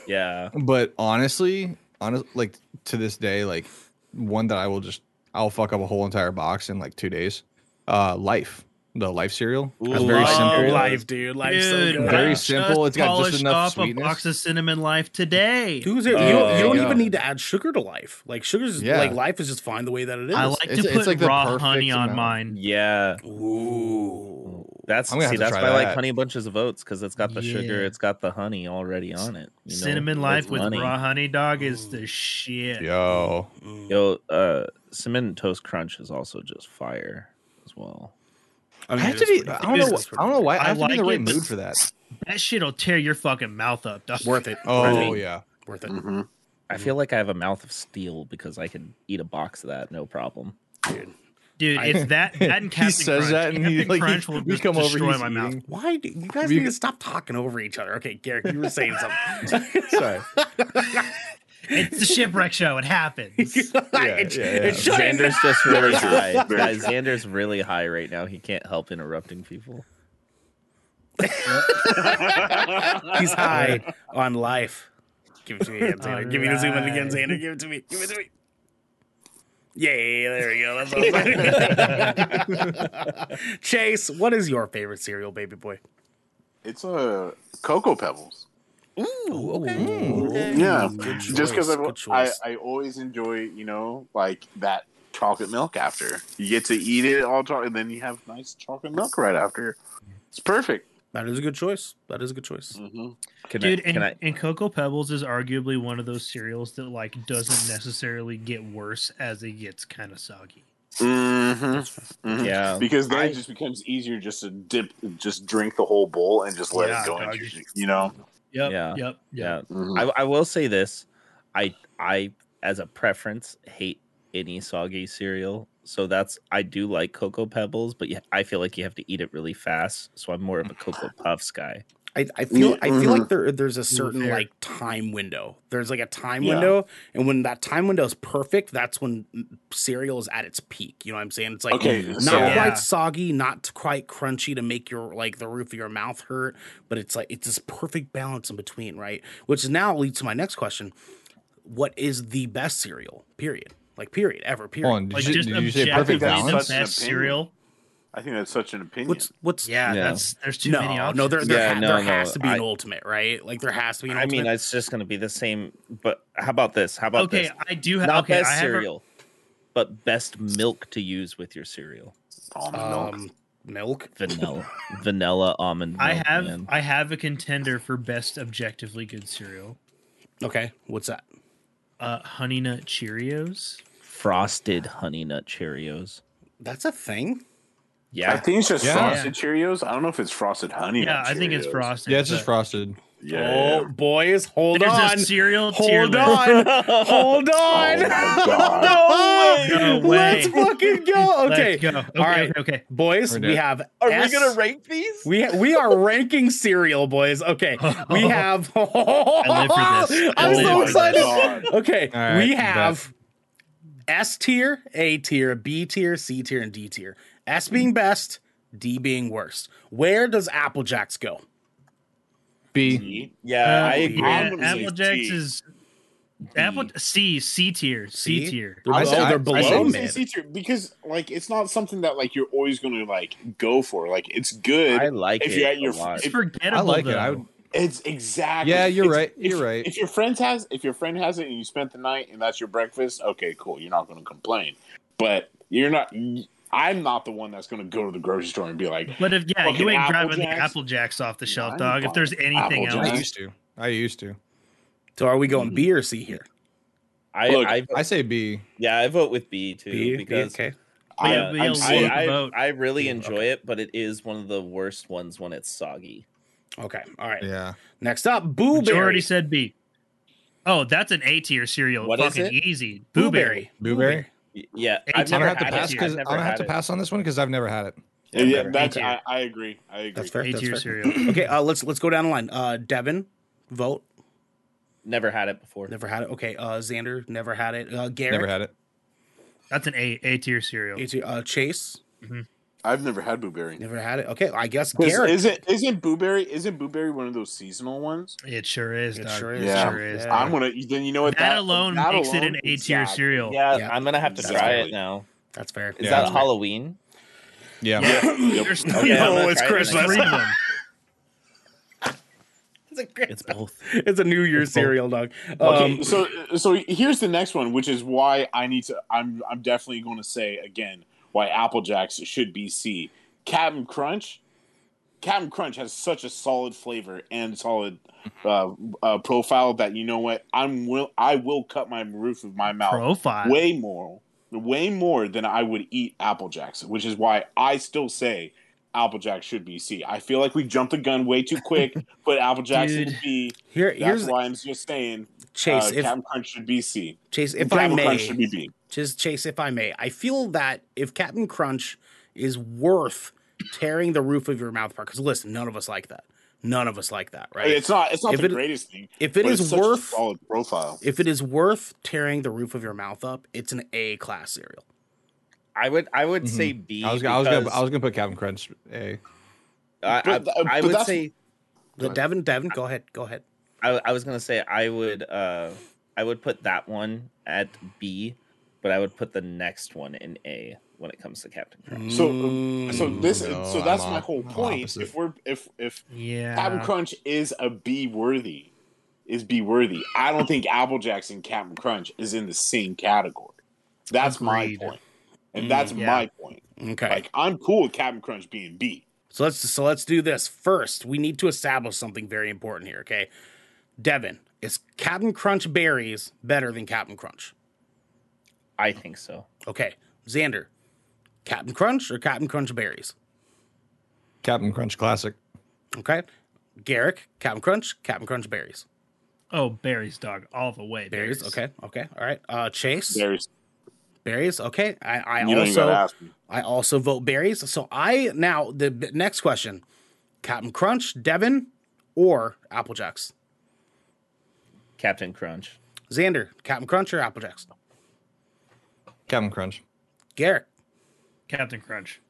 Speaker 3: yeah,
Speaker 4: but honestly, honest like to this day, like one that I will just I'll fuck up a whole entire box in like two days. Uh, life. The life cereal. It's very simple.
Speaker 1: Life, dude. Life's so
Speaker 6: Dude,
Speaker 1: good.
Speaker 4: Very
Speaker 6: I
Speaker 4: simple. It's got just
Speaker 6: polished
Speaker 4: enough
Speaker 6: off
Speaker 4: sweetness.
Speaker 6: a box of cinnamon life today.
Speaker 1: Dude, you, don't, you don't even need to add sugar to life. Like sugar's
Speaker 6: Oh, Yeah.
Speaker 1: like life is just fine the way that it is.
Speaker 6: I like to put raw honey on mine.
Speaker 3: Yeah.
Speaker 1: Ooh.
Speaker 3: That's
Speaker 4: I'm gonna
Speaker 3: see,
Speaker 4: have to
Speaker 3: that's
Speaker 4: try
Speaker 3: why I like
Speaker 4: that.
Speaker 3: honey bunches of oats because it's got the sugar,
Speaker 6: Yeah.
Speaker 3: it's got the honey already on it. you know?
Speaker 6: Cinnamon life
Speaker 3: It's
Speaker 6: with
Speaker 3: money.
Speaker 6: raw honey, dog, is the shit.
Speaker 4: Yo.
Speaker 3: Yo, uh cinnamon toast crunch is also just fire as well.
Speaker 1: I,
Speaker 4: have to be. I don't know.
Speaker 6: It's-
Speaker 4: I don't know why. I have to be in the
Speaker 6: like
Speaker 4: right
Speaker 6: it,
Speaker 4: mood
Speaker 6: but
Speaker 4: for that.
Speaker 6: That shit'll tear your fucking mouth up, dog.
Speaker 1: Worth it.
Speaker 4: Oh yeah.
Speaker 1: Worth it.
Speaker 2: Mm-hmm.
Speaker 3: I
Speaker 6: Mm.
Speaker 3: feel like I have a mouth of steel because I can eat a box of that no problem.
Speaker 6: Dude,
Speaker 3: I-
Speaker 6: it's that that and Captain
Speaker 3: He says
Speaker 6: Crunch.
Speaker 3: that and
Speaker 6: Captain
Speaker 3: he, like,
Speaker 6: Crunch will
Speaker 3: we
Speaker 6: just
Speaker 3: come over,
Speaker 6: destroy
Speaker 3: he's
Speaker 6: my mouth.
Speaker 3: eating.
Speaker 1: Why do you guys
Speaker 3: We-
Speaker 1: need to stop talking over each other? Okay, Garrick, you were saying something.
Speaker 4: Sorry.
Speaker 6: It's the shipwreck show. It happens.
Speaker 1: It- it shouldn't
Speaker 3: Xander's just really
Speaker 1: happen.
Speaker 3: high. Guys, Xander's really high right now. He can't help interrupting people.
Speaker 1: He's high on life. Give it to me again, Xander. Give me the zoom in again,
Speaker 6: Alright.
Speaker 1: Xander. Give it to me. Give it to me. Yeah, there we go. That's what I'm saying. Chase, what is your favorite cereal, baby boy?
Speaker 2: It's uh, Cocoa Pebbles.
Speaker 1: Ooh, okay.
Speaker 2: Yeah,
Speaker 1: Mm, Good
Speaker 2: just because
Speaker 1: choice, good
Speaker 2: I,
Speaker 1: choice.
Speaker 2: I always enjoy, you know, like that chocolate milk after. You get to eat it all, cho- and then you have nice chocolate milk right after. It's perfect.
Speaker 1: That is a good choice. That is a good choice.
Speaker 2: Mm-hmm.
Speaker 3: Can
Speaker 6: Dude, and, and Cocoa Pebbles is arguably one of those cereals that like doesn't necessarily get worse as it gets kind of soggy.
Speaker 2: Mm-hmm.
Speaker 3: Yeah.
Speaker 2: because then it just becomes easier just to dip, just drink the whole bowl and just let
Speaker 6: Yeah,
Speaker 2: it go
Speaker 6: dog.
Speaker 2: into your, you know.
Speaker 6: Yep.
Speaker 3: yeah.
Speaker 6: Yep.
Speaker 3: Yeah.
Speaker 2: Mhm.
Speaker 3: I, I will say this. I I as a preference hate any soggy cereal. So that's I do like Cocoa Pebbles, but yeah, I feel like you have to eat it really fast. So I'm more of a Cocoa Puffs guy.
Speaker 1: I, I feel I feel
Speaker 3: mm-hmm.
Speaker 1: like there there's a certain like time window. There's like a time
Speaker 3: Yeah.
Speaker 1: window, and when that time window is perfect, that's when cereal is at its peak. You know what I'm saying? It's like
Speaker 2: Okay,
Speaker 1: not
Speaker 2: so- Yeah.
Speaker 1: quite soggy, not quite crunchy to make your like the roof of your mouth hurt, but it's like it's this perfect balance in between, right? Which now leads to my next question: What is the best cereal? Period. Like period ever. Period.
Speaker 4: Hold on, did Like, you- just did you say
Speaker 2: I think
Speaker 4: perfect
Speaker 2: that's
Speaker 4: balance?
Speaker 2: such an
Speaker 4: Best
Speaker 2: opinion.
Speaker 6: cereal?
Speaker 2: I think that's such an opinion.
Speaker 1: What's what's
Speaker 6: Yeah, that's- there's too
Speaker 1: no,
Speaker 6: many
Speaker 1: No,
Speaker 6: options.
Speaker 1: there, there,
Speaker 3: Yeah,
Speaker 1: ha-
Speaker 3: no,
Speaker 1: there
Speaker 3: no,
Speaker 1: has to be an
Speaker 3: I-
Speaker 1: ultimate, right? Like there has to be an
Speaker 3: I
Speaker 1: ultimate.
Speaker 3: mean, it's just going to be the same. But how about this? How about
Speaker 6: Okay,
Speaker 3: this?
Speaker 6: I do have-
Speaker 3: not
Speaker 6: okay,
Speaker 3: best
Speaker 6: I have a-
Speaker 3: cereal, but best milk to use with your cereal.
Speaker 1: Almond milk. milk,
Speaker 3: vanilla, vanilla almond. Milk,
Speaker 6: I have
Speaker 3: man.
Speaker 6: I have a contender for best objectively good cereal.
Speaker 1: Okay, what's that?
Speaker 6: Uh, Honey Nut Cheerios.
Speaker 3: frosted Honey Nut Cheerios.
Speaker 1: That's a thing.
Speaker 3: Yeah,
Speaker 2: I think it's just
Speaker 3: Yeah.
Speaker 2: frosted Cheerios. I don't know if it's frosted honey.
Speaker 6: Yeah,
Speaker 2: Nut
Speaker 6: I think it's
Speaker 2: Cheerios.
Speaker 6: frosted,
Speaker 4: Yeah, it's just
Speaker 2: Yeah.
Speaker 4: frosted.
Speaker 1: Oh, boys, hold
Speaker 6: There's a
Speaker 1: on.
Speaker 6: cereal tier
Speaker 1: hold
Speaker 6: list.
Speaker 1: on. hold on.
Speaker 6: Oh No way.
Speaker 1: Let's fucking go.
Speaker 6: Let's
Speaker 1: Okay.
Speaker 6: go.
Speaker 1: All
Speaker 6: Okay,
Speaker 1: right.
Speaker 6: okay, okay.
Speaker 1: Boys,
Speaker 6: We're
Speaker 1: we
Speaker 6: doing-
Speaker 1: have
Speaker 3: Are
Speaker 1: S-
Speaker 3: we gonna rank these?
Speaker 1: we ha- we are ranking cereal, boys. Okay, we have. I
Speaker 6: live for this. I
Speaker 1: am
Speaker 6: live
Speaker 1: so
Speaker 6: for this.
Speaker 1: excited. Okay,
Speaker 4: All right,
Speaker 1: we
Speaker 4: bet.
Speaker 1: have S tier, A tier, B tier, C tier, and D tier. S being best, D being worst. Where does Apple Jacks go?
Speaker 4: B.
Speaker 3: Yeah,
Speaker 6: Uh,
Speaker 3: I agree.
Speaker 6: yeah,
Speaker 2: gonna say
Speaker 6: Apple Jacks
Speaker 2: T.
Speaker 6: is Apple C C tier C tier.
Speaker 1: They're
Speaker 4: I
Speaker 1: below,
Speaker 4: said-
Speaker 1: they're
Speaker 4: I- I
Speaker 2: I
Speaker 1: below
Speaker 2: would
Speaker 4: said-
Speaker 2: say
Speaker 1: mid.
Speaker 2: sea tier because like it's not something that like you're always going to like go for. Like it's good.
Speaker 3: I like
Speaker 2: if
Speaker 3: it
Speaker 2: you're at
Speaker 3: a
Speaker 2: your
Speaker 3: lot.
Speaker 6: It's
Speaker 2: if-
Speaker 6: forgettable.
Speaker 4: I like
Speaker 6: though.
Speaker 4: it. I would.
Speaker 2: It's exactly.
Speaker 4: Yeah, you're
Speaker 2: It's-
Speaker 4: right,
Speaker 2: if-
Speaker 4: you're right.
Speaker 2: If your friend has, if your friend has it, and you spent the night, and that's your breakfast, okay, cool. You're not going to complain, but you're not. I'm not the one that's going to go to the grocery store and be like,
Speaker 6: But if yeah,
Speaker 2: Fucking
Speaker 6: you ain't
Speaker 2: Apple
Speaker 6: grabbing the
Speaker 2: Jacks.
Speaker 6: Apple Jacks off the shelf,
Speaker 2: I'm
Speaker 6: dog. If there's
Speaker 2: fine.
Speaker 6: anything
Speaker 2: Apple
Speaker 4: I
Speaker 6: else,
Speaker 2: Jacks.
Speaker 4: used to. I used to.
Speaker 1: So are we going B or C here?
Speaker 3: I,
Speaker 2: Look,
Speaker 3: I,
Speaker 4: I say B.
Speaker 3: yeah, I vote with B too
Speaker 1: B, B,
Speaker 3: because
Speaker 1: okay.
Speaker 3: I,
Speaker 6: Yeah, we
Speaker 3: I,
Speaker 6: all
Speaker 3: I,
Speaker 6: vote. Vote.
Speaker 3: I really enjoy it, but it is one of the worst ones when it's soggy.
Speaker 1: Okay. All right.
Speaker 4: Yeah.
Speaker 1: Next up, Boo
Speaker 6: majority
Speaker 1: Berry.
Speaker 6: said B. Oh, that's an A tier cereal.
Speaker 3: What is
Speaker 6: Fucking
Speaker 3: it?
Speaker 6: easy.
Speaker 1: Boo
Speaker 6: Blueberry.
Speaker 1: Berry.
Speaker 4: Blueberry.
Speaker 3: Y- Yeah,
Speaker 6: Hey,
Speaker 3: I've never
Speaker 4: I'm gonna have to
Speaker 3: had
Speaker 4: pass
Speaker 3: it. I've
Speaker 4: because I'm
Speaker 3: never
Speaker 4: gonna have
Speaker 3: had
Speaker 4: to
Speaker 3: it.
Speaker 4: pass on this one because I've never had it.
Speaker 2: yeah,
Speaker 1: Yeah,
Speaker 2: that's.
Speaker 1: A
Speaker 2: I,
Speaker 1: tier.
Speaker 2: I agree. I agree.
Speaker 1: That's fair.
Speaker 6: A
Speaker 1: That's
Speaker 6: tier
Speaker 1: fair.
Speaker 6: cereal.
Speaker 1: okay, uh, let's let's go down the line. Uh, Devin, vote.
Speaker 3: Never had it before.
Speaker 1: Never had it. Okay, uh, Xander never had it. Uh, Garrett,
Speaker 4: Never had it.
Speaker 6: That's an A A tier cereal.
Speaker 1: It's, uh, Chase
Speaker 2: I've never had blueberry.
Speaker 1: never had it. Okay, I guess
Speaker 2: 'Cause
Speaker 1: Garrett.
Speaker 2: Isn't isn't blueberry isn't blueberry one of those seasonal ones?
Speaker 6: It sure is.
Speaker 1: It
Speaker 6: dog.
Speaker 1: sure
Speaker 6: It
Speaker 1: is.
Speaker 2: Yeah.
Speaker 6: sure is.
Speaker 1: Yeah.
Speaker 2: I'm gonna. Then you know what?
Speaker 6: That, alone makes it an A tier
Speaker 2: exactly.
Speaker 6: cereal.
Speaker 3: Yeah,
Speaker 1: Yeah,
Speaker 3: I'm gonna have to try
Speaker 2: exactly.
Speaker 3: it now.
Speaker 1: That's fair.
Speaker 3: Is that
Speaker 4: Yeah, that's right.
Speaker 3: Halloween?
Speaker 4: Yeah.
Speaker 2: Yep.
Speaker 6: There's
Speaker 3: Okay,
Speaker 6: three of
Speaker 3: I'm
Speaker 6: them.
Speaker 3: gonna
Speaker 1: it's
Speaker 3: try it
Speaker 1: Christmas.
Speaker 3: next
Speaker 6: Three of
Speaker 3: time.
Speaker 6: them.
Speaker 1: It's a great.
Speaker 3: It's both.
Speaker 1: It's a New Year's cereal, dog.
Speaker 2: Okay,
Speaker 1: Um,
Speaker 2: so so here's the next one, which is why I need to. I'm I'm definitely going to say again why Apple Jacks should be C. Captain Crunch, Captain Crunch has such a solid flavor and solid uh,
Speaker 6: Mm-hmm.
Speaker 2: uh, profile that you know what I'm will I will cut my roof of my mouth
Speaker 6: Profile.
Speaker 2: way more, way more than I would eat Apple Jacks, which is why I still say Apple Jacks should be C. I feel like we jumped the gun way too quick, but Apple Jacks
Speaker 6: Dude.
Speaker 2: would be.
Speaker 1: here,
Speaker 2: That's
Speaker 1: here's
Speaker 2: why I'm just saying
Speaker 1: Chase.
Speaker 2: uh,
Speaker 1: if
Speaker 2: Captain Crunch should be C.
Speaker 1: Chase, if I
Speaker 2: Captain
Speaker 1: may,
Speaker 2: Crunch should be B.
Speaker 1: Just Chase, if I may, I feel that if Captain Crunch is worth tearing the roof of your mouth apart, because listen, none of us like that. None of us like that, right?
Speaker 2: It's not. It's not
Speaker 1: If
Speaker 2: the
Speaker 1: it-
Speaker 2: greatest thing.
Speaker 1: if it
Speaker 2: but
Speaker 1: is
Speaker 2: it's such a
Speaker 1: worth-
Speaker 2: solid profile.
Speaker 1: if it is worth tearing the roof of your mouth up, it's an A class cereal.
Speaker 3: I would. I would say
Speaker 4: Mhm.
Speaker 3: B.
Speaker 4: I was, gonna- I was gonna.
Speaker 3: because
Speaker 4: I was gonna put Captain Crunch A.
Speaker 3: I-
Speaker 2: But th-
Speaker 3: I- I
Speaker 2: but
Speaker 3: would
Speaker 2: that's-
Speaker 3: say.
Speaker 1: But Devin, Devin, go ahead, go ahead.
Speaker 3: I, I was gonna say I would. Uh, I would put that one at B, but I would put the next one in A when it comes to Captain Crunch.
Speaker 2: So, uh,
Speaker 1: Mm,
Speaker 2: so this.
Speaker 4: no,
Speaker 2: so that's
Speaker 4: I'm
Speaker 2: my
Speaker 4: op-
Speaker 2: whole
Speaker 4: I'm
Speaker 2: point.
Speaker 4: opposite.
Speaker 2: If we're if if
Speaker 6: Yeah.
Speaker 2: Captain Crunch is a B worthy, is B worthy. I don't think Apple Jacks and Captain Crunch is in the same category. That's my
Speaker 6: Agreed.
Speaker 2: point,
Speaker 1: Mm,
Speaker 2: and that's
Speaker 6: yeah.
Speaker 2: my point.
Speaker 1: Okay.
Speaker 2: Like I'm cool with Captain Crunch being B.
Speaker 1: so let's so let's do this first. We need to establish something very important here. Okay, Devin, is Captain Crunch berries better than Captain Crunch?
Speaker 3: I think so.
Speaker 1: Okay, Xander, Captain Crunch or Captain Crunch berries?
Speaker 4: Captain Crunch Classic.
Speaker 1: Okay. Garrick, Captain Crunch, Captain Crunch berries.
Speaker 6: Oh, berries, dog, all the way.
Speaker 1: Berries. Okay. Okay. All right. Uh Chase,
Speaker 2: There's
Speaker 1: Berries. Okay. I, I
Speaker 2: You don't even gotta
Speaker 1: also
Speaker 2: ask me.
Speaker 1: I also vote berries. So I now the b- next question: Captain Crunch, Devin, or Apple Jacks?
Speaker 3: Captain Crunch.
Speaker 1: Xander, Captain Crunch or Apple Jacks?
Speaker 4: Captain Crunch.
Speaker 1: Garrett
Speaker 6: Captain Crunch.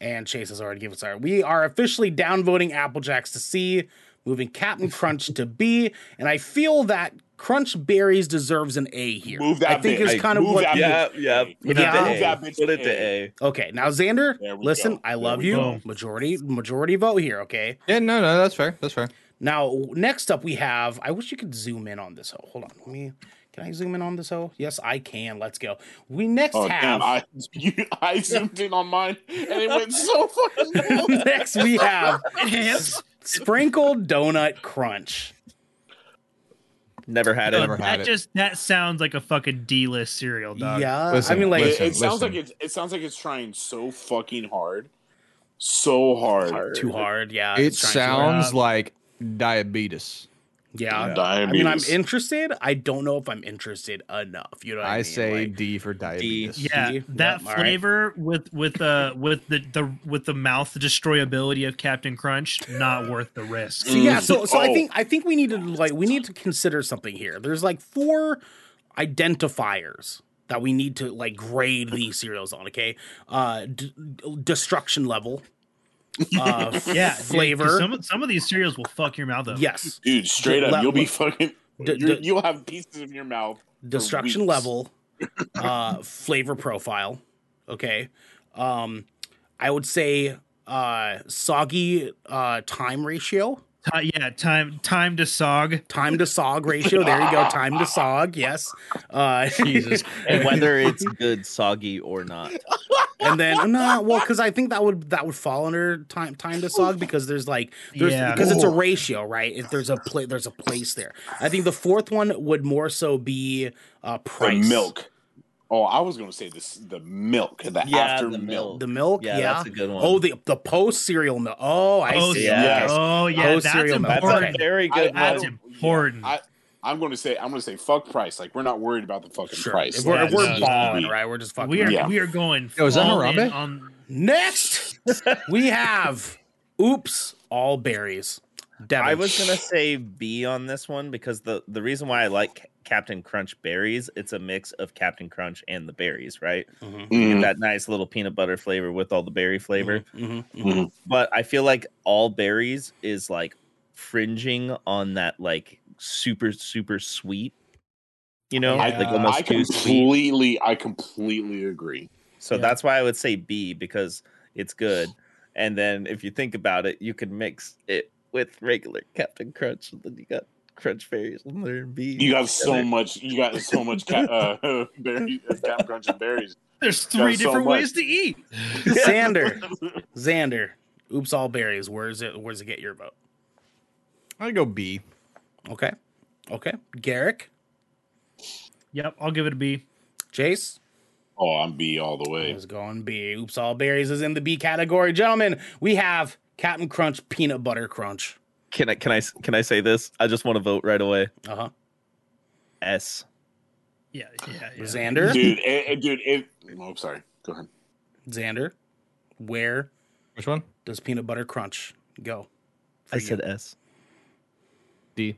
Speaker 1: and Chase has already given us our. We are officially downvoting Apple Jacks to C, moving Captain Crunch to B, and I feel that Crunch Berries deserves an A here.
Speaker 2: Move that
Speaker 1: I think
Speaker 2: bitch.
Speaker 1: is
Speaker 2: Hey,
Speaker 1: kind of
Speaker 2: move
Speaker 1: what.
Speaker 2: that
Speaker 3: Yeah, yeah. Put
Speaker 1: Yeah.
Speaker 3: it to
Speaker 1: Move
Speaker 3: A.
Speaker 2: that bitch
Speaker 3: Put it
Speaker 2: to
Speaker 3: to A.
Speaker 1: Okay, now Xander,
Speaker 2: There we
Speaker 1: listen,
Speaker 2: go.
Speaker 1: I
Speaker 2: There
Speaker 1: love
Speaker 2: we
Speaker 1: you.
Speaker 2: go.
Speaker 1: Majority majority vote here, okay?
Speaker 4: Yeah, no, no, that's fair. That's fair.
Speaker 1: Now, next up we have I wish you could zoom in on this hole. Hold on. Let me can I zoom in on this hole? Yes, I can. Let's go. We next
Speaker 2: Oh
Speaker 1: have
Speaker 2: damn! I you, I zoomed in on mine and it went so fucking. low.
Speaker 1: next we have S- Sprinkled Donut Crunch.
Speaker 3: Never had it.
Speaker 6: Oh, that just that sounds like a fucking D list cereal, dog.
Speaker 1: Yeah.
Speaker 4: Listen,
Speaker 1: I mean like
Speaker 4: listen.
Speaker 2: it, it sounds like it's it sounds like it's trying so fucking hard, so hard.
Speaker 1: too hard. Yeah.
Speaker 4: it
Speaker 1: it's trying too hard.
Speaker 4: sounds like diabetes.
Speaker 1: Yeah. I
Speaker 2: Diabetes.
Speaker 1: mean, I'm interested. I don't know if I'm interested enough. You know what I,
Speaker 4: I
Speaker 1: mean?
Speaker 4: say
Speaker 1: Like,
Speaker 4: D for diabetes.
Speaker 6: Yeah,
Speaker 1: Yep,
Speaker 6: that
Speaker 1: all right.
Speaker 6: flavor with with uh with the, the with the mouth destroyability of Captain Crunch, not worth the risk.
Speaker 1: So yeah, so so I
Speaker 6: Mm-hmm.
Speaker 2: Oh.
Speaker 1: think I think we need to like we need to consider something here. There's like four identifiers that we need to like grade these cereals on. Okay, uh, d- destruction level, uh,
Speaker 6: Yeah, dude, 'cause
Speaker 1: flavor.
Speaker 6: some of- some of these cereals will fuck your mouth up.
Speaker 1: yes,
Speaker 2: dude. Straight up,
Speaker 1: Le-
Speaker 2: you'll be fucking.
Speaker 1: D-
Speaker 2: you're-
Speaker 1: d-
Speaker 2: you'll have pieces of your mouth. for
Speaker 1: destruction
Speaker 2: weeks.
Speaker 1: level, uh, flavor profile. Okay, um, I would say uh, soggy uh, time ratio.
Speaker 6: Ti- yeah, time time to sog.
Speaker 1: Time to sog ratio. There you go. Time to sog. Yes. Uh,
Speaker 6: Jesus.
Speaker 3: And whether it's good, soggy, or not.
Speaker 1: and then no, well, because I think that would that would fall under time time to sog because there's like there's
Speaker 6: Yeah.
Speaker 1: because it's a ratio, right? If there's a pla- there's a place there. I think the fourth one would more so be uh
Speaker 2: The
Speaker 1: price.
Speaker 2: milk. Oh, I was gonna say this. The milk. The
Speaker 3: Yeah,
Speaker 2: after
Speaker 3: the
Speaker 2: milk.
Speaker 3: milk.
Speaker 1: The milk, yeah.
Speaker 3: Yeah, that's a good one.
Speaker 1: Oh, the the post cereal milk. Oh, I
Speaker 6: Oh
Speaker 1: see.
Speaker 3: yeah.
Speaker 6: yeah.
Speaker 2: Yes.
Speaker 6: Oh yeah.
Speaker 1: Oh,
Speaker 6: that's
Speaker 1: cereal milk.
Speaker 6: important.
Speaker 3: That's
Speaker 1: Okay.
Speaker 3: a very good
Speaker 2: I
Speaker 6: That's
Speaker 3: one.
Speaker 2: don't-
Speaker 6: important.
Speaker 2: I, I'm going to say I'm going to say fuck price. Like we're not worried about the fucking
Speaker 1: Sure.
Speaker 2: price.
Speaker 1: If we're, if
Speaker 6: Yeah,
Speaker 1: we're
Speaker 6: no,
Speaker 1: balling, right? We're just fucking.
Speaker 6: we are
Speaker 1: around.
Speaker 2: Yeah.
Speaker 6: we are going.
Speaker 4: Yo, is that
Speaker 6: all in
Speaker 4: Harambe?
Speaker 6: on-
Speaker 1: Next, we have oops, all berries. Devin.
Speaker 3: I was gonna say B on this one because the the reason why I like C- Captain Crunch berries, it's a mix of Captain Crunch and the berries, right?
Speaker 1: Mhm,
Speaker 3: You
Speaker 2: Mm.
Speaker 3: get that nice little peanut butter flavor with all the berry flavor.
Speaker 6: Mm-hmm.
Speaker 1: mhm, mhm.
Speaker 2: Mm-hmm.
Speaker 3: But I feel like all berries is like fringing on that like super super sweet. You know,
Speaker 2: I,
Speaker 3: like
Speaker 6: Yeah.
Speaker 3: almost
Speaker 2: I
Speaker 3: too sweet.
Speaker 2: completely, I completely agree.
Speaker 3: So
Speaker 6: Yeah.
Speaker 3: that's why I would say B because it's good. And then if you think about it, you can mix it with regular Captain Crunch, and then you got Crunch Berries and there and B.
Speaker 2: You got so
Speaker 3: together.
Speaker 2: much. You got so much. Ca- uh, berry, uh, Captain Crunch and berries.
Speaker 6: There's three
Speaker 2: so
Speaker 6: different
Speaker 2: much.
Speaker 6: ways to eat.
Speaker 1: Xander, Xander, oops, all berries. Where's it? Where's it get your vote?
Speaker 4: I'd go B.
Speaker 1: Okay, okay. Garrick,
Speaker 6: Yep, I'll give it a B.
Speaker 1: Chase
Speaker 2: Oh, I'm B all the way.
Speaker 1: is going B. Oops, all berries is in the B category, gentlemen. We have Captain Crunch peanut butter crunch.
Speaker 3: Can I can I can I say this? I just want to vote right away.
Speaker 1: Uh huh.
Speaker 3: S.
Speaker 6: Yeah, yeah, yeah.
Speaker 1: Xander,
Speaker 2: Dude, eh, eh, dude. It, oh, sorry. Go ahead.
Speaker 1: Xander, where
Speaker 4: Which one?
Speaker 1: does peanut butter crunch go?
Speaker 3: I said S.
Speaker 4: D.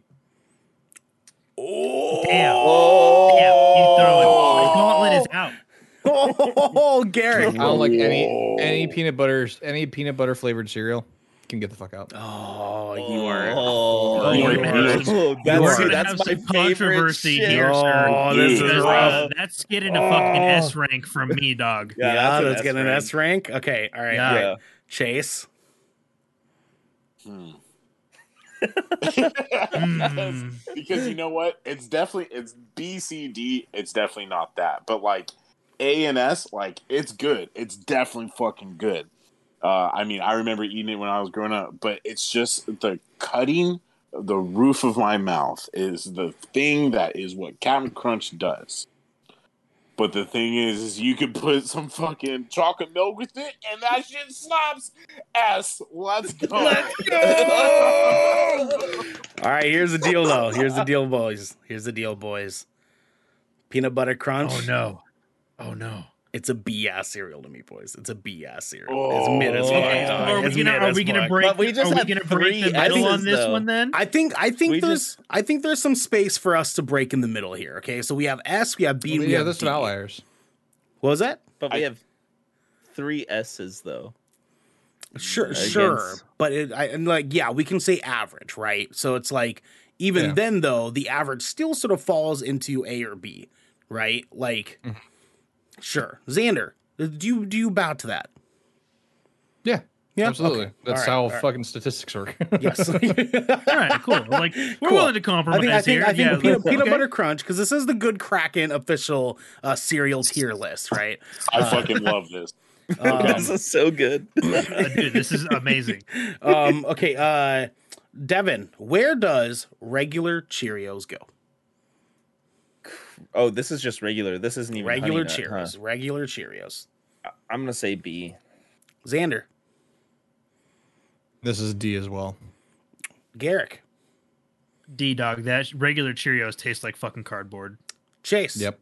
Speaker 1: Oh,
Speaker 6: Damn. Damn, you throwing. The gauntlet is out.
Speaker 1: oh Garrick.
Speaker 4: I don't like any any peanut butter any peanut butter flavored cereal. Can get the fuck out.
Speaker 1: Oh, you are.
Speaker 3: Oh,
Speaker 2: you are-
Speaker 6: gonna have some-
Speaker 3: oh,
Speaker 6: you
Speaker 3: that's,
Speaker 6: are gonna
Speaker 3: that's
Speaker 6: have
Speaker 3: my
Speaker 6: some
Speaker 3: favorite
Speaker 6: controversy
Speaker 3: shit. Oh.
Speaker 6: here, sir.
Speaker 1: Oh,
Speaker 2: this is
Speaker 6: Because,
Speaker 2: rough.
Speaker 6: uh, that's getting a fucking S rank from me, dog.
Speaker 1: Yeah,
Speaker 3: an
Speaker 1: let's get an
Speaker 3: rank.
Speaker 1: S rank. Okay, all right.
Speaker 6: Yeah.
Speaker 1: all right. Chase.
Speaker 2: Hmm.
Speaker 6: Mm.
Speaker 2: because you know what? It's definitely it's B C D. It's definitely not that, but like A and S, like it's good. It's definitely fucking good. Uh, I mean, I remember eating it when I was growing up, but it's just the cutting of the roof of my mouth is the thing that is what Captain Crunch does. But the thing is, is you could put some fucking chocolate milk with it, and that shit slaps. S, let's go. Let's go.
Speaker 1: All right, here's the deal though. Here's the deal, boys. Here's the deal, boys. Peanut butter crunch.
Speaker 6: Oh no. Oh no.
Speaker 1: It's a BS cereal to me, boys. It's a BS cereal.
Speaker 6: Oh,
Speaker 1: it's mid as
Speaker 6: okay.
Speaker 1: fuck, dog.
Speaker 6: Are we
Speaker 1: It's
Speaker 6: gonna-
Speaker 1: mid
Speaker 6: are
Speaker 1: as
Speaker 6: we gonna
Speaker 1: fuck.
Speaker 6: break- But we just are we had gonna break three the middle on S's, this though. one, then?
Speaker 1: I think I think
Speaker 6: We
Speaker 1: there's
Speaker 6: just-
Speaker 1: I think there's some space for us to break in the middle here. Okay, so we have S, we have B, and we
Speaker 4: yeah,
Speaker 1: have
Speaker 4: there's some
Speaker 1: D.
Speaker 4: outliers.
Speaker 1: What was that?
Speaker 3: But we have three S's though.
Speaker 1: Sure,
Speaker 3: against-
Speaker 1: sure. But it, I, am like, yeah, we can say average, right? So it's like, even
Speaker 3: Yeah.
Speaker 1: then, though, the average still sort of falls into A or B, right? Like, sure, Xander, uh, do you do you bow to that?
Speaker 4: Yeah,
Speaker 1: yeah,
Speaker 4: Absolutely.
Speaker 1: Okay.
Speaker 4: That's
Speaker 1: All right,
Speaker 4: how
Speaker 1: all right.
Speaker 4: fucking statistics work.
Speaker 1: yes.
Speaker 6: All right, cool. Like we're
Speaker 1: Cool.
Speaker 6: willing to compromise
Speaker 1: I think, I think,
Speaker 6: here.
Speaker 1: I think
Speaker 6: yeah,
Speaker 1: peanut,
Speaker 6: let's-
Speaker 1: peanut
Speaker 6: okay.
Speaker 1: butter crunch because this is the good Kraken official uh, cereal tier list, right?
Speaker 2: I
Speaker 1: Uh,
Speaker 2: fucking love this.
Speaker 1: um,
Speaker 3: is so good.
Speaker 6: Uh, dude, this is amazing.
Speaker 1: um, okay, uh, Devin, where does regular Cheerios go?
Speaker 3: Oh, this is just regular. This isn't even honey
Speaker 1: regular
Speaker 3: nut,
Speaker 1: Cheerios,
Speaker 3: huh?
Speaker 1: regular Cheerios.
Speaker 3: I- I'm gonna say B.
Speaker 1: Xander,
Speaker 4: This is D as well.
Speaker 1: Garrick,
Speaker 6: D dog. That sh- regular Cheerios taste like fucking cardboard.
Speaker 1: Chase.
Speaker 4: Yep.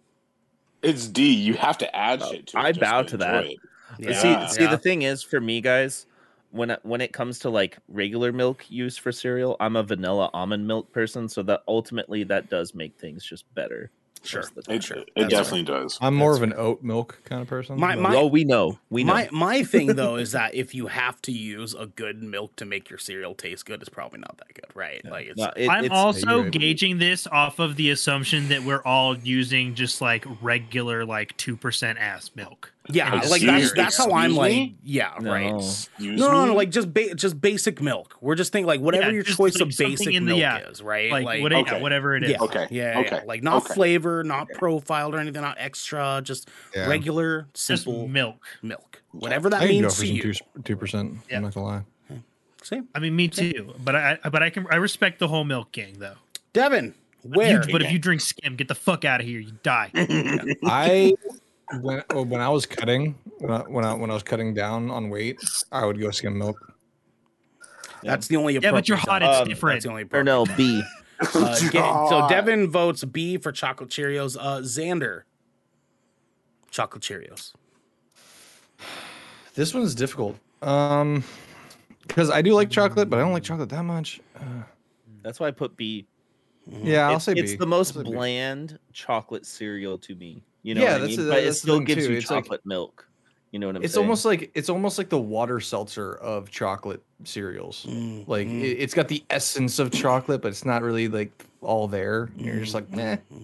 Speaker 2: It's D. You have to add shit to it.
Speaker 3: Oh, I
Speaker 2: just
Speaker 3: bow to that.
Speaker 2: enjoy it.
Speaker 3: But
Speaker 2: Yeah.
Speaker 3: See, see,
Speaker 2: Yeah.
Speaker 3: the thing is, for me, guys, when I- when it comes to like regular milk use for cereal, I'm a vanilla almond milk person. So that ultimately, that does make things just better.
Speaker 1: Sure.
Speaker 2: It, it
Speaker 3: That's
Speaker 2: definitely
Speaker 3: fair.
Speaker 2: does.
Speaker 4: I'm more of an oat milk kind of person.
Speaker 1: My-
Speaker 4: but-
Speaker 1: my- Oh,
Speaker 3: we know. We know.
Speaker 1: My my thing though is that if you have to use a good milk to make your cereal taste good, it's probably not that good, right? Like it's
Speaker 3: No, it-
Speaker 6: I'm
Speaker 3: it's-
Speaker 6: also gauging this off of the assumption that we're all using just like regular like two percent ass milk.
Speaker 1: yeah,
Speaker 6: And
Speaker 1: like
Speaker 6: cereal.
Speaker 1: that's that's how I'm
Speaker 2: Excuse
Speaker 1: like
Speaker 2: me?
Speaker 1: yeah, right. No,
Speaker 3: No.
Speaker 2: Excuse
Speaker 1: no,
Speaker 2: me?
Speaker 1: no, like just ba- just basic milk. We're just thinking like whatever
Speaker 6: Yeah,
Speaker 1: your
Speaker 6: just,
Speaker 1: choice
Speaker 6: like,
Speaker 1: of
Speaker 6: something
Speaker 1: basic
Speaker 6: in the-
Speaker 1: milk
Speaker 6: yeah.
Speaker 1: is, right? oh,
Speaker 6: Like, what- yeah,
Speaker 2: Okay.
Speaker 6: whatever it is.
Speaker 1: Yeah,
Speaker 2: Okay.
Speaker 1: Yeah, yeah,
Speaker 2: Okay.
Speaker 1: yeah. Like not
Speaker 2: Okay.
Speaker 1: flavor, not profiled or anything, not extra, just
Speaker 4: Yeah.
Speaker 1: regular,
Speaker 6: Just
Speaker 1: simple
Speaker 6: milk.
Speaker 1: milk. Whatever that
Speaker 4: I can go
Speaker 1: means
Speaker 4: for
Speaker 1: to
Speaker 4: some
Speaker 1: you.
Speaker 4: two- two percent.
Speaker 6: Yeah.
Speaker 4: I'm not gonna lie.
Speaker 1: Same.
Speaker 6: I mean, me too. But I, I- but I can, I respect the whole milk gang though.
Speaker 1: Devin,
Speaker 6: You-
Speaker 1: where?
Speaker 6: but if you drink skim, get the fuck out of here. You die.
Speaker 4: I when oh, when I was cutting when I, when I when I was cutting down on weight, I would go skim milk.
Speaker 1: That's the only
Speaker 6: Yeah, but you're
Speaker 1: appropriate
Speaker 6: hot, it's
Speaker 1: time.
Speaker 6: different.
Speaker 1: That's the only appropriate
Speaker 3: or no B.
Speaker 1: Uh, Ga- so Devin votes B for chocolate Cheerios. Uh, Xander, chocolate Cheerios.
Speaker 4: This one's difficult. Um, because I do like chocolate, but I don't like chocolate that much.
Speaker 3: That's why I put B.
Speaker 1: Mm-hmm.
Speaker 4: Yeah, I'll
Speaker 3: it's,
Speaker 4: say
Speaker 3: it's
Speaker 4: B.
Speaker 3: the most
Speaker 4: I'll say B.
Speaker 3: bland chocolate cereal to me. You know,
Speaker 4: Yeah,
Speaker 3: what I
Speaker 4: that's-
Speaker 3: mean? but it
Speaker 4: that's the
Speaker 3: still
Speaker 4: thing,
Speaker 3: gives
Speaker 4: too.
Speaker 3: you
Speaker 4: It's like-
Speaker 3: chocolate milk. You know what I'm
Speaker 4: It's
Speaker 3: saying?
Speaker 4: almost like it's almost like the water seltzer of chocolate cereals. Like
Speaker 1: mm.
Speaker 4: It, it's got the essence of chocolate, but it's not really like all there. You're just
Speaker 1: Mm-hmm.
Speaker 4: like, meh.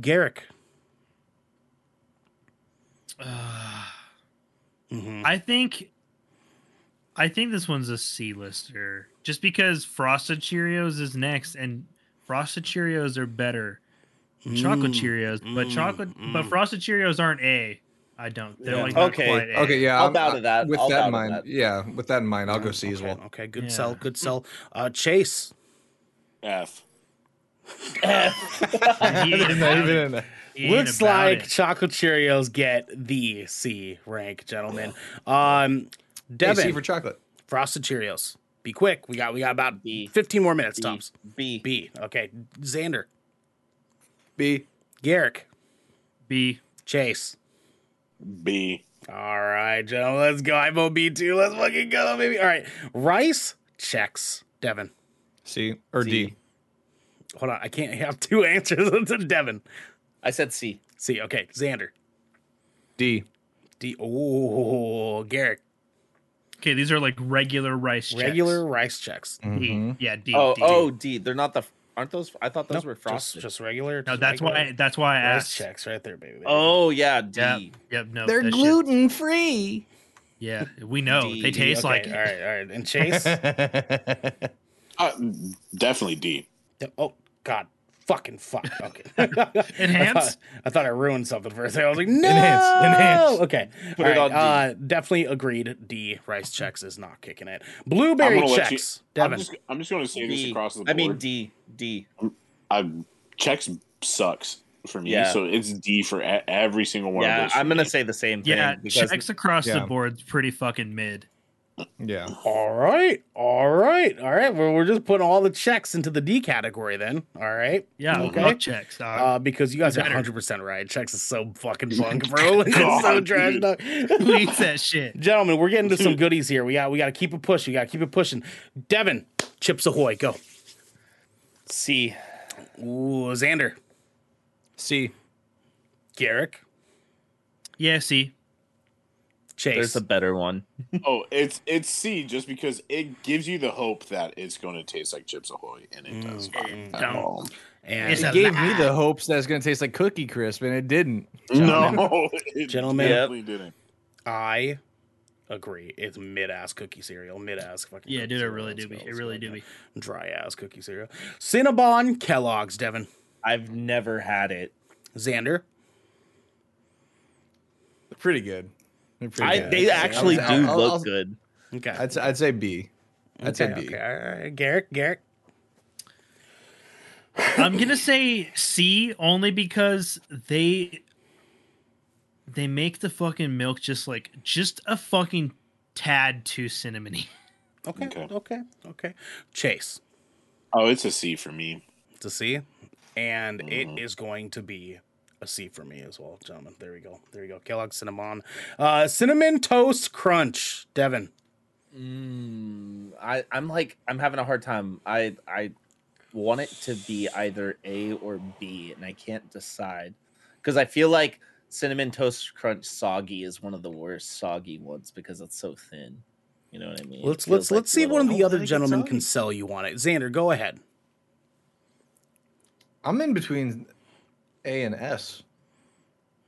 Speaker 1: Garrick.
Speaker 6: I think I think this one's a C lister. Just because Frosted Cheerios is next and Frosted Cheerios are better than chocolate
Speaker 1: Mm,
Speaker 6: Cheerios, but
Speaker 1: mm,
Speaker 6: chocolate but
Speaker 1: mm.
Speaker 6: Frosted Cheerios aren't A. I don't. They're
Speaker 3: Yeah.
Speaker 6: like not
Speaker 3: Okay.
Speaker 6: quite A.
Speaker 4: Okay, yeah,
Speaker 3: I'll
Speaker 4: I'm-
Speaker 3: bow
Speaker 4: I-
Speaker 3: to that.
Speaker 4: With
Speaker 3: I'll
Speaker 4: that
Speaker 3: bow
Speaker 4: in
Speaker 3: to
Speaker 4: mind,
Speaker 3: that.
Speaker 4: yeah, with that in mind, I'll go C as well.
Speaker 1: Okay, good
Speaker 6: Yeah.
Speaker 1: sell, good sell. Uh, Chase.
Speaker 2: F.
Speaker 6: He ain't
Speaker 4: Not
Speaker 6: about
Speaker 4: even
Speaker 6: it.
Speaker 4: in there.
Speaker 6: He ain't
Speaker 1: Looks
Speaker 6: about
Speaker 1: like
Speaker 6: it.
Speaker 1: chocolate Cheerios get the C rank, gentlemen. Um,
Speaker 4: Hey,
Speaker 1: Devin,
Speaker 4: C for chocolate.
Speaker 1: frosted Cheerios. Be quick. We got we got about
Speaker 3: B.
Speaker 1: 15 more minutes tops.
Speaker 3: B.
Speaker 1: B. Okay, Xander,
Speaker 4: B.
Speaker 1: Garrick,
Speaker 6: B.
Speaker 1: Chase.
Speaker 2: B.
Speaker 1: All right, gentlemen, let's go. I vote B too. Let's fucking go, baby. All right, Rice checks Devin.
Speaker 4: C or
Speaker 3: C.
Speaker 4: D.
Speaker 1: Hold on, I can't have two answers. It's a Devin.
Speaker 3: I said C.
Speaker 1: See, okay, Xander.
Speaker 4: D.
Speaker 1: D. Oh, Garrick.
Speaker 6: Okay, these are like regular rice checks.
Speaker 1: Regular Mm-hmm. rice checks.
Speaker 6: D. Yeah, D.
Speaker 3: Oh,
Speaker 6: D.
Speaker 3: oh, D. They're not the. Aren't those? I thought those
Speaker 1: Nope,
Speaker 3: were
Speaker 1: just-
Speaker 3: frosted.
Speaker 1: Just, regular.
Speaker 6: No,
Speaker 1: just
Speaker 6: that's why
Speaker 1: regular
Speaker 6: that's why I
Speaker 1: rice
Speaker 6: asked.
Speaker 1: checks right there, baby.
Speaker 3: oh yeah, D.
Speaker 6: Yep. Yep, no.
Speaker 12: They're
Speaker 6: that shit-
Speaker 12: gluten free.
Speaker 6: Yeah, we know.
Speaker 3: D,
Speaker 6: They
Speaker 3: D,
Speaker 6: taste like
Speaker 1: all right, all right. And Chase.
Speaker 2: Uh, definitely D.
Speaker 1: oh God, fucking fuck. Okay.
Speaker 6: Enhance?
Speaker 1: I thought, I thought I ruined something for a second. I was like, no.
Speaker 4: Enhance, enhance.
Speaker 1: Okay.
Speaker 3: Put
Speaker 1: All
Speaker 3: it on D.
Speaker 1: Uh, definitely agreed. D. Rice checks is not kicking it. Blueberry
Speaker 2: I'm gonna let
Speaker 1: checks.
Speaker 2: I'm
Speaker 1: Devin.
Speaker 2: just, I'm just going to say this
Speaker 3: D.
Speaker 2: across the board.
Speaker 3: I mean D. D.
Speaker 2: I- checks sucks for me,
Speaker 3: Yeah.
Speaker 2: so it's D for e every single one of
Speaker 3: Yeah,
Speaker 2: those.
Speaker 3: I'm
Speaker 2: for
Speaker 3: gonna
Speaker 2: me.
Speaker 3: say the same thing.
Speaker 6: Yeah,
Speaker 3: because
Speaker 6: checks across
Speaker 4: yeah.
Speaker 6: the board's pretty fucking mid.
Speaker 4: Yeah.
Speaker 1: All right. All right. All right. Well, we're just putting all the checks into the D category then. All right.
Speaker 6: Yeah, love checks, dog.
Speaker 1: Uh, because you guys are
Speaker 6: Better.
Speaker 1: 100% right. Checks is so fucking bunk, bro. it's so
Speaker 6: God,
Speaker 1: trash,
Speaker 6: dude.
Speaker 1: dog.
Speaker 6: Who eats that shit?
Speaker 1: Gentlemen, we're getting to some goodies here. We got we got to keep it pushing. We got to keep it pushing. Devin, Chips Ahoy, go.
Speaker 3: C.
Speaker 1: Ooh, Xander.
Speaker 4: C.
Speaker 1: Garrick.
Speaker 6: Yeah, see.
Speaker 1: Chase.
Speaker 3: There's a better one.
Speaker 2: oh, it's it's C just because it gives you the hope that it's going to taste like Chips Ahoy, and it does not at all.
Speaker 1: And
Speaker 4: it gave me the hopes that it's going to taste like cookie crisp, and it didn't.
Speaker 2: no,
Speaker 1: Gentlemen.
Speaker 2: definitely didn't.
Speaker 1: I agree. It's mid ass cookie cereal. Mid ass fucking
Speaker 6: Yeah,
Speaker 1: cookie
Speaker 6: dude, it
Speaker 1: cereal.
Speaker 6: really do be. It really do be.
Speaker 1: dry ass cookie cereal. Cinnabon Kellogg's, Devin.
Speaker 3: I've never had it.
Speaker 1: Xander.
Speaker 4: They're pretty good. They're pretty
Speaker 3: I,
Speaker 4: good.
Speaker 3: they
Speaker 4: I'd say-
Speaker 3: actually
Speaker 4: I'll-
Speaker 3: do
Speaker 4: I'll-
Speaker 3: look
Speaker 4: I'll-
Speaker 3: good.
Speaker 1: Okay.
Speaker 4: I'd, say- I'd say B. I'd say B.
Speaker 1: Okay. Garrick, Garrick.
Speaker 6: I'm gonna say C only because they they make the fucking milk just like just a fucking tad too cinnamony.
Speaker 1: Okay. Okay. Okay. Chase.
Speaker 2: Oh, it's a C for me.
Speaker 1: It's a C. And it is going to be a C for me as well, gentlemen. There we go. There we go. Kellogg Cinnamon. Uh, Cinnamon Toast Crunch, Devin.
Speaker 3: Mm, I, I'm like I'm having a hard time. I I want it to be either A or B, and I can't decide because I feel like cinnamon toast crunch soggy is one of the worst soggy ones because it's so thin. You know what I mean?
Speaker 1: Let's
Speaker 3: It
Speaker 1: let's
Speaker 3: feels like
Speaker 1: let's see if
Speaker 3: little-
Speaker 1: one of the other
Speaker 3: think it's
Speaker 1: gentlemen
Speaker 3: on
Speaker 1: can sell you on it. Xander, go ahead.
Speaker 4: I'm in between A and S.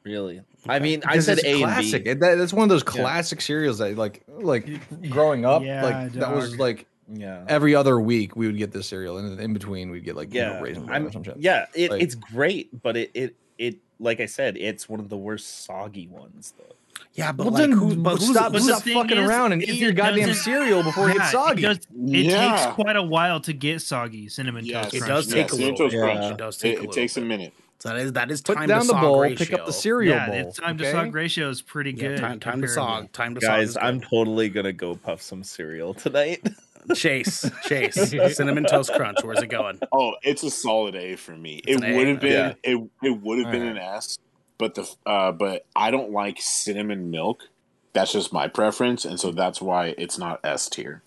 Speaker 3: Really? I mean, I
Speaker 4: Because
Speaker 3: said
Speaker 4: it's
Speaker 3: A
Speaker 4: classic.
Speaker 3: and B.
Speaker 4: It- that- that's one of those classic cereals that like like growing up,
Speaker 6: Yeah,
Speaker 4: like that was
Speaker 6: dog.
Speaker 4: like
Speaker 3: Yeah.
Speaker 4: every other week we would get this cereal, and in between we'd get like you know,
Speaker 3: yeah,
Speaker 4: raisin bran
Speaker 3: I'm-
Speaker 4: or some shit.
Speaker 3: yeah. It,
Speaker 4: Like-
Speaker 3: it's great, but it it it like I said, it's one of the worst soggy ones though.
Speaker 1: Yeah, but
Speaker 4: Well,
Speaker 1: like,
Speaker 4: then
Speaker 1: who's, but who's,
Speaker 4: stop,
Speaker 6: but the
Speaker 4: stop
Speaker 6: thing
Speaker 4: fucking
Speaker 6: is,
Speaker 4: around and
Speaker 6: is
Speaker 4: eat your
Speaker 6: it
Speaker 4: goddamn
Speaker 6: doesn't-
Speaker 4: cereal before it gets
Speaker 6: Yeah,
Speaker 4: soggy.
Speaker 6: It, does, it
Speaker 2: Yeah.
Speaker 6: takes quite a while to get soggy cinnamon
Speaker 2: Yes,
Speaker 6: toast.
Speaker 1: It
Speaker 6: Crunch.
Speaker 1: does take a
Speaker 2: Cinnamon
Speaker 1: little
Speaker 2: Toast
Speaker 1: bit.
Speaker 2: Crunch.
Speaker 1: It does take
Speaker 2: It-
Speaker 1: a
Speaker 2: it
Speaker 1: little
Speaker 2: takes a
Speaker 1: bit.
Speaker 2: minute.
Speaker 1: So that is that is
Speaker 4: Put
Speaker 1: time
Speaker 4: down
Speaker 1: to
Speaker 4: the
Speaker 1: sog
Speaker 4: bowl,
Speaker 1: ratio.
Speaker 4: pick up the cereal
Speaker 6: yeah,
Speaker 4: bowl.
Speaker 6: it's time to
Speaker 4: okay?
Speaker 6: sog ratio is pretty
Speaker 1: Yeah,
Speaker 6: good.
Speaker 1: time, time to
Speaker 6: comparable.
Speaker 1: sog. Time to
Speaker 3: Guys,
Speaker 1: sog.
Speaker 3: I'm totally gonna go puff some cereal tonight.
Speaker 1: I'm Chase. Chase. Cinnamon Toast Crunch. Where's it going?
Speaker 2: Oh, it's a solid A for me.
Speaker 1: It's
Speaker 2: It
Speaker 1: an A,
Speaker 2: would have been
Speaker 3: yeah.
Speaker 2: it it would have been
Speaker 4: Alright.
Speaker 2: an S, but the uh, but I don't like cinnamon milk. That's just my preference, and so that's why it's not S tier.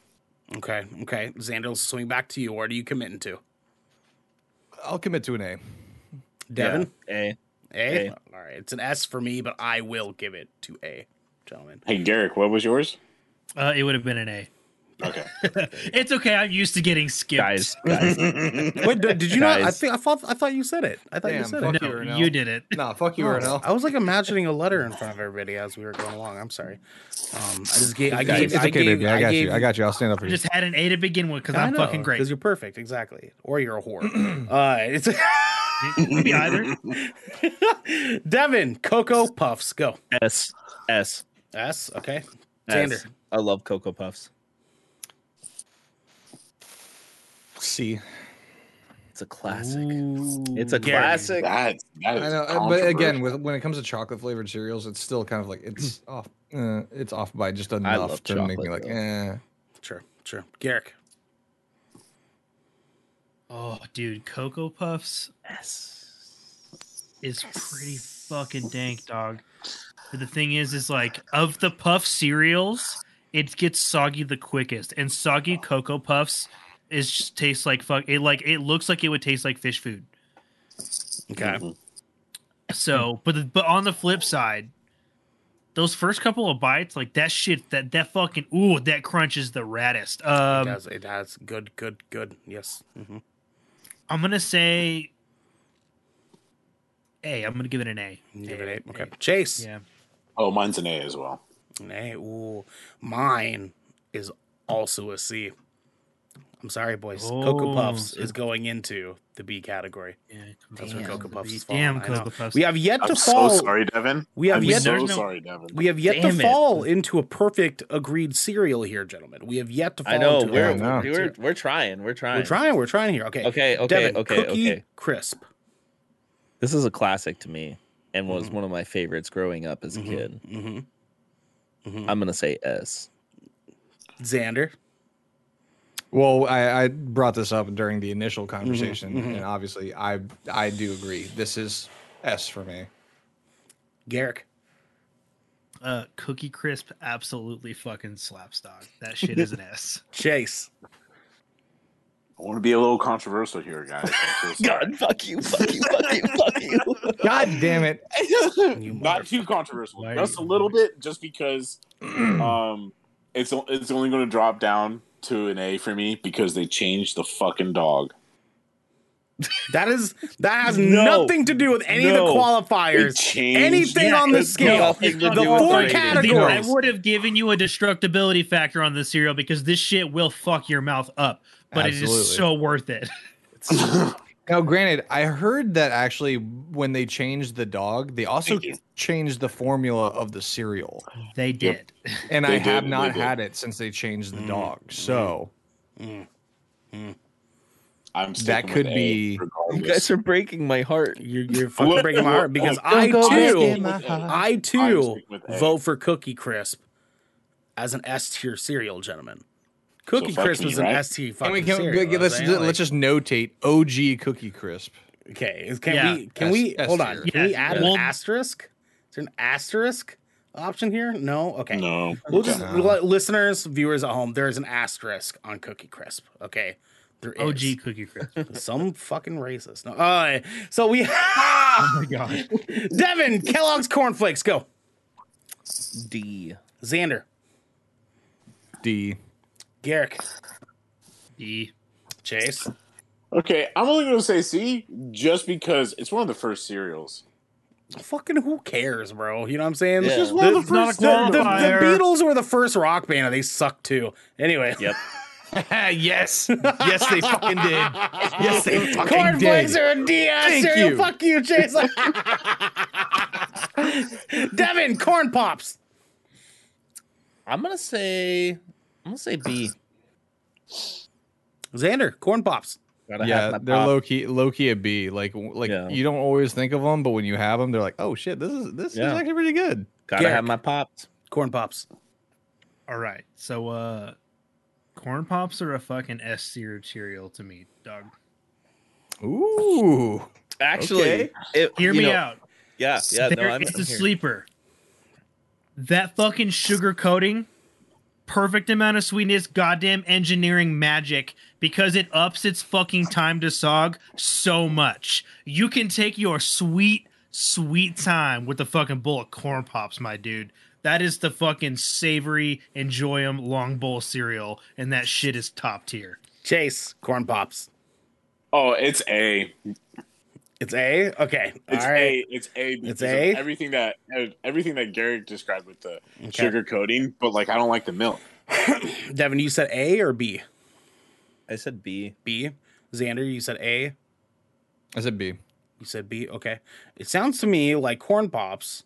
Speaker 1: Okay. Okay. Xander's swing back to you. What are you committing to?
Speaker 4: I'll commit to an A.
Speaker 1: Devin?
Speaker 3: Yeah, A.
Speaker 1: A?
Speaker 3: A.
Speaker 1: All right. It's an S for me, but I will give it to A, gentlemen.
Speaker 2: Hey, Garrick, what was yours?
Speaker 6: Uh, it would have been an A.
Speaker 2: Okay,
Speaker 6: It's okay. I'm used to getting skipped.
Speaker 3: Guys, guys.
Speaker 1: Wait, did, did you not? I
Speaker 3: Guys.
Speaker 1: think I thought I thought you said it. I thought you
Speaker 4: Damn,
Speaker 1: said
Speaker 4: fuck
Speaker 1: it.
Speaker 4: you,
Speaker 6: no,
Speaker 4: Ernell.
Speaker 6: you did it.
Speaker 4: Nah, fuck you,
Speaker 1: Oh,
Speaker 4: Ernell.
Speaker 1: I was like imagining a letter in front of everybody as we were going along. I'm sorry. Um, I just gave. I gave.
Speaker 4: It's okay,
Speaker 1: I gave,
Speaker 4: baby. I got
Speaker 1: gave,
Speaker 4: you. I got you. I'll stand up for
Speaker 6: I
Speaker 4: you.
Speaker 6: just had an A to begin with because I'm fucking great.
Speaker 1: Because you're perfect, exactly. Or you're a whore. uh, it's
Speaker 6: Could be either.
Speaker 1: Devin, Cocoa Puffs, go.
Speaker 3: S S
Speaker 1: S, okay.
Speaker 3: S.
Speaker 1: Xander,
Speaker 3: I love Cocoa Puffs.
Speaker 4: C.
Speaker 3: It's a classic. It's a
Speaker 1: Gary,
Speaker 3: classic.
Speaker 2: that that
Speaker 4: I
Speaker 2: is.
Speaker 4: know, uh, but again, with when it comes to chocolate flavored cereals, it's still kind of like it's off. Uh, it's off by just enough
Speaker 3: love
Speaker 4: to make me
Speaker 3: chocolate,
Speaker 4: like,
Speaker 3: though.
Speaker 4: eh.
Speaker 1: sure, sure. Garrick,
Speaker 6: Oh, dude, Cocoa Puffs is pretty fucking dank, dog. But the thing is, is like of the puff cereals, it gets soggy the quickest, and soggy Cocoa Puffs is just tastes like fuck. It like it looks like it would taste like fish food.
Speaker 1: okay.
Speaker 6: So, but the, but on the flip side, those first couple of bites, like that shit, that that fucking ooh, that crunch is the raddest.
Speaker 1: it,
Speaker 6: Um,
Speaker 1: has, it has good, good, good. Yes. hmm
Speaker 6: I'm gonna say A. I'm gonna give it an A.
Speaker 1: Give
Speaker 6: A,
Speaker 1: it eight. Okay.
Speaker 6: A.
Speaker 1: Chase.
Speaker 6: Yeah.
Speaker 2: oh, mine's an A as well.
Speaker 1: An A. Ooh. Mine is also a C. I'm sorry, boys. Cocoa
Speaker 6: Oh,
Speaker 1: Puffs
Speaker 6: so-
Speaker 1: is going into the B category.
Speaker 6: yeah
Speaker 1: That's where
Speaker 6: damn,
Speaker 1: Cocoa Puffs is falling.
Speaker 6: Damn,
Speaker 1: I know.
Speaker 6: Cocoa Puffs.
Speaker 1: We have yet to
Speaker 2: I'm
Speaker 1: fall.
Speaker 2: so sorry, Devin.
Speaker 1: We have
Speaker 2: I'm
Speaker 1: yet-
Speaker 2: so
Speaker 6: There's no-
Speaker 2: sorry, Devin.
Speaker 1: We have yet
Speaker 3: Damn
Speaker 1: to
Speaker 3: it.
Speaker 1: fall into a perfect agreed cereal here, gentlemen. We have yet to fall
Speaker 3: I know.
Speaker 1: into a
Speaker 3: We're,
Speaker 4: I
Speaker 1: perfect
Speaker 4: know.
Speaker 1: cereal.
Speaker 3: we're we're trying. We're trying.
Speaker 1: We're trying. We're trying here. Okay.
Speaker 3: Okay. Okay.
Speaker 1: Devin,
Speaker 3: okay.
Speaker 1: Cookie
Speaker 3: Okay.
Speaker 1: crisp.
Speaker 3: This is a classic to me, and was one of my favorites growing up as a kid.
Speaker 1: Mm-hmm.
Speaker 3: I'm gonna say S.
Speaker 1: Xander.
Speaker 4: Well, I, I brought this up during the initial conversation,
Speaker 1: mhm.
Speaker 4: and obviously, I I do agree. This is S for me.
Speaker 1: Garrick.
Speaker 6: Uh, Cookie Crisp absolutely fucking slaps, dog. That shit is an S.
Speaker 1: Chase.
Speaker 2: I want to be a little controversial here, guys. God,
Speaker 3: fuck you, fuck you, fuck you, fuck you.
Speaker 4: God damn it.
Speaker 2: Not too controversial. Just a little bit, just because um, it's o- it's only going to drop down to an A for me because they changed the fucking dog.
Speaker 1: That is that has
Speaker 2: No.
Speaker 1: nothing to do with any of the
Speaker 2: No.
Speaker 1: qualifiers.
Speaker 2: It changed.
Speaker 1: Anything
Speaker 2: Yeah,
Speaker 1: on the
Speaker 2: it's
Speaker 1: scale.
Speaker 2: nothing
Speaker 1: The
Speaker 2: to do with
Speaker 1: four
Speaker 2: rating.
Speaker 6: I
Speaker 1: categories.
Speaker 6: would have given you a destructibility factor on the cereal because this shit will fuck your mouth up, but it is
Speaker 4: Absolutely.
Speaker 6: so worth it.
Speaker 4: Now, granted, I heard that actually when they changed the dog, they also changed the formula of the cereal.
Speaker 6: They did.
Speaker 4: And
Speaker 1: They
Speaker 4: I have
Speaker 1: did,
Speaker 4: not
Speaker 1: they did. Mm,
Speaker 4: had it since they changed the dog. So
Speaker 2: I'm
Speaker 4: that
Speaker 2: sticking with
Speaker 4: could
Speaker 2: A
Speaker 4: be.
Speaker 2: regardless.
Speaker 3: You guys are breaking my heart.
Speaker 1: You're, you're fucking breaking my heart because I too, I too vote for Cookie Crisp as an S tier cereal, gentlemen. Cookie
Speaker 4: So fuck
Speaker 1: Crisp
Speaker 4: me,
Speaker 1: is an
Speaker 4: right?
Speaker 1: S tier
Speaker 4: Can
Speaker 1: fucking
Speaker 4: we, can,
Speaker 1: cereal. you know what
Speaker 4: let's,
Speaker 1: I'm
Speaker 4: let's
Speaker 1: saying?
Speaker 4: just notate OG Cookie Crisp.
Speaker 1: Like, okay, is- can
Speaker 4: Yeah.
Speaker 1: we can
Speaker 4: S-
Speaker 1: we
Speaker 4: S
Speaker 1: hold on?
Speaker 4: tier.
Speaker 1: Can we
Speaker 4: Yeah.
Speaker 1: add
Speaker 4: Well-
Speaker 1: an asterisk? Is there an asterisk option here? No. Okay.
Speaker 2: No.
Speaker 1: We'll just
Speaker 2: No.
Speaker 1: li- listeners, viewers at home. There is an asterisk on Cookie Crisp. Okay. There is.
Speaker 6: OG Cookie Crisp.
Speaker 1: Some fucking racist. No. Uh, so we.
Speaker 6: Oh my gosh.
Speaker 1: Devin, Kellogg's cornflakes, go.
Speaker 3: D.
Speaker 1: Xander,
Speaker 4: D.
Speaker 1: Garrick,
Speaker 6: D.
Speaker 1: Chase.
Speaker 2: Okay, I'm only going to say C just because it's one of the first cereals.
Speaker 1: Fucking who cares, bro? You know what I'm saying?
Speaker 2: It's just one of the It's not first- a
Speaker 1: the, the- the
Speaker 2: qualifier.
Speaker 1: Beatles were the first rock band, and they sucked too. Anyway. Yep.
Speaker 3: yes. Yes, they fucking did.
Speaker 1: Oh,
Speaker 3: Yes, they fucking
Speaker 1: Cornflakes
Speaker 3: did.
Speaker 1: are a D uh,
Speaker 3: Thank
Speaker 1: cereal.
Speaker 3: you.
Speaker 1: Fuck you, Chase. Devin, corn pops.
Speaker 3: I'm gonna say I'm gonna say B.
Speaker 1: Xander, corn pops.
Speaker 3: Gotta have
Speaker 4: yeah,
Speaker 3: my
Speaker 4: they're
Speaker 3: pop.
Speaker 4: low key, low key a B. Like, like you don't always think of them, but when you have them, they're like, oh shit, this is this
Speaker 3: Yeah.
Speaker 4: is actually pretty good.
Speaker 3: Gotta have my pops.
Speaker 1: Corn pops.
Speaker 6: All right. So uh corn pops are a fucking S tier cereal to me, dog.
Speaker 4: Ooh.
Speaker 3: Actually, it-
Speaker 6: hear
Speaker 3: you
Speaker 6: me
Speaker 3: know-
Speaker 6: out.
Speaker 3: Yeah, yeah.
Speaker 6: There
Speaker 3: no, I'm,
Speaker 6: is
Speaker 3: I'm
Speaker 6: the
Speaker 3: here.
Speaker 6: sleeper. That fucking sugar coating, perfect amount of sweetness, goddamn engineering magic, because it ups its fucking time to sog so much. You can take your sweet, sweet time with the fucking bowl of corn pops, my dude. That is the fucking savory, enjoy 'em long bowl cereal, and that shit is top tier.
Speaker 1: Chase, corn pops.
Speaker 2: Oh, it's A.
Speaker 1: It's A? Okay.
Speaker 2: It's
Speaker 1: All right.
Speaker 2: A. It's A. Because of
Speaker 1: A?
Speaker 2: Everything that everything that Garrick described with the
Speaker 1: Okay.
Speaker 2: sugar coating, but like I don't like the milk.
Speaker 1: Devin, you said A or B?
Speaker 3: I said B.
Speaker 1: B. Xander, you said A.
Speaker 4: I said B.
Speaker 1: You said B. Okay. It sounds to me like corn pops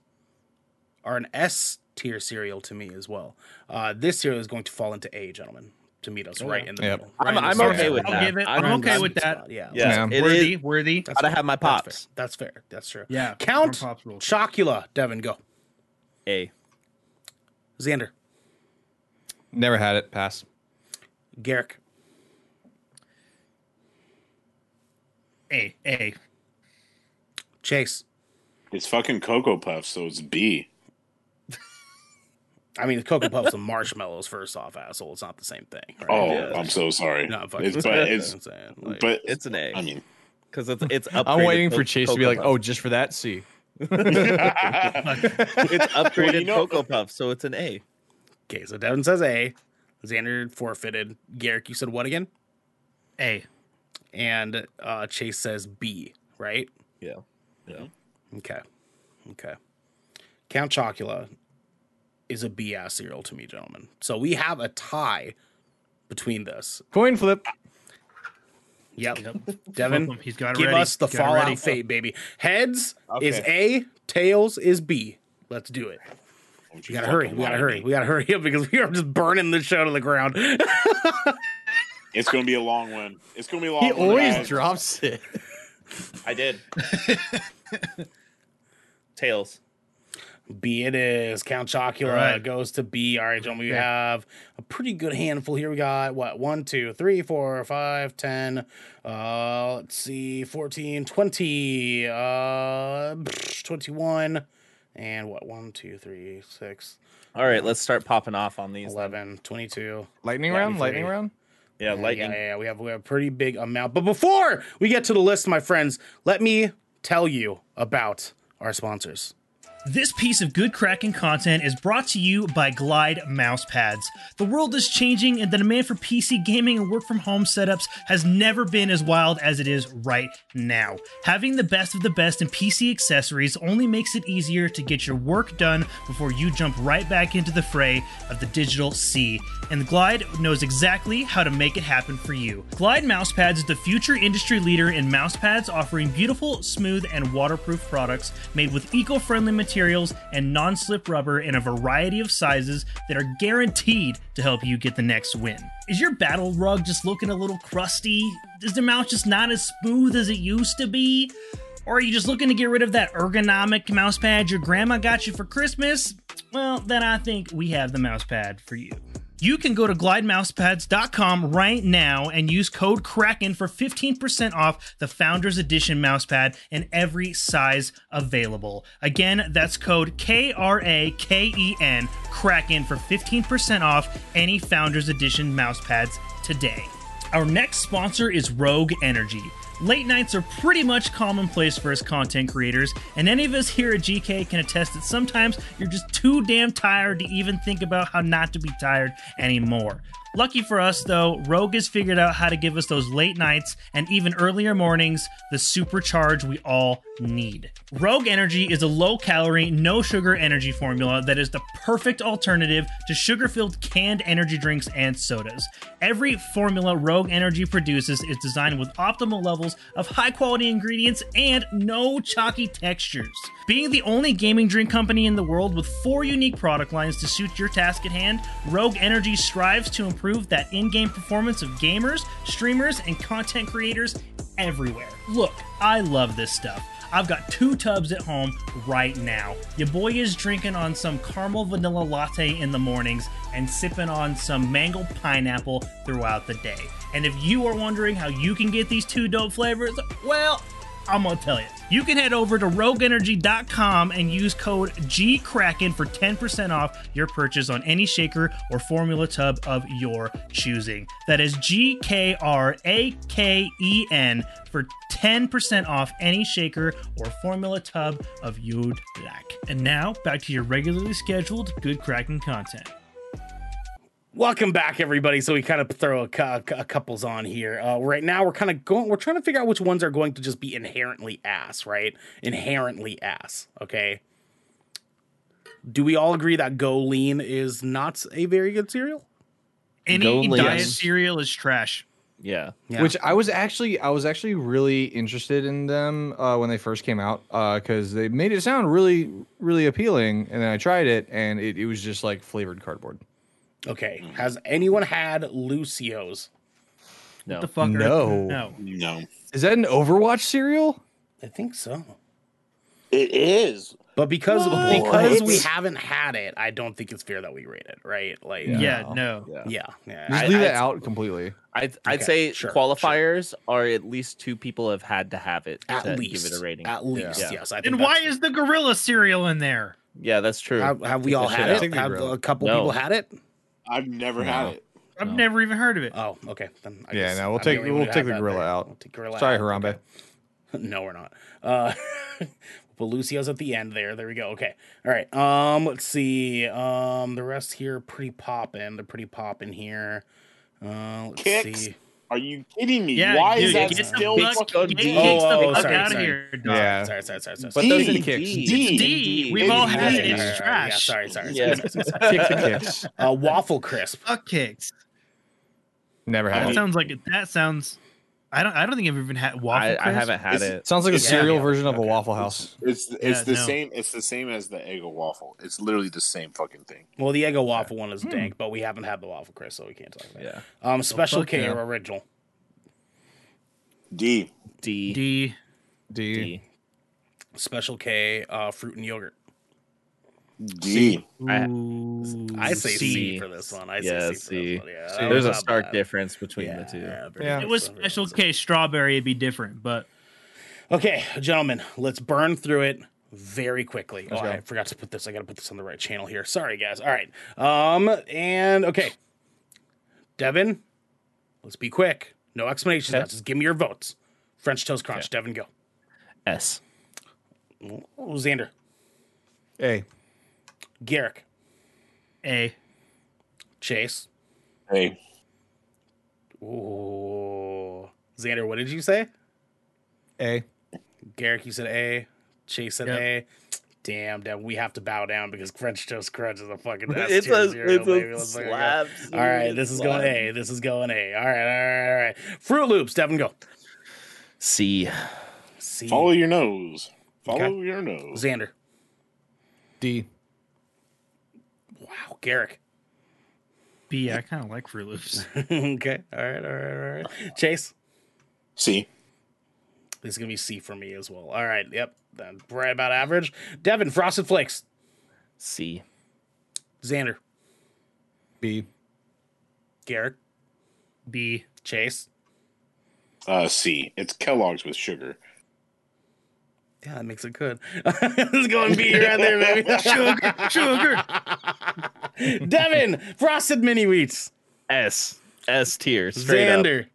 Speaker 1: are an S tier cereal to me as well. Uh, this cereal is going to fall into A, gentlemen. To meet us
Speaker 3: Oh,
Speaker 1: right
Speaker 3: yeah.
Speaker 1: in the
Speaker 4: Yep.
Speaker 1: middle. Right
Speaker 3: I'm,
Speaker 1: in the
Speaker 3: I'm
Speaker 1: sweet
Speaker 3: okay
Speaker 1: spot.
Speaker 3: with
Speaker 6: I'll
Speaker 3: that.
Speaker 6: give it-
Speaker 3: I'm,
Speaker 6: I'm
Speaker 3: okay
Speaker 1: Sweet
Speaker 6: with that.
Speaker 1: spot, Yeah.
Speaker 3: Yeah,
Speaker 4: Yeah.
Speaker 3: it
Speaker 6: Worthy,
Speaker 3: is-
Speaker 6: worthy.
Speaker 1: That's
Speaker 3: Gotta
Speaker 1: fair.
Speaker 3: have my
Speaker 1: That's fair.
Speaker 3: pops.
Speaker 1: That's fair. That's true.
Speaker 6: Yeah,
Speaker 1: Count
Speaker 6: corn pops rule.
Speaker 1: Chocula. Devin, go.
Speaker 3: A.
Speaker 1: Xander,
Speaker 4: Never had it. Pass.
Speaker 1: Garrick,
Speaker 6: A, A.
Speaker 1: Chase.
Speaker 2: It's fucking Cocoa Puffs, so it's B.
Speaker 1: I mean, Cocoa Puffs and marshmallows, first off, asshole. It's not the same thing. right?
Speaker 2: Oh,
Speaker 3: Yeah.
Speaker 2: I'm so sorry.
Speaker 1: No, fuck
Speaker 2: it's,
Speaker 1: you.
Speaker 2: but it's
Speaker 1: I'm saying, like-
Speaker 2: but
Speaker 3: It's an A.
Speaker 2: I mean,
Speaker 3: Because it's it's upgraded.
Speaker 4: I'm waiting for
Speaker 3: Co-
Speaker 4: Chase to be
Speaker 3: Cocoa
Speaker 4: like,
Speaker 3: Puffs.
Speaker 4: oh, just for that C.
Speaker 3: it's upgraded
Speaker 2: Well, you know-
Speaker 3: Cocoa Puff, so it's an A.
Speaker 1: Okay, so Devin says A. Xander forfeited. Garrick, you said what again?
Speaker 6: A.
Speaker 1: And uh, Chase says B, right?
Speaker 3: Yeah. Yeah.
Speaker 1: Okay. Okay. Count Chocula is a B ass cereal to me, gentlemen. So we have a tie between this.
Speaker 4: Coin flip.
Speaker 1: Yep.
Speaker 6: Fuck
Speaker 1: Devin,
Speaker 6: him. He's got it
Speaker 1: give
Speaker 6: ready.
Speaker 1: us the
Speaker 6: He's got it ready. Oh.
Speaker 1: Fallout fate, baby. Heads is A, tails is B. Let's do it. We gotta hurry. We gotta hurry. We gotta hurry up because we are just burning this show to the ground.
Speaker 2: It's gonna be a long one. It's gonna be a long.
Speaker 4: He
Speaker 2: one,
Speaker 4: always
Speaker 2: guys.
Speaker 4: drops it.
Speaker 3: I did. Tails.
Speaker 1: B it is. Count Chocula
Speaker 6: Alright.
Speaker 1: goes to B. All right, John, we
Speaker 6: Okay.
Speaker 1: have a pretty good handful here. We got what? one, two, three, four, five, ten. Uh, let's see, 14, 20, uh, 21, and what? one, two, three, six,
Speaker 3: All right, let's start popping off on these.
Speaker 1: 11, 22.
Speaker 4: Lightning
Speaker 1: Yeah,
Speaker 4: round,
Speaker 1: we
Speaker 4: lightning
Speaker 1: figured.
Speaker 4: round.
Speaker 3: Yeah,
Speaker 1: lightning. Yeah, yeah, we have we have a pretty big amount. But before we get to the list, my friends, let me tell you about our sponsors.
Speaker 6: This piece of good cracking content is brought to you by Glide mouse pads. The world is changing, and the demand for PC gaming and work from home setups has never been as wild as it is right now. Having the best of the best in PC accessories only makes it easier to get your work done before you jump right back into the fray of the digital sea. And Glide knows exactly how to make it happen for you. Glide mouse pads is the future industry leader in mouse pads, offering beautiful, smooth, and waterproof products made with eco friendly materials and non slip rubber in a variety of sizes that are guaranteed to help you get the next win. Is your battle rug just looking a little crusty? Is the mouse just not as smooth as it used to be? Or are you just looking to get rid of that ergonomic mouse pad your grandma got you for Christmas? Well, then I think we have the mouse pad for you. You can go to glidemousepads.com right now and use code Kraken for 15% off the Founders Edition mousepad in every size available. Again, that's code K R A K E N, Kraken for 15% off any Founders Edition mousepads today. Our next sponsor is Rogue Energy. Late nights are pretty much commonplace for us content creators, and any of us here at GK can attest that sometimes you're just too damn tired to even think about how not to be tired anymore. Lucky for us, though, Rogue has figured out how to give us those late nights and even earlier mornings the supercharge we all need. Rogue Energy is a low calorie, no sugar energy formula that is the perfect alternative to sugar filled canned energy drinks and sodas. Every formula Rogue Energy produces is designed with optimal levels of high quality ingredients and no chalky textures. Being the only gaming drink company in the world with four unique product lines to suit your task at hand, Rogue Energy strives to improve that in game performance of gamers, streamers, and content creators everywhere. Look, I love this stuff. I've got two tubs at home right now. Your boy is drinking on some caramel vanilla latte in the mornings and sipping on some mango pineapple throughout the day. And if you are wondering how you can get these two dope flavors, well, I'm gonna tell you. You can head over to rogueenergy.com and use code GKRAKEN for 10% off your purchase on any shaker or formula tub of your choosing. That is G K R A K E N for 10% off any shaker or formula tub of you'd like. And now back to your regularly scheduled good cracking content.
Speaker 1: Welcome back, everybody. So we kind of throw a, cou- a couples on here. Uh, right now, we're kind of going. We're trying to figure out which ones are going to just be inherently ass, right? Inherently ass. Okay. Do we all agree that Golean is not a very good cereal?
Speaker 6: Any
Speaker 4: Go Leans.
Speaker 6: diet cereal is trash.
Speaker 3: Yeah.
Speaker 4: Which I was actually I was actually really interested in them uh, when they first came out because they made it sound really really appealing, and then I tried it and it, it was just like flavored cardboard.
Speaker 1: Okay. Has anyone had Lucio's?
Speaker 3: No.
Speaker 6: What the fuck? are-
Speaker 4: No.
Speaker 6: No.
Speaker 2: No.
Speaker 4: Is that an Overwatch cereal?
Speaker 1: I think so.
Speaker 2: It is.
Speaker 1: But because
Speaker 2: What?
Speaker 1: because we haven't had it, I don't think it's fair that we rate it, right? Like,
Speaker 6: Yeah.
Speaker 1: yeah,
Speaker 6: no.
Speaker 3: Yeah.
Speaker 1: yeah.
Speaker 4: Just
Speaker 3: I-
Speaker 4: leave that
Speaker 3: I'd-
Speaker 4: out completely.
Speaker 3: I'd, I'd
Speaker 1: Okay,
Speaker 3: say
Speaker 1: sure,
Speaker 3: qualifiers are at least two people have had to have it
Speaker 1: At
Speaker 3: to
Speaker 1: least,
Speaker 3: give it a rating.
Speaker 1: at least,
Speaker 3: Yeah.
Speaker 1: yes. I think
Speaker 6: Then
Speaker 1: that's-
Speaker 6: why is the gorilla cereal in there?
Speaker 3: Yeah, that's true.
Speaker 1: Have, have we
Speaker 3: Take
Speaker 1: all
Speaker 3: that
Speaker 1: had
Speaker 3: shit
Speaker 1: it?
Speaker 4: out.
Speaker 1: Have a couple
Speaker 3: No.
Speaker 1: people had it?
Speaker 2: I've never had it.
Speaker 6: I've
Speaker 3: No.
Speaker 6: never even heard of it.
Speaker 1: Oh, okay. Then I
Speaker 4: yeah,
Speaker 1: guess
Speaker 4: no, we'll
Speaker 1: I
Speaker 4: take
Speaker 1: don't even
Speaker 4: we'll
Speaker 1: have
Speaker 4: take the
Speaker 1: that
Speaker 4: gorilla
Speaker 1: there.
Speaker 4: out.
Speaker 1: We'll take gorilla
Speaker 4: Sorry,
Speaker 1: out.
Speaker 4: Harambe.
Speaker 1: No, we're not. Uh, but Lucio's at the end there. There we go. Okay. All right. Um, let's see. Um, the rest here are pretty poppin'. They're pretty poppin' here. Uh, let's
Speaker 2: Kicks?
Speaker 1: see.
Speaker 2: Are you kidding me?
Speaker 6: Yeah,
Speaker 2: Why
Speaker 6: dude,
Speaker 2: is that
Speaker 6: get the
Speaker 2: still
Speaker 6: fuck-
Speaker 2: fucking
Speaker 6: get-
Speaker 2: D?
Speaker 6: get the
Speaker 1: Oh,
Speaker 6: fuck
Speaker 1: sorry,
Speaker 6: out of
Speaker 1: sorry.
Speaker 6: here, dog.
Speaker 4: Yeah,
Speaker 1: Sorry, sorry, sorry, sorry.
Speaker 4: but
Speaker 1: sorry.
Speaker 4: those are the
Speaker 2: D,
Speaker 4: kicks.
Speaker 3: D.
Speaker 6: D.
Speaker 2: D.
Speaker 6: We've all had
Speaker 1: Yeah,
Speaker 6: it.
Speaker 1: yeah,
Speaker 6: It's
Speaker 1: yeah, yeah,
Speaker 6: trash.
Speaker 1: sorry, sorry,
Speaker 3: Yeah.
Speaker 1: sorry, sorry, sorry, sorry.
Speaker 4: Kick the kicks.
Speaker 1: Uh, waffle crisp.
Speaker 6: Fuck cakes.
Speaker 4: Never
Speaker 6: That
Speaker 4: had it.
Speaker 6: sounds like that sounds. I don't. I don't think I've even had waffle.
Speaker 3: I, I
Speaker 6: crisp.
Speaker 3: haven't had
Speaker 2: It's-
Speaker 3: it.
Speaker 4: Sounds like a
Speaker 1: Yeah.
Speaker 4: cereal
Speaker 1: Yeah.
Speaker 4: version of a
Speaker 1: Okay.
Speaker 4: Waffle House.
Speaker 2: It's it's
Speaker 6: Yeah,
Speaker 2: the
Speaker 6: no.
Speaker 2: same it's the same as the Eggo waffle. It's literally the same fucking thing.
Speaker 1: Well, the Eggo waffle one
Speaker 6: Hmm.
Speaker 1: is dank, but we haven't had the waffle crisp, so we can't talk about it.
Speaker 3: Yeah.
Speaker 1: Um, special
Speaker 6: fuck
Speaker 1: K
Speaker 6: yeah.
Speaker 1: or original.
Speaker 2: D.
Speaker 3: D. D.
Speaker 1: E,
Speaker 6: D.
Speaker 4: D.
Speaker 1: Special K uh, fruit and yogurt.
Speaker 2: D.
Speaker 3: I,
Speaker 1: I say C for this one. I say
Speaker 3: yeah,
Speaker 1: C for this one, yeah.
Speaker 3: There's a
Speaker 1: Not
Speaker 3: stark
Speaker 1: bad.
Speaker 3: difference between the two.
Speaker 6: If it was special case strawberry, it'd be different, but
Speaker 1: Okay, gentlemen, let's burn through it very quickly. Oh,
Speaker 6: go.
Speaker 1: I forgot to put this. I got to put this on the right channel here. Sorry, guys. All right. Um, and okay, Devin, let's be quick. No explanations. now. Just give me your votes. French toast crunch. Devin, go.
Speaker 3: S.
Speaker 1: Xander.
Speaker 4: A.
Speaker 1: Garrick.
Speaker 6: A.
Speaker 1: Chase.
Speaker 2: A.
Speaker 1: Ooh. Xander, what did you say?
Speaker 4: A.
Speaker 1: Garrick, you said A. Chase said A. Damn, Devin, we have to bow down because French Toast Crunch is a fucking S
Speaker 3: It's
Speaker 1: tier
Speaker 3: a-
Speaker 1: zero,
Speaker 3: it's a
Speaker 1: baby. Let's fucking go.
Speaker 3: slap,
Speaker 1: All right,
Speaker 3: dude,
Speaker 1: this is
Speaker 3: slap.
Speaker 1: going A. This is going A. All right, all right, all right. Fruit Loops, Devin, go.
Speaker 3: C.
Speaker 1: C.
Speaker 2: Follow your nose. Follow
Speaker 1: Okay.
Speaker 2: your nose.
Speaker 1: Xander.
Speaker 4: D.
Speaker 1: Wow, Garrick.
Speaker 6: B. I kind of like Fruit Loops.
Speaker 1: okay, all right, all right, all right. Chase.
Speaker 2: C.
Speaker 1: This is gonna be C for me as well. All right, yep, that's right about average. Devin, Frosted Flakes.
Speaker 3: C.
Speaker 1: Xander.
Speaker 4: B.
Speaker 1: Garrick.
Speaker 6: B.
Speaker 1: Chase.
Speaker 2: Uh, C. It's Kellogg's with sugar.
Speaker 1: Yeah, that makes it good. it's going B right there, baby.
Speaker 6: Sugar, sugar.
Speaker 1: Devin, Frosted Mini Wheats.
Speaker 3: S. S tier. Straight up.
Speaker 1: Xander.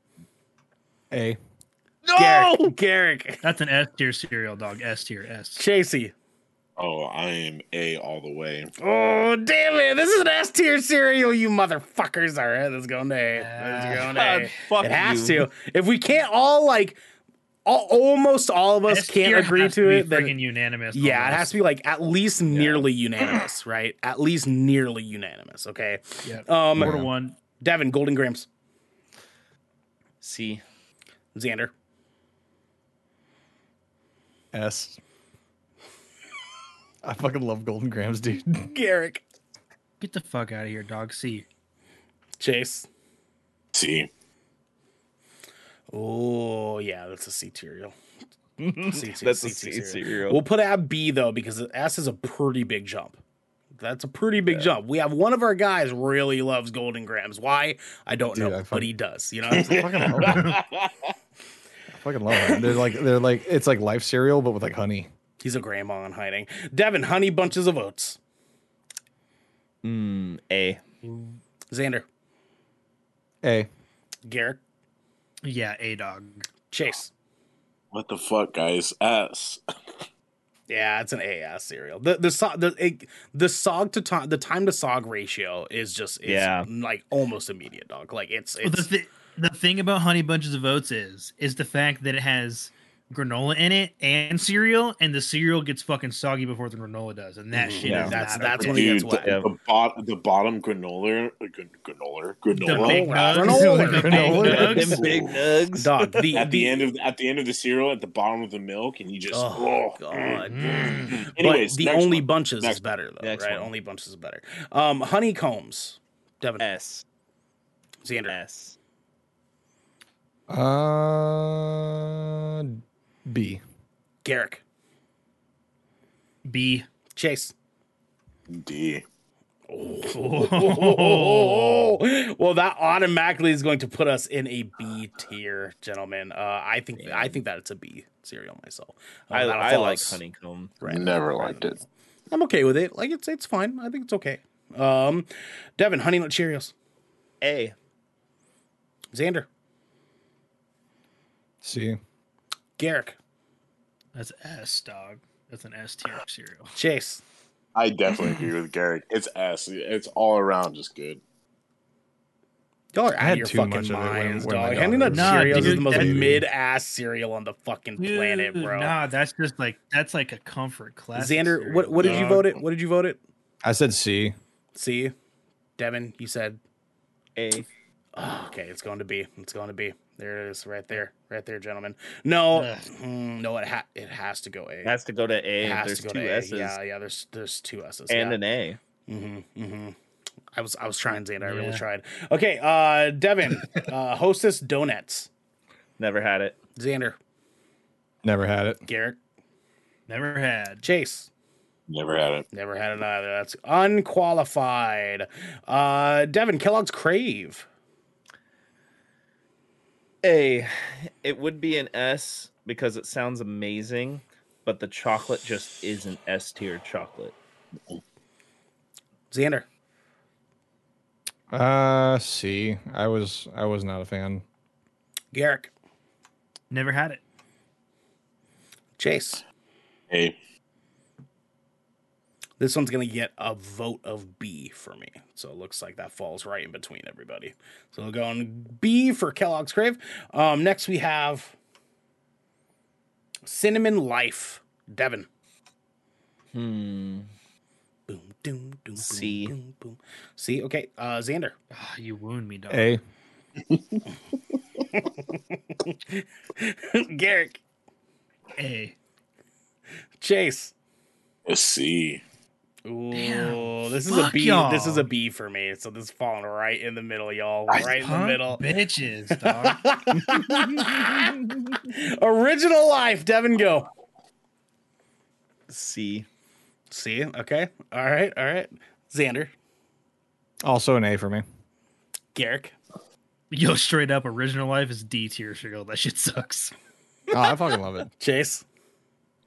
Speaker 4: A.
Speaker 1: No! Garrick.
Speaker 6: That's an S tier cereal, dog. S tier. S.
Speaker 1: Chasey.
Speaker 2: Oh, I am A all the way.
Speaker 1: Oh, damn it. This is an S tier cereal, you motherfuckers. All right, let's go to A. Let's go to A.
Speaker 6: God, Ah, fuck
Speaker 1: it has
Speaker 6: you.
Speaker 1: to. If we can't all, like, all, almost all of us
Speaker 6: S
Speaker 1: can't
Speaker 6: tier
Speaker 1: agree
Speaker 6: has
Speaker 1: to
Speaker 6: be
Speaker 1: it, then
Speaker 6: friggin' unanimous.
Speaker 1: Yeah,
Speaker 6: on
Speaker 1: it
Speaker 6: this.
Speaker 1: has to be like at least nearly unanimous, right? At least nearly unanimous. Okay.
Speaker 6: Yep.
Speaker 1: Um,
Speaker 6: Four to one.
Speaker 1: Devin, Golden Grams,
Speaker 3: C.
Speaker 1: Xander,
Speaker 4: S. I fucking love Golden Grams, dude.
Speaker 1: Garrick,
Speaker 6: Get the fuck out of here, dog. C.
Speaker 1: Chase.
Speaker 2: C.
Speaker 1: Oh yeah, that's a C cereal. C tier,
Speaker 3: That's a
Speaker 1: C
Speaker 3: C
Speaker 1: tier
Speaker 3: cereal.
Speaker 1: We'll put it at B though because S is a pretty big jump. That's a pretty big jump. We have one of our guys really loves Golden Grams. Why? I don't know, but he does. You know, what I'm saying?
Speaker 4: I fucking love it. They're like they're like it's like life cereal but with like honey.
Speaker 1: he's a grandma in hiding. Devin, honey bunches of oats.
Speaker 3: Mm, A.
Speaker 1: Xander,
Speaker 4: A.
Speaker 1: Garrick,
Speaker 6: Yeah, A dog.
Speaker 1: Chase.
Speaker 2: What the fuck, guys? S.
Speaker 1: Yeah, it's an AS cereal. The the so- the it, the sog to time the time to sog ratio is just is
Speaker 3: Yeah.
Speaker 1: like almost immediate, dog. Like it's
Speaker 6: Well, the,
Speaker 1: it's
Speaker 6: th- the thing about Honey Bunches of Oats is is the fact that it has granola in it and cereal, and the cereal gets fucking soggy before the granola does, and that
Speaker 1: Mhm.
Speaker 6: shit
Speaker 1: Yeah.
Speaker 6: is
Speaker 1: That's-
Speaker 6: not
Speaker 1: that's when it
Speaker 6: appropriate.
Speaker 1: gets
Speaker 2: Dude,
Speaker 1: wet.
Speaker 2: the, the, bot, the bottom granola, gran- granola, granola.
Speaker 6: big nugs.
Speaker 1: Granola.
Speaker 6: The big
Speaker 1: Granola.
Speaker 6: nugs.
Speaker 3: Them big nugs.
Speaker 1: dog. The,
Speaker 2: at the, end of at the end of the cereal, at the bottom of the milk, and you just
Speaker 1: Oh,
Speaker 2: oh,
Speaker 1: God.
Speaker 2: Mm.
Speaker 1: but
Speaker 2: Anyways,
Speaker 1: the
Speaker 2: next
Speaker 1: only
Speaker 2: one.
Speaker 1: bunches
Speaker 2: Next
Speaker 1: is better though,
Speaker 3: Next
Speaker 1: right?
Speaker 3: one.
Speaker 1: Only bunches is better. Um, honeycombs. Devin,
Speaker 2: Eh,
Speaker 3: S.
Speaker 1: Xander,
Speaker 3: S.
Speaker 4: Uh B.
Speaker 1: Garrick,
Speaker 6: B.
Speaker 1: Chase.
Speaker 2: D. Oh.
Speaker 1: Oh, Well, that automatically is going to put us in a B tier, gentlemen. Uh, I think I think that it's a B cereal myself. Uh,
Speaker 3: I,
Speaker 1: that'll
Speaker 3: I
Speaker 1: follow
Speaker 3: like
Speaker 1: us.
Speaker 3: honeycomb.
Speaker 1: Right.
Speaker 2: Never liked it.
Speaker 1: I'm okay with it. Like it's it's fine. I think it's okay. Um, Devin, Honey Nut Cheerios,
Speaker 3: A.
Speaker 1: Xander,
Speaker 4: C.
Speaker 1: Garrick,
Speaker 6: That's S dog. That's an S tier cereal.
Speaker 1: Chase,
Speaker 2: I definitely agree with Garrick. It's S. It's all around just good.
Speaker 1: y'all are
Speaker 4: I
Speaker 1: out of
Speaker 4: had
Speaker 1: your
Speaker 4: too
Speaker 1: fucking
Speaker 4: much of it when-
Speaker 1: minds,
Speaker 4: when my
Speaker 1: dog.
Speaker 4: daughter
Speaker 1: Honey Nut
Speaker 4: was
Speaker 6: Nah,
Speaker 1: Cheerios is
Speaker 6: dude,
Speaker 1: the most
Speaker 6: that-
Speaker 1: mid ass cereal on the fucking planet,
Speaker 6: Dude,
Speaker 1: bro.
Speaker 6: Nah, that's just like that's like a comfort class.
Speaker 1: Xander, what what did you
Speaker 2: dog.
Speaker 1: vote it? What did you vote it?
Speaker 4: I said C.
Speaker 1: See, Devin, you said
Speaker 3: A.
Speaker 1: Oh, okay, it's going to be. It's going to be. There it is, right there, right there, gentlemen. No,
Speaker 6: Ugh.
Speaker 1: mm, no, it ha- it has to go A.
Speaker 3: Has to go to A.
Speaker 1: it has
Speaker 3: There's
Speaker 1: to go
Speaker 3: two
Speaker 1: to
Speaker 3: S's
Speaker 1: A. Yeah, yeah. There's there's two S's.
Speaker 3: and
Speaker 1: yeah.
Speaker 3: an A.
Speaker 1: Mm-hmm, mm-hmm. I was I was trying, Xander. I really
Speaker 6: Yeah.
Speaker 1: tried. Okay, uh, Devin, uh, Hostess Donuts,
Speaker 3: Never had it.
Speaker 1: Xander,
Speaker 4: Never had it.
Speaker 1: Garrett,
Speaker 6: Never had.
Speaker 1: Chase,
Speaker 2: Never had it.
Speaker 1: Never had it either. That's unqualified. Uh, Devin Kellogg's Crave.
Speaker 3: A, it would be an S because it sounds amazing, but the chocolate just isn't S tier chocolate.
Speaker 1: Xander.
Speaker 4: Uh, see, I was I was not a fan.
Speaker 1: Garrick.
Speaker 6: Never had it.
Speaker 1: Chase.
Speaker 2: Hey.
Speaker 1: This one's gonna get a vote of B for me. So it looks like that falls right in between everybody. So we're going B for Kellogg's Crave. Um, next we have Cinnamon Life, Devin.
Speaker 3: Hmm.
Speaker 1: Boom, doom, doom,
Speaker 3: C.
Speaker 1: boom, boom. See, okay, uh, Xander.
Speaker 6: Ah, you wound me, dog.
Speaker 4: A.
Speaker 1: Garrick.
Speaker 6: A.
Speaker 1: Chase.
Speaker 2: A C.
Speaker 1: Ooh, this is a
Speaker 6: fuck
Speaker 1: B.
Speaker 6: y'all.
Speaker 1: This is a B for me. So this is falling right in the middle, y'all.
Speaker 6: I-
Speaker 1: Right in the
Speaker 6: Punk
Speaker 1: middle.
Speaker 6: Bitches, dog.
Speaker 1: Original life, Devin. Go.
Speaker 3: C.
Speaker 1: See, okay, all right, all right. Xander,
Speaker 4: Also an A for me.
Speaker 1: Garrick.
Speaker 6: Yo, straight up, original life is D tier. Cheryl. That shit sucks.
Speaker 4: Oh, I fucking love it.
Speaker 1: Chase.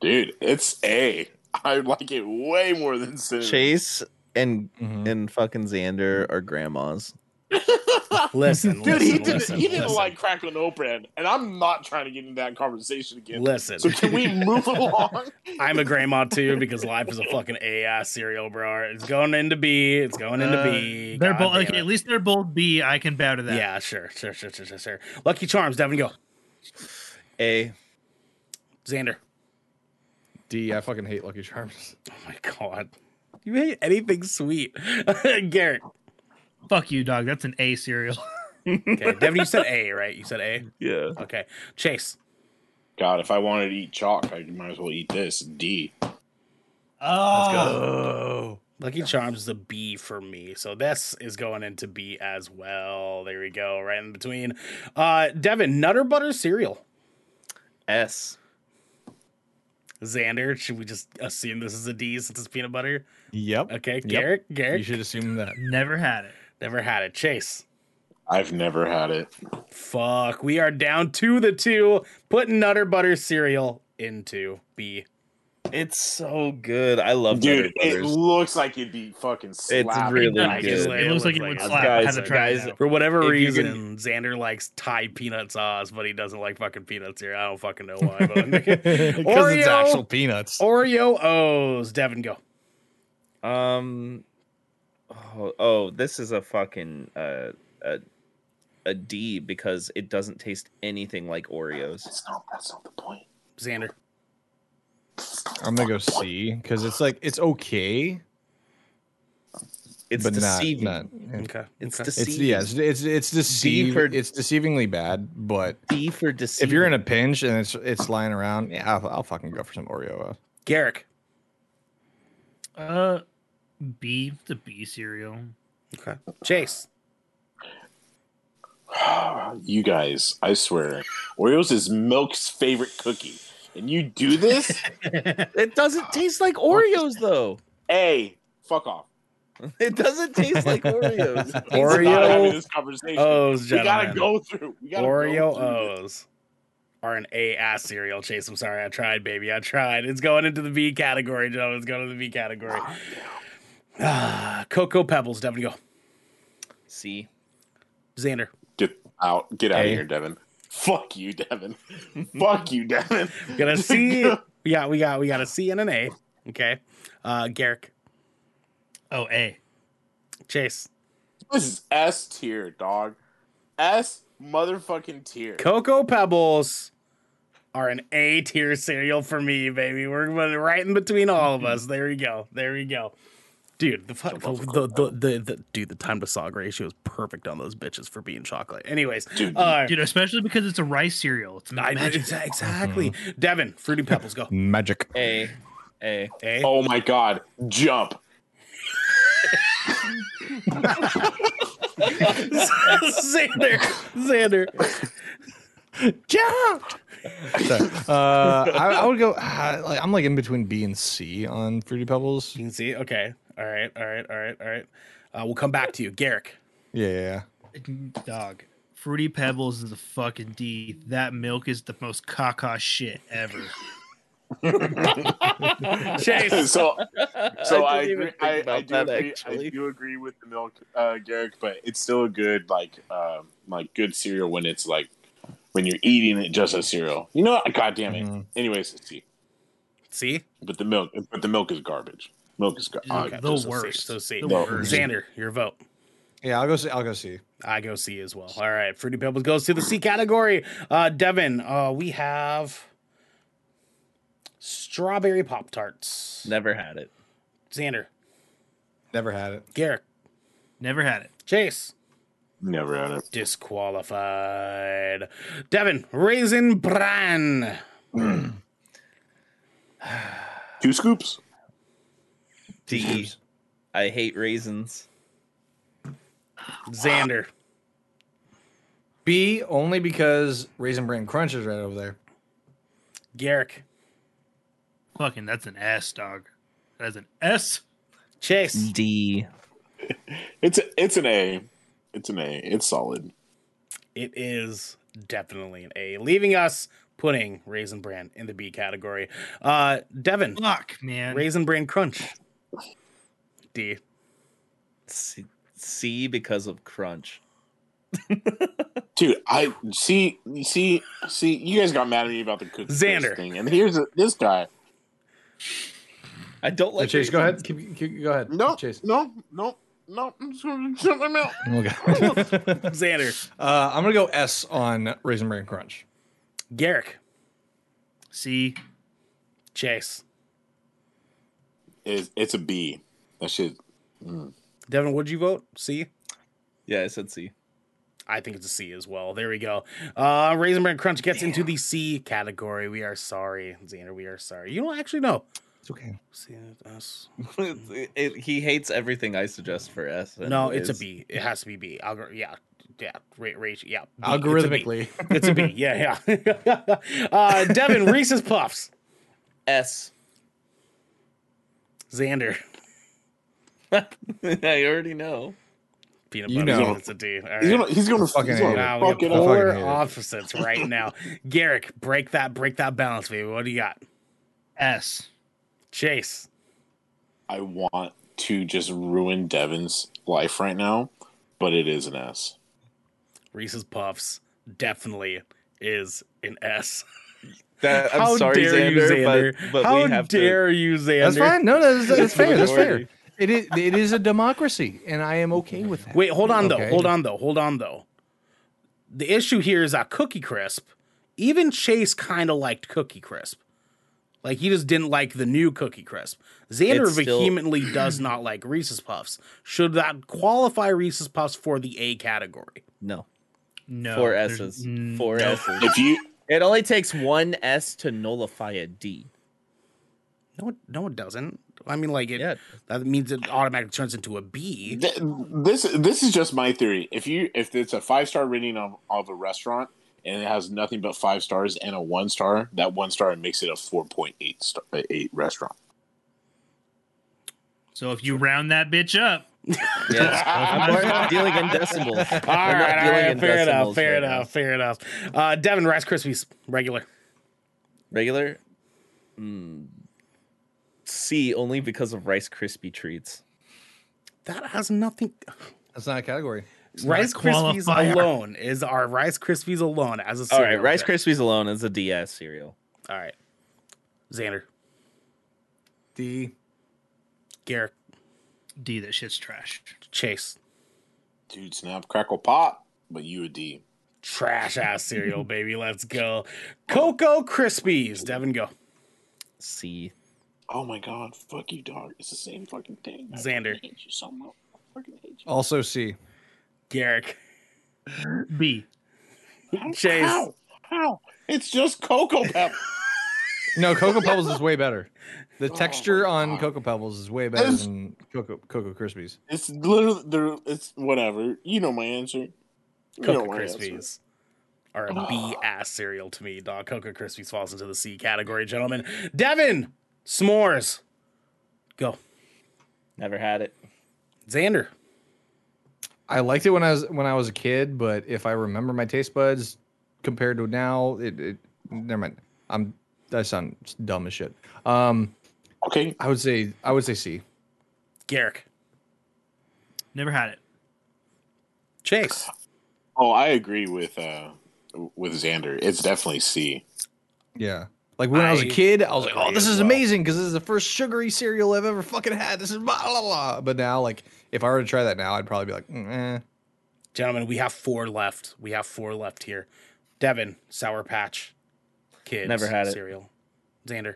Speaker 2: Dude, it's A. I like it way more than cinnamon.
Speaker 3: Chase and
Speaker 4: Mm-hmm.
Speaker 3: and fucking Xander are grandmas.
Speaker 6: Ah.
Speaker 1: Listen,
Speaker 2: Dude,
Speaker 1: listen,
Speaker 2: he didn't.
Speaker 1: listen,
Speaker 2: he didn't
Speaker 1: listen.
Speaker 2: like crackling open, and I'm not trying to get into that conversation again.
Speaker 1: Listen.
Speaker 2: So can we move along?
Speaker 1: I'm a grandma too because life is a fucking A ass cereal, bro. It's going into B. It's going into
Speaker 6: Uh,
Speaker 1: B.
Speaker 6: They're
Speaker 1: God
Speaker 6: both
Speaker 1: damn
Speaker 6: okay.
Speaker 1: it.
Speaker 6: At least they're both B. I can bow to that.
Speaker 1: Yeah, sure, sure, sure, sure, sure, sure. Lucky Charms, Devin, go.
Speaker 3: A.
Speaker 1: Xander.
Speaker 4: D. I fucking hate Lucky Charms.
Speaker 1: Oh my god, you hate anything sweet, Garrett.
Speaker 6: Fuck you, dog. That's an A cereal.
Speaker 1: Okay, Devin, you said A, right? You said A.
Speaker 3: Yeah.
Speaker 1: Okay, Chase.
Speaker 2: God, if I wanted to eat chalk, I might as well eat this D.
Speaker 1: Oh. Lucky Charms is a B for me. So this is going into B as well. There we go, right in between. Uh Devin, Nutter Butter cereal.
Speaker 3: S.
Speaker 1: Xander, should we just assume this is a D since it's peanut butter?
Speaker 4: Yep.
Speaker 1: Okay,
Speaker 4: Yep.
Speaker 1: Garrett, Garrett.
Speaker 4: You should assume that.
Speaker 6: Never had it.
Speaker 1: Never had it. Chase.
Speaker 2: I've never had it.
Speaker 1: Fuck. We are down to the two. Putting Nutter Butter cereal into B.
Speaker 3: It's so good. I love
Speaker 2: Dude,
Speaker 3: Nutter
Speaker 2: it
Speaker 3: Butters.
Speaker 2: looks like it'd be fucking slapping.
Speaker 3: really
Speaker 1: I just-
Speaker 3: good.
Speaker 6: It looks like it would slap. I
Speaker 3: Guys,
Speaker 6: haven't tried it
Speaker 3: guys,
Speaker 6: out.
Speaker 1: For whatever
Speaker 3: If you
Speaker 1: reason,
Speaker 3: can-
Speaker 1: Xander likes Thai peanut sauce, but he doesn't like fucking peanuts here. I don't fucking know why. But
Speaker 4: Because it's
Speaker 1: Oreo-
Speaker 4: actual peanuts.
Speaker 1: Oreo O's. Devin, go.
Speaker 3: Um. Oh, oh, this is a fucking uh, a a D because it doesn't taste anything like Oreos.
Speaker 2: That's not. That's not the point.
Speaker 1: Xander.
Speaker 4: I'm gonna go C because it's like it's okay,
Speaker 3: It's
Speaker 4: but not,
Speaker 3: deceiving.
Speaker 4: not-
Speaker 1: Okay.
Speaker 3: It's
Speaker 1: okay.
Speaker 4: It's
Speaker 3: deceiving.
Speaker 4: yeah, it's it's, it's deceive,
Speaker 3: for-
Speaker 4: it's deceivingly bad. But
Speaker 3: D for deceiving.
Speaker 4: if you're in a pinch and it's it's lying around, yeah, I'll, I'll fucking go for some Oreo. uh,
Speaker 1: Garrick.
Speaker 6: Uh, B. It's a B cereal.
Speaker 1: Okay. Chase.
Speaker 2: You guys, I swear, Oreos is Milk's favorite cookie, and you do this?
Speaker 3: it doesn't taste like Oreos though.
Speaker 2: hey, fuck off!
Speaker 3: It doesn't taste like Oreos.
Speaker 2: We're not having
Speaker 1: Oreo
Speaker 2: this conversation.
Speaker 1: O's,
Speaker 2: we gotta
Speaker 1: gentlemen.
Speaker 2: go through. We gotta
Speaker 1: Oreo
Speaker 2: go through this.
Speaker 1: O's are an A ass cereal. Chase, I'm sorry. I tried, baby. I tried. It's going into the B category, gentlemen. It's going to the B category. Ah, Cocoa Pebbles. Devin, go.
Speaker 3: C.
Speaker 1: Xander.
Speaker 2: Get out! Get out
Speaker 4: Hey.
Speaker 2: of here, Devin. Fuck you, Devin. Fuck you, Devin.
Speaker 1: Got a C. we got we got we got a C and an A. Okay. Uh Garrick.
Speaker 6: Oh, A.
Speaker 1: Chase.
Speaker 2: This is S tier, dog. S motherfucking tier.
Speaker 1: Cocoa Pebbles are an A tier cereal for me, baby. We're putting it right in between all of us. There we go. There we go. Dude, the, fu- the, the, the, the dude, the time to sog ratio is perfect on those bitches for being chocolate. Anyways,
Speaker 2: Dude,
Speaker 1: uh,
Speaker 6: Dude, especially because it's a rice cereal. It's
Speaker 1: I,
Speaker 6: magic.
Speaker 1: exa- exactly. Devin, fruity pebbles, go.
Speaker 4: Magic.
Speaker 3: A. A.
Speaker 1: A.
Speaker 2: Oh my god, jump.
Speaker 1: Xander, Xander, jump.
Speaker 4: Sorry. Uh, I, I would go. I, like, I'm like in between B and C on Fruity Pebbles.
Speaker 1: B and C. Okay. All right. All right. All right. All right. Uh, we'll come back to you, Garrick.
Speaker 4: Yeah. yeah,
Speaker 6: Dog. Fruity Pebbles is a fucking D. That milk is the most caca shit ever.
Speaker 1: Chase.
Speaker 2: So, so I
Speaker 1: didn't even
Speaker 2: agree,
Speaker 1: think
Speaker 2: I, I
Speaker 1: about
Speaker 2: do
Speaker 1: that,
Speaker 2: agree, I
Speaker 1: actually.
Speaker 2: do agree with the milk, uh, Garrick, but it's still a good like um like good cereal when it's like when you're eating it just as cereal. You know what? God damn
Speaker 1: Mm-hmm.
Speaker 2: it. Anyways, it's tea.
Speaker 1: See,
Speaker 2: but the milk, but the milk is garbage. Milk is uh, garbage.
Speaker 1: Okay, the worst. So see, Xander, your vote.
Speaker 4: Yeah, I'll go see. I'll go see.
Speaker 1: I go see as well. All right, Fruity Pebbles goes to the C category. Uh, Devin, uh, we have strawberry pop tarts.
Speaker 3: Never had it.
Speaker 1: Xander,
Speaker 4: Never had it.
Speaker 1: Garrick,
Speaker 6: never had it.
Speaker 1: Chase,
Speaker 2: Never had it.
Speaker 1: disqualified. Devin, raisin bran.
Speaker 2: Two scoops.
Speaker 3: D. I hate raisins.
Speaker 1: Xander.
Speaker 4: B only because Raisin Bran Crunch is right over there.
Speaker 1: Garrick.
Speaker 6: Fucking, that's an S, dog. That's an S.
Speaker 1: Chase.
Speaker 3: D.
Speaker 2: It's a, it's an A. It's an A. It's solid.
Speaker 1: It is definitely an A, leaving us putting Raisin Bran in the B category. Uh, Devin,
Speaker 6: fuck man,
Speaker 1: Raisin Bran Crunch. D.
Speaker 3: C, C because of crunch.
Speaker 2: Dude, I see, see, see. You guys got mad at me about the cookie
Speaker 1: Xander.
Speaker 2: thing, and here's this guy.
Speaker 3: I don't
Speaker 4: Like Chase, go ahead. Keep, keep, go ahead.
Speaker 2: No,
Speaker 4: Chase.
Speaker 2: no, no, no. I'm just gonna shut my mouth.
Speaker 4: Okay.
Speaker 1: Xander.
Speaker 4: Uh, I'm gonna go S on Raisin Bran Crunch.
Speaker 1: Garrick.
Speaker 6: C.
Speaker 1: Chase.
Speaker 2: It's, it's a B. That shit. mm.
Speaker 1: Devin, would you vote? C?
Speaker 3: Yeah, I said C.
Speaker 1: I think it's a C as well. There we go. Uh, Raisin Bran Crunch gets into the C category. We are sorry, Xander. We are sorry. You don't actually know.
Speaker 4: It's okay.
Speaker 1: C, S.
Speaker 3: It- it- he hates everything I suggest for S. and
Speaker 1: No, it's a
Speaker 3: is-
Speaker 1: B. It has to be B. Algor- yeah, yeah, ra- ra- yeah. B.
Speaker 4: Algorithmically.
Speaker 1: it's a B. It's a B. Yeah, yeah. uh, Devin Reese's Puffs.
Speaker 3: S.
Speaker 1: Xander.
Speaker 3: I already know.
Speaker 1: Peanut
Speaker 3: You
Speaker 1: butter.
Speaker 3: know.
Speaker 1: It's a D. All right.
Speaker 3: He's gonna- he's gonna-
Speaker 1: Wow,
Speaker 3: Fucking he's gonna hate it.
Speaker 1: we got
Speaker 3: fuck it up.
Speaker 1: polar
Speaker 3: Fucking hate it.
Speaker 1: opposites right now. Garrick, break that, break that balance, baby. What do you got?
Speaker 6: S.
Speaker 1: Chase.
Speaker 2: I want to just ruin Devin's life right now, but it is an S.
Speaker 1: Reese's Puffs definitely is an S.
Speaker 3: That, I'm
Speaker 1: How
Speaker 3: sorry,
Speaker 1: dare you,
Speaker 3: Xander, but-
Speaker 1: Xander.
Speaker 3: but
Speaker 1: How
Speaker 3: we have to-
Speaker 1: dare you, Xander?
Speaker 4: That's fine. No, that's, that's
Speaker 1: It's the
Speaker 4: fair. That's fair.
Speaker 1: majority.
Speaker 4: It is, it is a democracy, and I am okay with that.
Speaker 1: Wait, hold on though.
Speaker 4: Okay?
Speaker 1: Hold on though. Hold on though. The issue here is that Cookie Crisp. Even Chase kind of liked Cookie Crisp. Like he just didn't like the new Cookie Crisp. Xander
Speaker 3: It's still-
Speaker 1: vehemently does not like Reese's Puffs. Should that qualify Reese's Puffs for the A category?
Speaker 3: No.
Speaker 6: No.
Speaker 3: Four
Speaker 6: there's
Speaker 3: S's.
Speaker 6: n-
Speaker 3: Four
Speaker 6: no.
Speaker 3: S's.
Speaker 2: If you
Speaker 3: It only takes one S to nullify a D.
Speaker 1: No, it, no, it doesn't. I mean, like it. That means it automatically turns into a B.
Speaker 2: Th- this this is just my theory. If you if it's a five star rating of, of a restaurant and it has nothing but five stars and a one star, that one star makes it a four point eight star eight restaurant.
Speaker 6: So if you round that bitch up,
Speaker 3: Yes. I'm not dealing in decimals.
Speaker 1: All
Speaker 3: We're not
Speaker 1: right, all
Speaker 3: dealing
Speaker 1: right,
Speaker 3: in
Speaker 1: fair enough,
Speaker 3: decimals
Speaker 1: fair
Speaker 3: right now.
Speaker 1: enough, fair enough. Uh, Devin Rice Krispies regular.
Speaker 3: Regular. Mm, C only because of Rice Krispie treats.
Speaker 1: That has nothing.
Speaker 4: That's not a category.
Speaker 1: Rice
Speaker 3: not a
Speaker 1: Krispies
Speaker 3: qualifier.
Speaker 1: alone is our Rice Krispies alone as a
Speaker 3: All
Speaker 1: cereal.
Speaker 3: right, Rice
Speaker 1: Krispies.
Speaker 3: Krispies alone is a DS cereal.
Speaker 1: All right, Xander,
Speaker 4: D.
Speaker 1: Garrick,
Speaker 6: D, that shit's trash.
Speaker 1: Chase,
Speaker 2: Dude, snap, crackle, pop, but you a D.
Speaker 1: trash ass cereal, baby. Let's go. Cocoa Krispies. Devin, go.
Speaker 3: C.
Speaker 2: Oh my god, fuck you, dog. It's the same fucking thing. I
Speaker 1: Xander.
Speaker 2: fucking hate you so much. I fucking hate you.
Speaker 4: Also C.
Speaker 1: Garrick,
Speaker 6: B.
Speaker 1: Chase.
Speaker 2: How? How? It's just cocoa pebbles.
Speaker 4: No, Cocoa Pebbles is way better. The texture on Cocoa Pebbles is way better
Speaker 2: It's-
Speaker 4: than Cocoa Cocoa Krispies.
Speaker 2: it's literally they're- it's whatever. You know my answer. You know
Speaker 1: Cocoa
Speaker 2: my answer.
Speaker 1: Krispies are a B ass cereal to me, dog. Cocoa Krispies falls into the C category, gentlemen. Devin, s'mores. Go.
Speaker 3: Never had it.
Speaker 1: Xander.
Speaker 4: I liked it when I was when I was a kid, but if I remember my taste buds compared to now, it, it never mind. I'm I sound dumb as shit. Um,
Speaker 2: okay,
Speaker 4: I would say I would say C.
Speaker 1: Garrick.
Speaker 6: Never had it.
Speaker 1: Chase.
Speaker 2: Oh, I agree with uh with Xander. It's definitely C.
Speaker 4: Yeah. Like when I, was a kid, I was like, "Oh, this is amazing because this is the first sugary cereal I've ever fucking had." This is blah blah blah. But now, like, if I were to try that now, I'd probably be like, mm, "Eh."
Speaker 1: Gentlemen, we have four left. We have four left here. Devin, Sour Patch, kids,
Speaker 3: Never had it.
Speaker 1: cereal. Xander,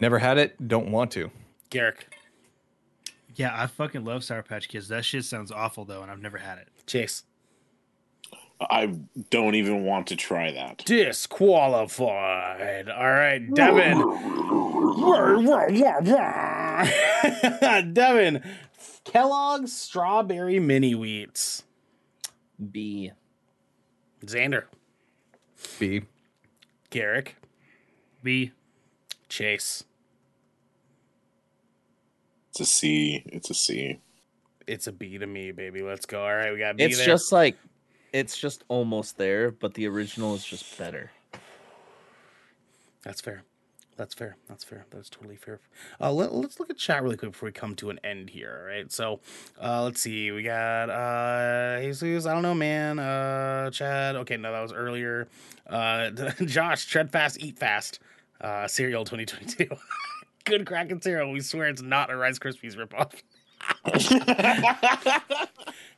Speaker 4: Never had it. Don't want to.
Speaker 1: Garrick,
Speaker 6: Yeah, I fucking love Sour Patch Kids. That shit sounds awful though, and I've never had it.
Speaker 1: Chase.
Speaker 2: I don't even want to try that.
Speaker 1: disqualified. All right, Devin. Devin, Kellogg's strawberry mini wheats.
Speaker 3: B.
Speaker 1: Xander,
Speaker 4: B.
Speaker 1: Garrick,
Speaker 6: B.
Speaker 1: Chase.
Speaker 2: It's a C. It's a C.
Speaker 1: It's a B to me, baby. Let's go. All right, we got B
Speaker 3: It's
Speaker 1: there.
Speaker 3: just like it's just almost there, but the original is just better.
Speaker 1: That's fair. That's fair. That's fair. That's totally fair. Uh, let, us look at chat really quick before we come to an end here. All right. So uh, let's see. We got uh, Jesus. I don't know, man. Uh, Chad. Okay. No, that was earlier. Uh, Josh, tread fast, eat fast. Uh, cereal 2022. Good Kraken cereal. We swear it's not a Rice Krispies ripoff.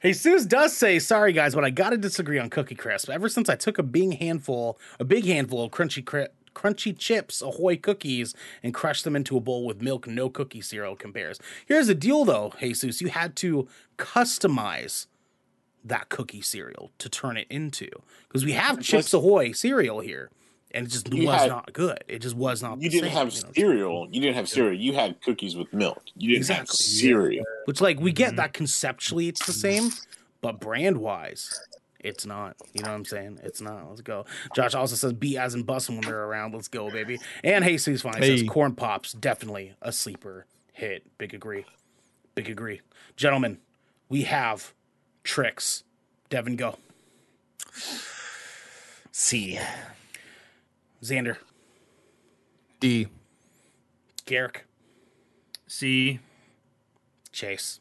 Speaker 1: Jesus does say, sorry guys, but I gotta disagree on Cookie Crisp. Ever since I took a big handful, a big handful of crunchy cri- crunchy chips, ahoy cookies, and crushed them into a bowl with milk, no cookie cereal compares. Here's the deal though, Jesus, you had to customize that cookie cereal to turn it into. Because we have Chips Ahoy cereal here. And it just
Speaker 2: You
Speaker 1: was
Speaker 2: had-
Speaker 1: not good. It just was not
Speaker 2: You
Speaker 1: the
Speaker 2: didn't
Speaker 1: same,
Speaker 2: have
Speaker 1: you know?
Speaker 2: cereal. You didn't have cereal. You had cookies with milk. You didn't have
Speaker 1: Exactly.
Speaker 2: cereal.
Speaker 1: Which, like, we
Speaker 6: Mm-hmm.
Speaker 1: get that conceptually it's the same, but brand wise, it's not. You know what I'm saying? It's not. Let's go. Josh also says B as in bussin' when they're around. Let's go, baby. And Jesus finally
Speaker 4: Hey.
Speaker 1: says corn pops definitely a sleeper hit. Big agree. Big agree. Gentlemen, we have tricks. Devin, go.
Speaker 3: C.
Speaker 1: Xander,
Speaker 4: D.
Speaker 1: Garrick,
Speaker 6: C.
Speaker 1: Chase.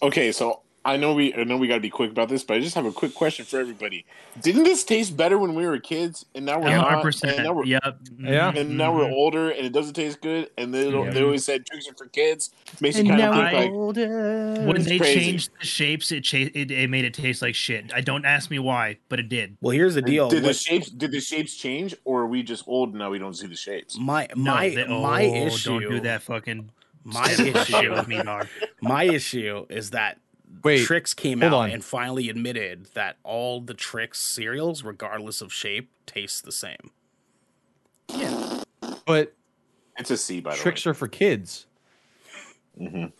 Speaker 2: Okay, so I know we I know we got to be quick about this, but I just have a quick question for everybody. Didn't this taste better when we were kids, and now we're not,
Speaker 6: 100%.
Speaker 2: and now we're
Speaker 6: Yep.
Speaker 4: Yeah.
Speaker 2: and now we're older, and it doesn't taste good. And they don't- they
Speaker 6: Yeah.
Speaker 2: always said drinks are for kids. Makes you kind of think like
Speaker 4: older.
Speaker 6: When
Speaker 2: It's
Speaker 6: they
Speaker 2: crazy.
Speaker 6: changed the shapes, it, cha- it it made it taste like shit. I don't ask me why, but it did.
Speaker 1: Well, here's the deal.
Speaker 2: Did
Speaker 1: Oh,
Speaker 2: the
Speaker 1: What-
Speaker 2: shapes did the shapes change, or are we just old and now we don't see the shapes?
Speaker 1: my
Speaker 6: No,
Speaker 1: my
Speaker 6: they-
Speaker 1: my
Speaker 6: oh,
Speaker 1: issue.
Speaker 6: Don't do that fucking
Speaker 1: My
Speaker 6: shit
Speaker 1: issue.
Speaker 6: with me, dog.
Speaker 1: My issue is that
Speaker 4: Wait,
Speaker 1: Tricks came out
Speaker 4: hold on.
Speaker 1: and finally admitted that all the Tricks cereals, regardless of shape, taste the same.
Speaker 4: but
Speaker 2: It's a C by the
Speaker 4: tricks are for kids.
Speaker 2: way. Mhm.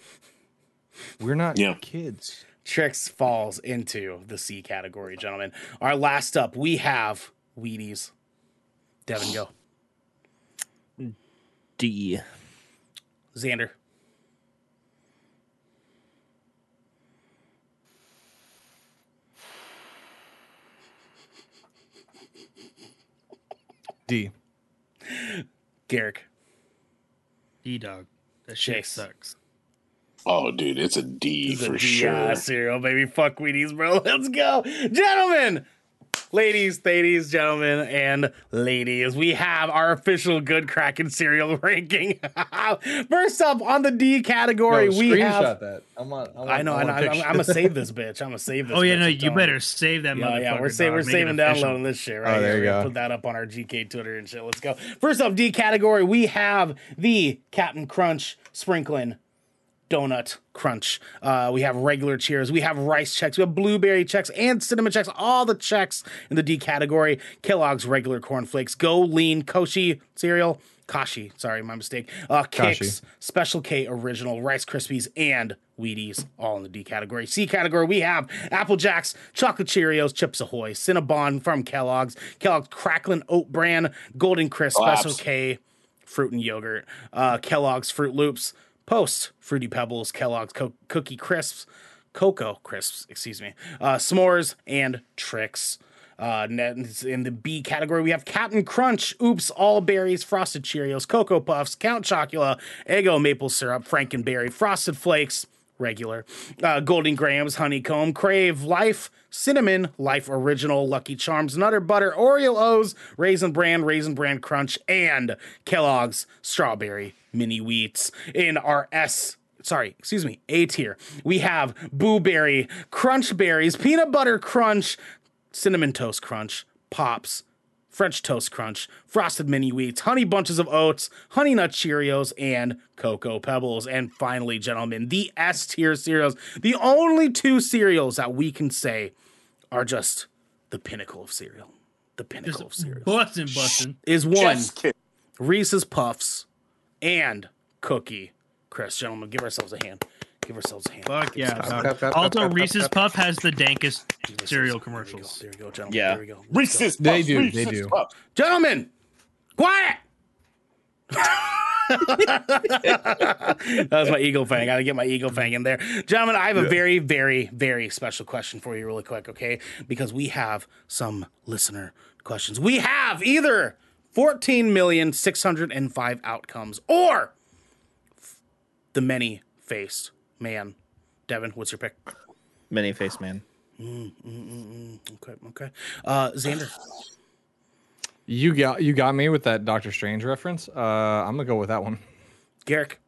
Speaker 4: We're not
Speaker 2: Yeah.
Speaker 4: kids.
Speaker 1: Tricks falls into the C category, gentlemen. Our last up, we have Wheaties. Devin, go.
Speaker 3: D.
Speaker 1: Xander,
Speaker 4: D.
Speaker 1: Garrick,
Speaker 6: D dog. That shit
Speaker 1: Chase.
Speaker 6: sucks.
Speaker 2: Oh, dude, it's a D
Speaker 1: This is a
Speaker 2: for
Speaker 1: DI
Speaker 2: sure.
Speaker 1: cereal, baby. Fuck Wheaties, bro. Let's go. Gentlemen, ladies, ladies, gentlemen, and ladies, we have our official Good Kraken cereal ranking. First up on the D category,
Speaker 4: No,
Speaker 1: we
Speaker 4: screenshot
Speaker 1: have.
Speaker 4: that. I'm on. I'm on
Speaker 1: I know, I know. I'm, I'm, gonna save this bitch. I'm gonna save this.
Speaker 6: Oh yeah,
Speaker 1: bitch,
Speaker 6: no,
Speaker 1: I'm
Speaker 6: you
Speaker 1: telling
Speaker 6: better save that
Speaker 1: yeah,
Speaker 6: motherfucker.
Speaker 1: yeah, we're saving,
Speaker 6: dog.
Speaker 1: we're
Speaker 6: Make it
Speaker 1: saving
Speaker 6: official.
Speaker 1: downloading this shit right
Speaker 4: Oh, there
Speaker 1: here.
Speaker 4: you
Speaker 1: We're gonna
Speaker 4: go.
Speaker 1: Put that up on our GK Twitter and shit. Let's go. First up, D category, we have the Captain Crunch sprinkling donut crunch. Uh, we have regular cheers. We have rice checks. We have blueberry checks and cinnamon checks. All the checks in the D category. Kellogg's regular cornflakes. Go lean Koshi cereal. Kashi, sorry, my mistake. Uh,
Speaker 4: Kashi.
Speaker 1: Kix, Special K original, Rice Krispies, and Wheaties, all in the D category. C category, we have Apple Jacks, Chocolate Cheerios, Chips Ahoy, Cinnabon from Kellogg's, Kellogg's Cracklin Oat Bran, Golden Crisp,
Speaker 2: Slaps.
Speaker 1: Special K, Fruit and Yogurt, uh, Kellogg's Fruit Loops, Post, Fruity Pebbles, Kellogg's Co- Cookie Crisps, Cocoa Crisps, excuse me, uh, S'mores, and Tricks. Uh, net- in the B category, we have Captain Crunch, Oops, All Berries, Frosted Cheerios, Cocoa Puffs, Count Chocula, Eggo Maple Syrup, Frankenberry, Frosted Flakes, regular, uh, Golden Grams, Honeycomb, Crave, Life, Cinnamon, Life Original, Lucky Charms, Nutter Butter, Oreo O's, Raisin Bran, Raisin Bran Crunch, and Kellogg's Strawberry Mini Wheats. In our S sorry, excuse me, A tier, we have Boo Berry, Crunch Berries, Peanut Butter Crunch, Cinnamon Toast Crunch, Pops, French Toast Crunch, Frosted Mini Wheats, Honey Bunches of Oats, Honey Nut Cheerios, and Cocoa Pebbles. And finally, gentlemen, the S tier cereals, the only two cereals that we can say are just the pinnacle of cereal. The pinnacle of cereal
Speaker 6: Bustin', bustin'.
Speaker 1: is one Reese's Puffs and Cookie Chris. Gentlemen, give ourselves a hand. Give ourselves a hand.
Speaker 6: Fuck yeah.
Speaker 1: Give
Speaker 6: dog.
Speaker 1: ourselves a hand.
Speaker 6: Also, Reese's Puff has the dankest cereal commercials.
Speaker 1: There you go, gentlemen.
Speaker 6: Yeah.
Speaker 1: There we go.
Speaker 2: Reese's
Speaker 4: They Puffs, do, Reese's they do. Puffs.
Speaker 1: Gentlemen, quiet. that was my eagle fang. I gotta get my eagle fang in there. Gentlemen, I have a very, very, very special question for you, really quick, okay? Because we have some listener questions. We have either 14,605 outcomes or the many faced man. Devin, what's your pick?
Speaker 3: Many face man.
Speaker 1: Mm, mm, mm, mm. Okay, okay. Uh, Xander,
Speaker 4: You got you got me with that Doctor Strange reference. Uh, I'm gonna go with that one.
Speaker 1: Garrick,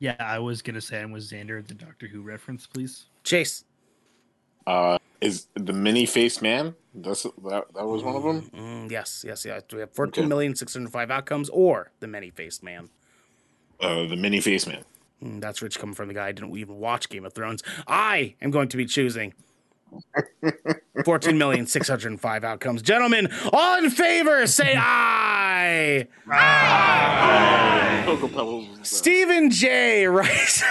Speaker 6: Yeah, I was gonna say I'm with Xander the Doctor Who reference, please.
Speaker 1: Chase.
Speaker 2: Uh, is the mini face man? That's that, that was one of them.
Speaker 1: Mm, yes, yes, yes. We have 14,605 outcomes or the many faced man.
Speaker 2: Uh, the mini face man.
Speaker 1: Mm, that's rich coming from the guy who didn't even watch Game of Thrones. I am going to be choosing 14,605 outcomes. Gentlemen, all in favor, say aye.
Speaker 2: Cocoa Pebbles.
Speaker 1: Stephen J. writes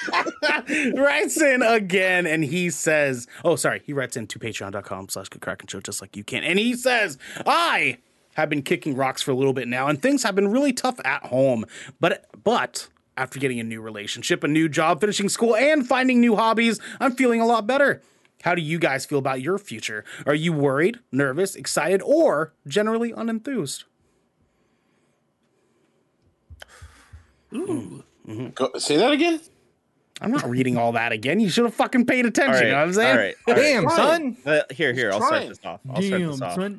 Speaker 1: writes in again and he says, oh, sorry, he writes in to patreon.com slash good Kraken show just like you can. And he says, I have been kicking rocks for a little bit now and things have been really tough at home. But, but, after getting a new relationship, a new job, finishing school, and finding new hobbies, I'm feeling a lot better. How do you guys feel about your future? Are you worried, nervous, excited, or generally unenthused?
Speaker 6: Ooh.
Speaker 2: Go, say that again.
Speaker 1: I'm not reading all that again. You should have fucking paid attention. you know what I'm saying?
Speaker 4: Damn, son.
Speaker 3: Uh, here, here. I'll start
Speaker 2: trying.
Speaker 3: this off. I'll start this off.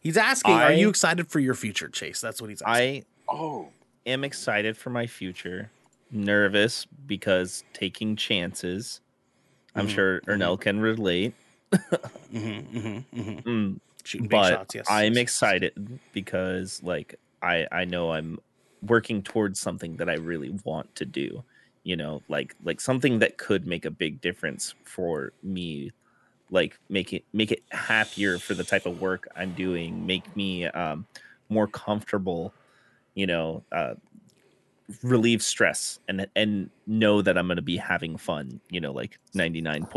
Speaker 1: He's asking, are
Speaker 3: I-
Speaker 1: you excited for your future, Chase? That's what he's asking.
Speaker 3: I
Speaker 2: Oh,
Speaker 3: am excited for my future. Nervous because taking chances. I'm sure Ernell can relate.
Speaker 1: mm-hmm, mm-hmm, mm-hmm.
Speaker 3: Mm,
Speaker 1: Shooting big
Speaker 3: but
Speaker 1: shots, yes.
Speaker 3: I'm
Speaker 1: yes, yes.
Speaker 3: excited because like I I know I'm working towards something that I really want to do. You know, like like something that could make a big difference for me, like make it make it happier for the type of work I'm doing, make me um more comfortable, you know, uh relieve stress and and know that I'm going to be having fun, you know, like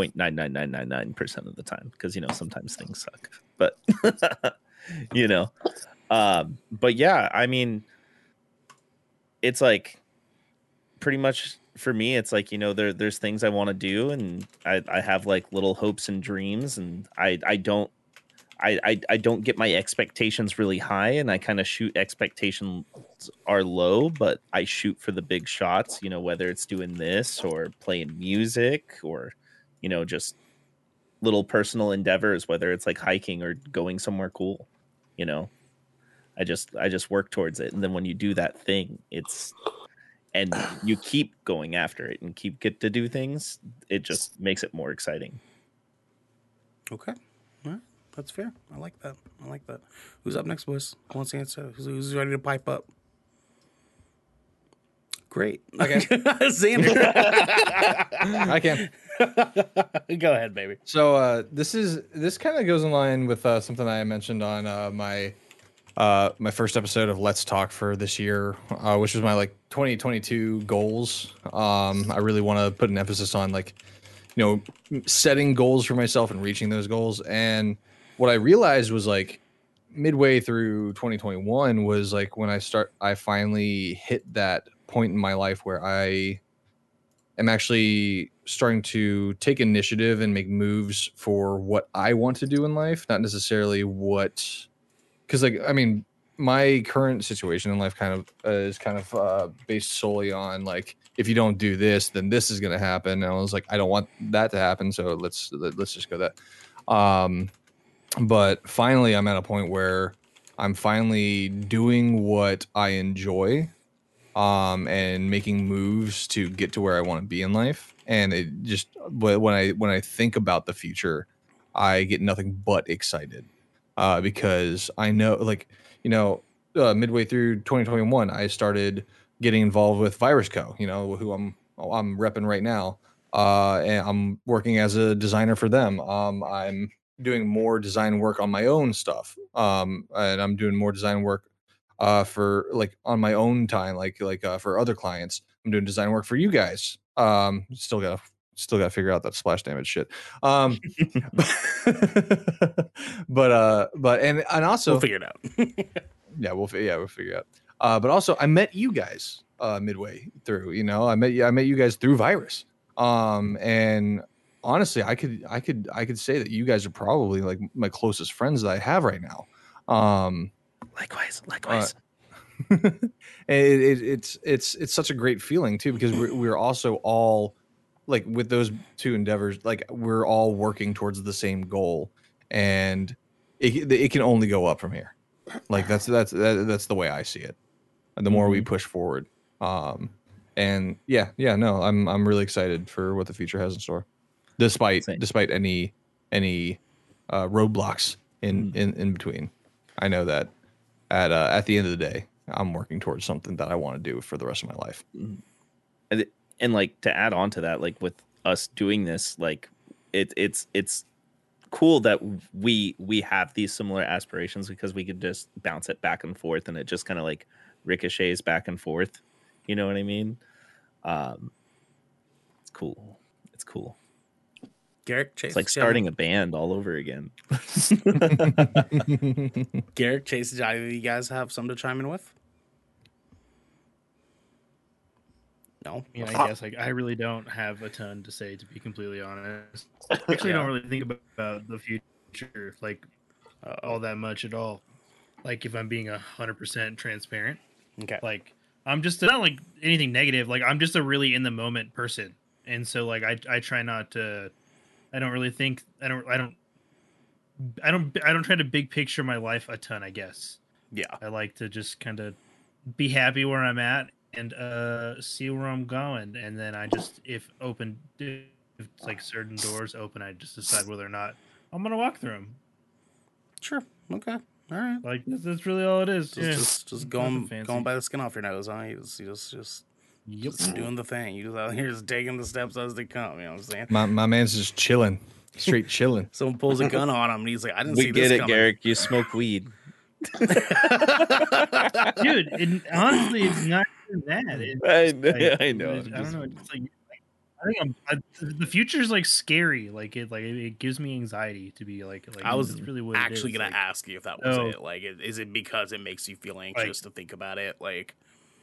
Speaker 3: 99.99999% of the time because you know sometimes things suck. But you know, um but yeah, I mean it's like pretty much for me it's like, you know, there there's things I want to do and I I have like little hopes and dreams and I I don't I, I, I don't get my expectations really high and I kind of shoot expectations are low, but I shoot for the big shots, you know, whether it's doing this or playing music or, you know, just little personal endeavors, whether it's like hiking or going somewhere cool, you know. I just I just work towards it. And then when you do that thing, it's and you keep going after it and keep get to do things, it just makes it more exciting.
Speaker 1: Okay. All right. That's fair. I like that. I like that. Who's up next, boys? Who wants to answer? Who's, who's ready to pipe up? Great. Okay. Xander.
Speaker 4: I can.
Speaker 1: Go ahead, baby.
Speaker 4: So uh, this is this kind of goes in line with uh, something I mentioned on uh, my uh, my first episode of Let's Talk for this year, uh, which was my like 2022 goals. Um, I really want to put an emphasis on like, you know, m- setting goals for myself and reaching those goals. And what I realized was like midway through 2021 was like when I start, I finally hit that point in my life where I am actually starting to take initiative and make moves for what I want to do in life, not necessarily what because like I mean, my current situation in life kind of uh, is kind of uh, based solely on like if you don't do this, then this is going to happen. And I was like, I don't want that to happen, so let's let, let's just go that. Um, but finally, I'm at a point where I'm finally doing what I enjoy, um, and making moves to get to where I want to be in life. And it just but when I when I think about the future, I get nothing but excited uh, because I know, like, you know, uh, midway through 2021, I started getting involved with Virus Co. You know, who I'm I'm repping right now. Uh, and I'm working as a designer for them. Um, I'm doing more design work on my own stuff. Um, and I'm doing more design work uh, for like on my own time, like like uh, for other clients. I'm doing design work for you guys. Um, still gotta still gotta figure out that splash damage shit. Um, but uh but and and also
Speaker 1: We'll figure it out.
Speaker 4: yeah we'll fi- yeah we'll figure it out uh but also i met you guys uh midway through you know i met you i met you guys through virus um and honestly i could i could i could say that you guys are probably like my closest friends that i have right now um
Speaker 6: likewise
Speaker 4: likewise it, it, it's it's it's such a great feeling too because we're, we're also all like with those two endeavors like we're all working towards the same goal and it, it can only go up from here like that's that's that, that's the way i see it and the more we push forward um and yeah yeah no i'm i'm really excited for what the future has in store despite despite any any uh roadblocks in in in between i know that at uh, at the end of the day i'm working towards something that i want to do for the rest of my life
Speaker 3: and, and like to add on to that like with us doing this like it it's it's cool that we we have these similar aspirations because we could just bounce it back and forth and it just kind of like ricochets back and forth you know what i mean um it's cool it's cool
Speaker 1: Garrick Chase.
Speaker 3: it's like starting a band all over again
Speaker 1: Garrick Chase. Did either of you guys have something to chime in with? No.
Speaker 6: I mean, I guess like I really don't have a ton to say to be completely honest. I actually don't really think about, about the future like uh, all that much at all. Like if I'm being hundred percent transparent.
Speaker 1: Okay.
Speaker 6: Like I'm just not like anything negative. Like I'm just a really in the moment person, and so like I I try not to. I don't really think I don't I don't I don't I don't try to big picture my life a ton. I guess.
Speaker 1: Yeah.
Speaker 6: I like to just kind of be happy where I'm at and uh see where I'm going, and then I just if open if like certain doors open, I just decide whether or not I'm gonna walk through them.
Speaker 1: Sure. Okay. All right.
Speaker 6: Like that's, that's really all it is.
Speaker 1: Just, just, just going, going by the skin off your nose, huh? You just, you just, just, just
Speaker 6: Yep.
Speaker 1: doing the thing. You just out here just taking the steps as they come. You know what I'm saying?
Speaker 4: my, my man's just chilling straight chilling
Speaker 1: someone pulls a gun on him and he's like, I didn't
Speaker 3: we
Speaker 1: see
Speaker 3: get
Speaker 1: this
Speaker 3: it
Speaker 1: coming.
Speaker 3: garrick you smoke weed
Speaker 6: dude. It, honestly, it's not even that. It's
Speaker 3: I
Speaker 6: just,
Speaker 3: know- I know,
Speaker 6: it's-
Speaker 3: I'm
Speaker 6: I don't
Speaker 3: just-
Speaker 6: know. It's just like, I think I'm, I, the future's like scary. Like it, like it, it gives me anxiety to be like. like
Speaker 1: I was
Speaker 6: that's really what it
Speaker 1: actually
Speaker 6: is,
Speaker 1: gonna
Speaker 6: like,
Speaker 1: ask you if that was
Speaker 6: Oh.
Speaker 1: it. Like, is is it because it makes you feel anxious to think about it? Like,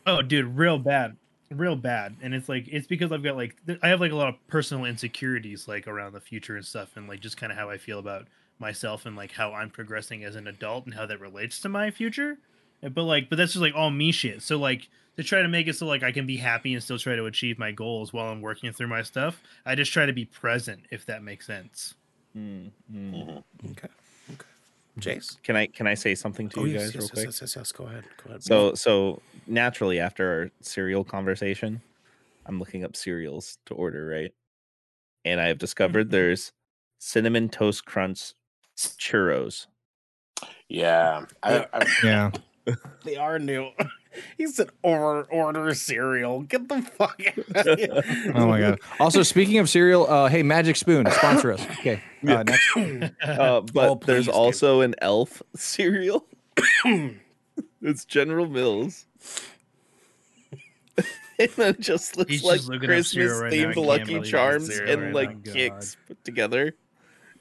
Speaker 6: Oh, dude, real bad, real bad. And it's like it's because I've got like th- I have like a lot of personal insecurities like around the future and stuff, and like just kind of how I feel about myself and like how I'm progressing as an adult and how that relates to my future. And- But like, but that's just like all me shit. So like to try to make it so like I can be happy and still try to achieve my goals while I'm working through my stuff, I just try to be present if that makes sense.
Speaker 1: Okay.
Speaker 6: Mm-hmm.
Speaker 1: Chase,
Speaker 3: mm-hmm. can I can I say something to
Speaker 1: oh,
Speaker 3: you
Speaker 1: yes,
Speaker 3: guys
Speaker 1: yes,
Speaker 3: real
Speaker 1: yes,
Speaker 3: quick?
Speaker 1: yes, yes, yes. Go ahead. Go ahead.
Speaker 3: So so naturally after our cereal conversation, I'm looking up cereals to order, right? And I have
Speaker 1: Mm-hmm.
Speaker 3: discovered there's cinnamon toast crunch churros.
Speaker 2: Yeah. I, I,
Speaker 4: yeah.
Speaker 1: they are new. He said, "Or order cereal. Get the fuck out of here."
Speaker 4: oh my god also speaking of cereal uh hey magic spoon sponsor us okay uh, next
Speaker 3: Uh, but there's also an elf cereal. It's General Mills. and then just looks
Speaker 6: He's just
Speaker 3: like
Speaker 6: looking up cereal
Speaker 3: Christmas
Speaker 6: right now. I
Speaker 3: themed
Speaker 6: can't
Speaker 3: Lucky
Speaker 6: believe it's
Speaker 3: Charms
Speaker 6: cereal
Speaker 3: and
Speaker 6: right
Speaker 3: like
Speaker 6: now.
Speaker 3: kicks put together.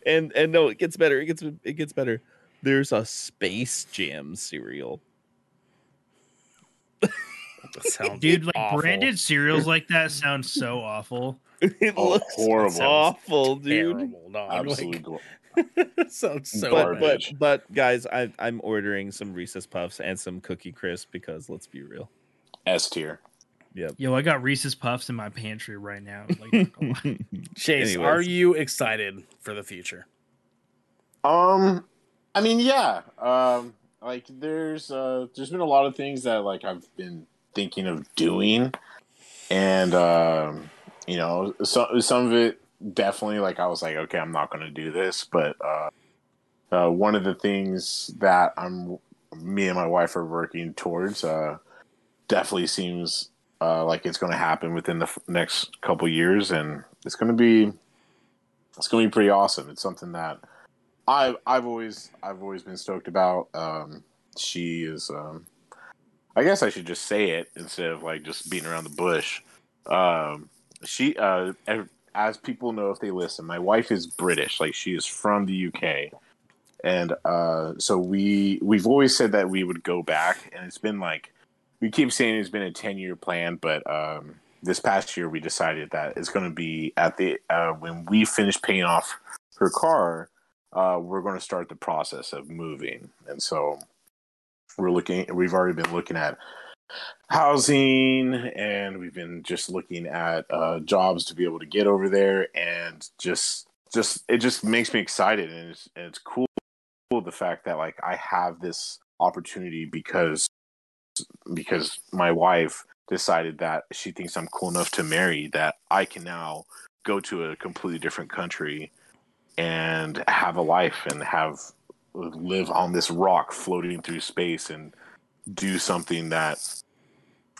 Speaker 3: And and no, it gets better. It gets it gets better. There's a Space Jam cereal.
Speaker 6: Dude, like branded cereals like that sounds so awful.
Speaker 3: It looks horrible. awful, dude.
Speaker 6: dog. Absolute Like- sounds
Speaker 3: but, but but guys, I, I'm ordering some Reese's Puffs and some Cookie Crisp because let's be real,
Speaker 2: S tier.
Speaker 3: Yep.
Speaker 6: Yo, I got Reese's Puffs in my pantry right now. Like,
Speaker 1: Chase,
Speaker 6: Anyways.
Speaker 1: are you excited for the future?
Speaker 2: Um, I mean, yeah. Um, like there's uh, there's been a lot of things that like I've been thinking of doing, and um, you know, some some of it definitely like I was like, okay, I'm not gonna do this, but uh, uh, one of the things that I'm me and my wife are working towards uh, definitely seems uh, like it's gonna happen within the f- next couple years, and it's gonna be it's gonna be pretty awesome. It's something that I've I've always I've always been stoked about. Um, she is. Um, I guess I should just say it instead of like just beating around the bush. Um, she, uh, ev- as people know if they listen, my wife is British. Like she is from the UK, and uh, so we we've always said that we would go back, and it's been like we keep saying it's been a ten year plan, but um, this past year we decided that it's going to be at the uh, when we finish paying off her car uh, we're going to start the process of moving. And so we're looking, we've already been looking at housing and we've been just looking at uh, jobs to be able to get over there. And just, just, it just makes me excited. And it's, and it's cool, cool the fact that like I have this opportunity because, because my wife decided that she thinks I'm cool enough to marry that I can now go to a completely different country and have a life and have live on this rock floating through space and do something that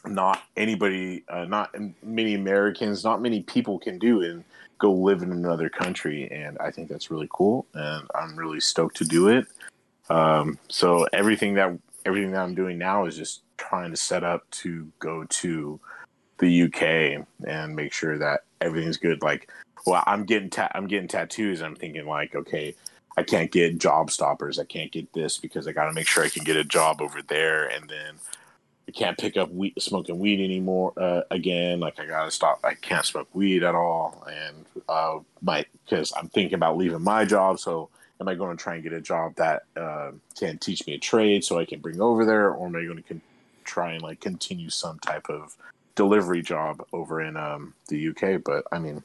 Speaker 2: not anybody uh, not many americans not many people can do and go live in another country and i think that's really cool and i'm really stoked to do it um, so everything that everything that i'm doing now is just trying to set up to go to the UK and make sure that everything's good. Like, well, I'm getting ta- I'm getting tattoos. I'm thinking like, okay, I can't get job stoppers. I can't get this because I got to make sure I can get a job over there, and then I can't pick up weed, smoking weed anymore uh, again. Like, I got to stop. I can't smoke weed at all, and uh, my because I'm thinking about leaving my job. So, am I going to try and get a job that uh, can teach me a trade so I can bring over there, or am I going to con- try and like continue some type of delivery job over in um, the UK. But I mean,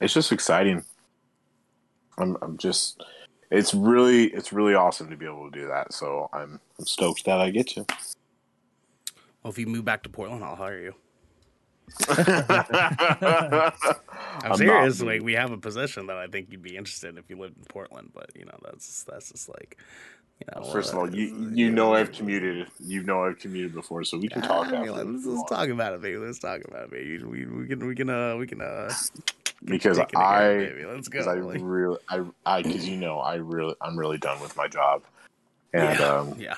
Speaker 2: it's just exciting. I'm, I'm just, it's really, it's really awesome to be able to do that. So I'm, I'm stoked that I get to.
Speaker 1: Well, if you move back to Portland, I'll hire you.
Speaker 2: I'm
Speaker 1: I'm,
Speaker 2: not
Speaker 1: serious.
Speaker 2: moving.
Speaker 1: Like, we have a position that I think you'd be interested in if you lived in Portland, but you know, that's that's just like, you know,
Speaker 2: First of
Speaker 1: uh,
Speaker 2: all, you you know I've commuted. You know I've commuted before, so we can talk
Speaker 1: I mean,
Speaker 2: after.
Speaker 1: let's, let's talk about it, baby. Let's talk about it, baby. We, we can we can uh we can uh
Speaker 2: because
Speaker 1: Taking it
Speaker 2: I,
Speaker 1: here, baby. Let's
Speaker 2: because
Speaker 1: go,
Speaker 2: I
Speaker 1: like-
Speaker 2: really, I, I, because you know, I really, I'm really done with my job, and
Speaker 1: yeah,
Speaker 2: um,
Speaker 1: yeah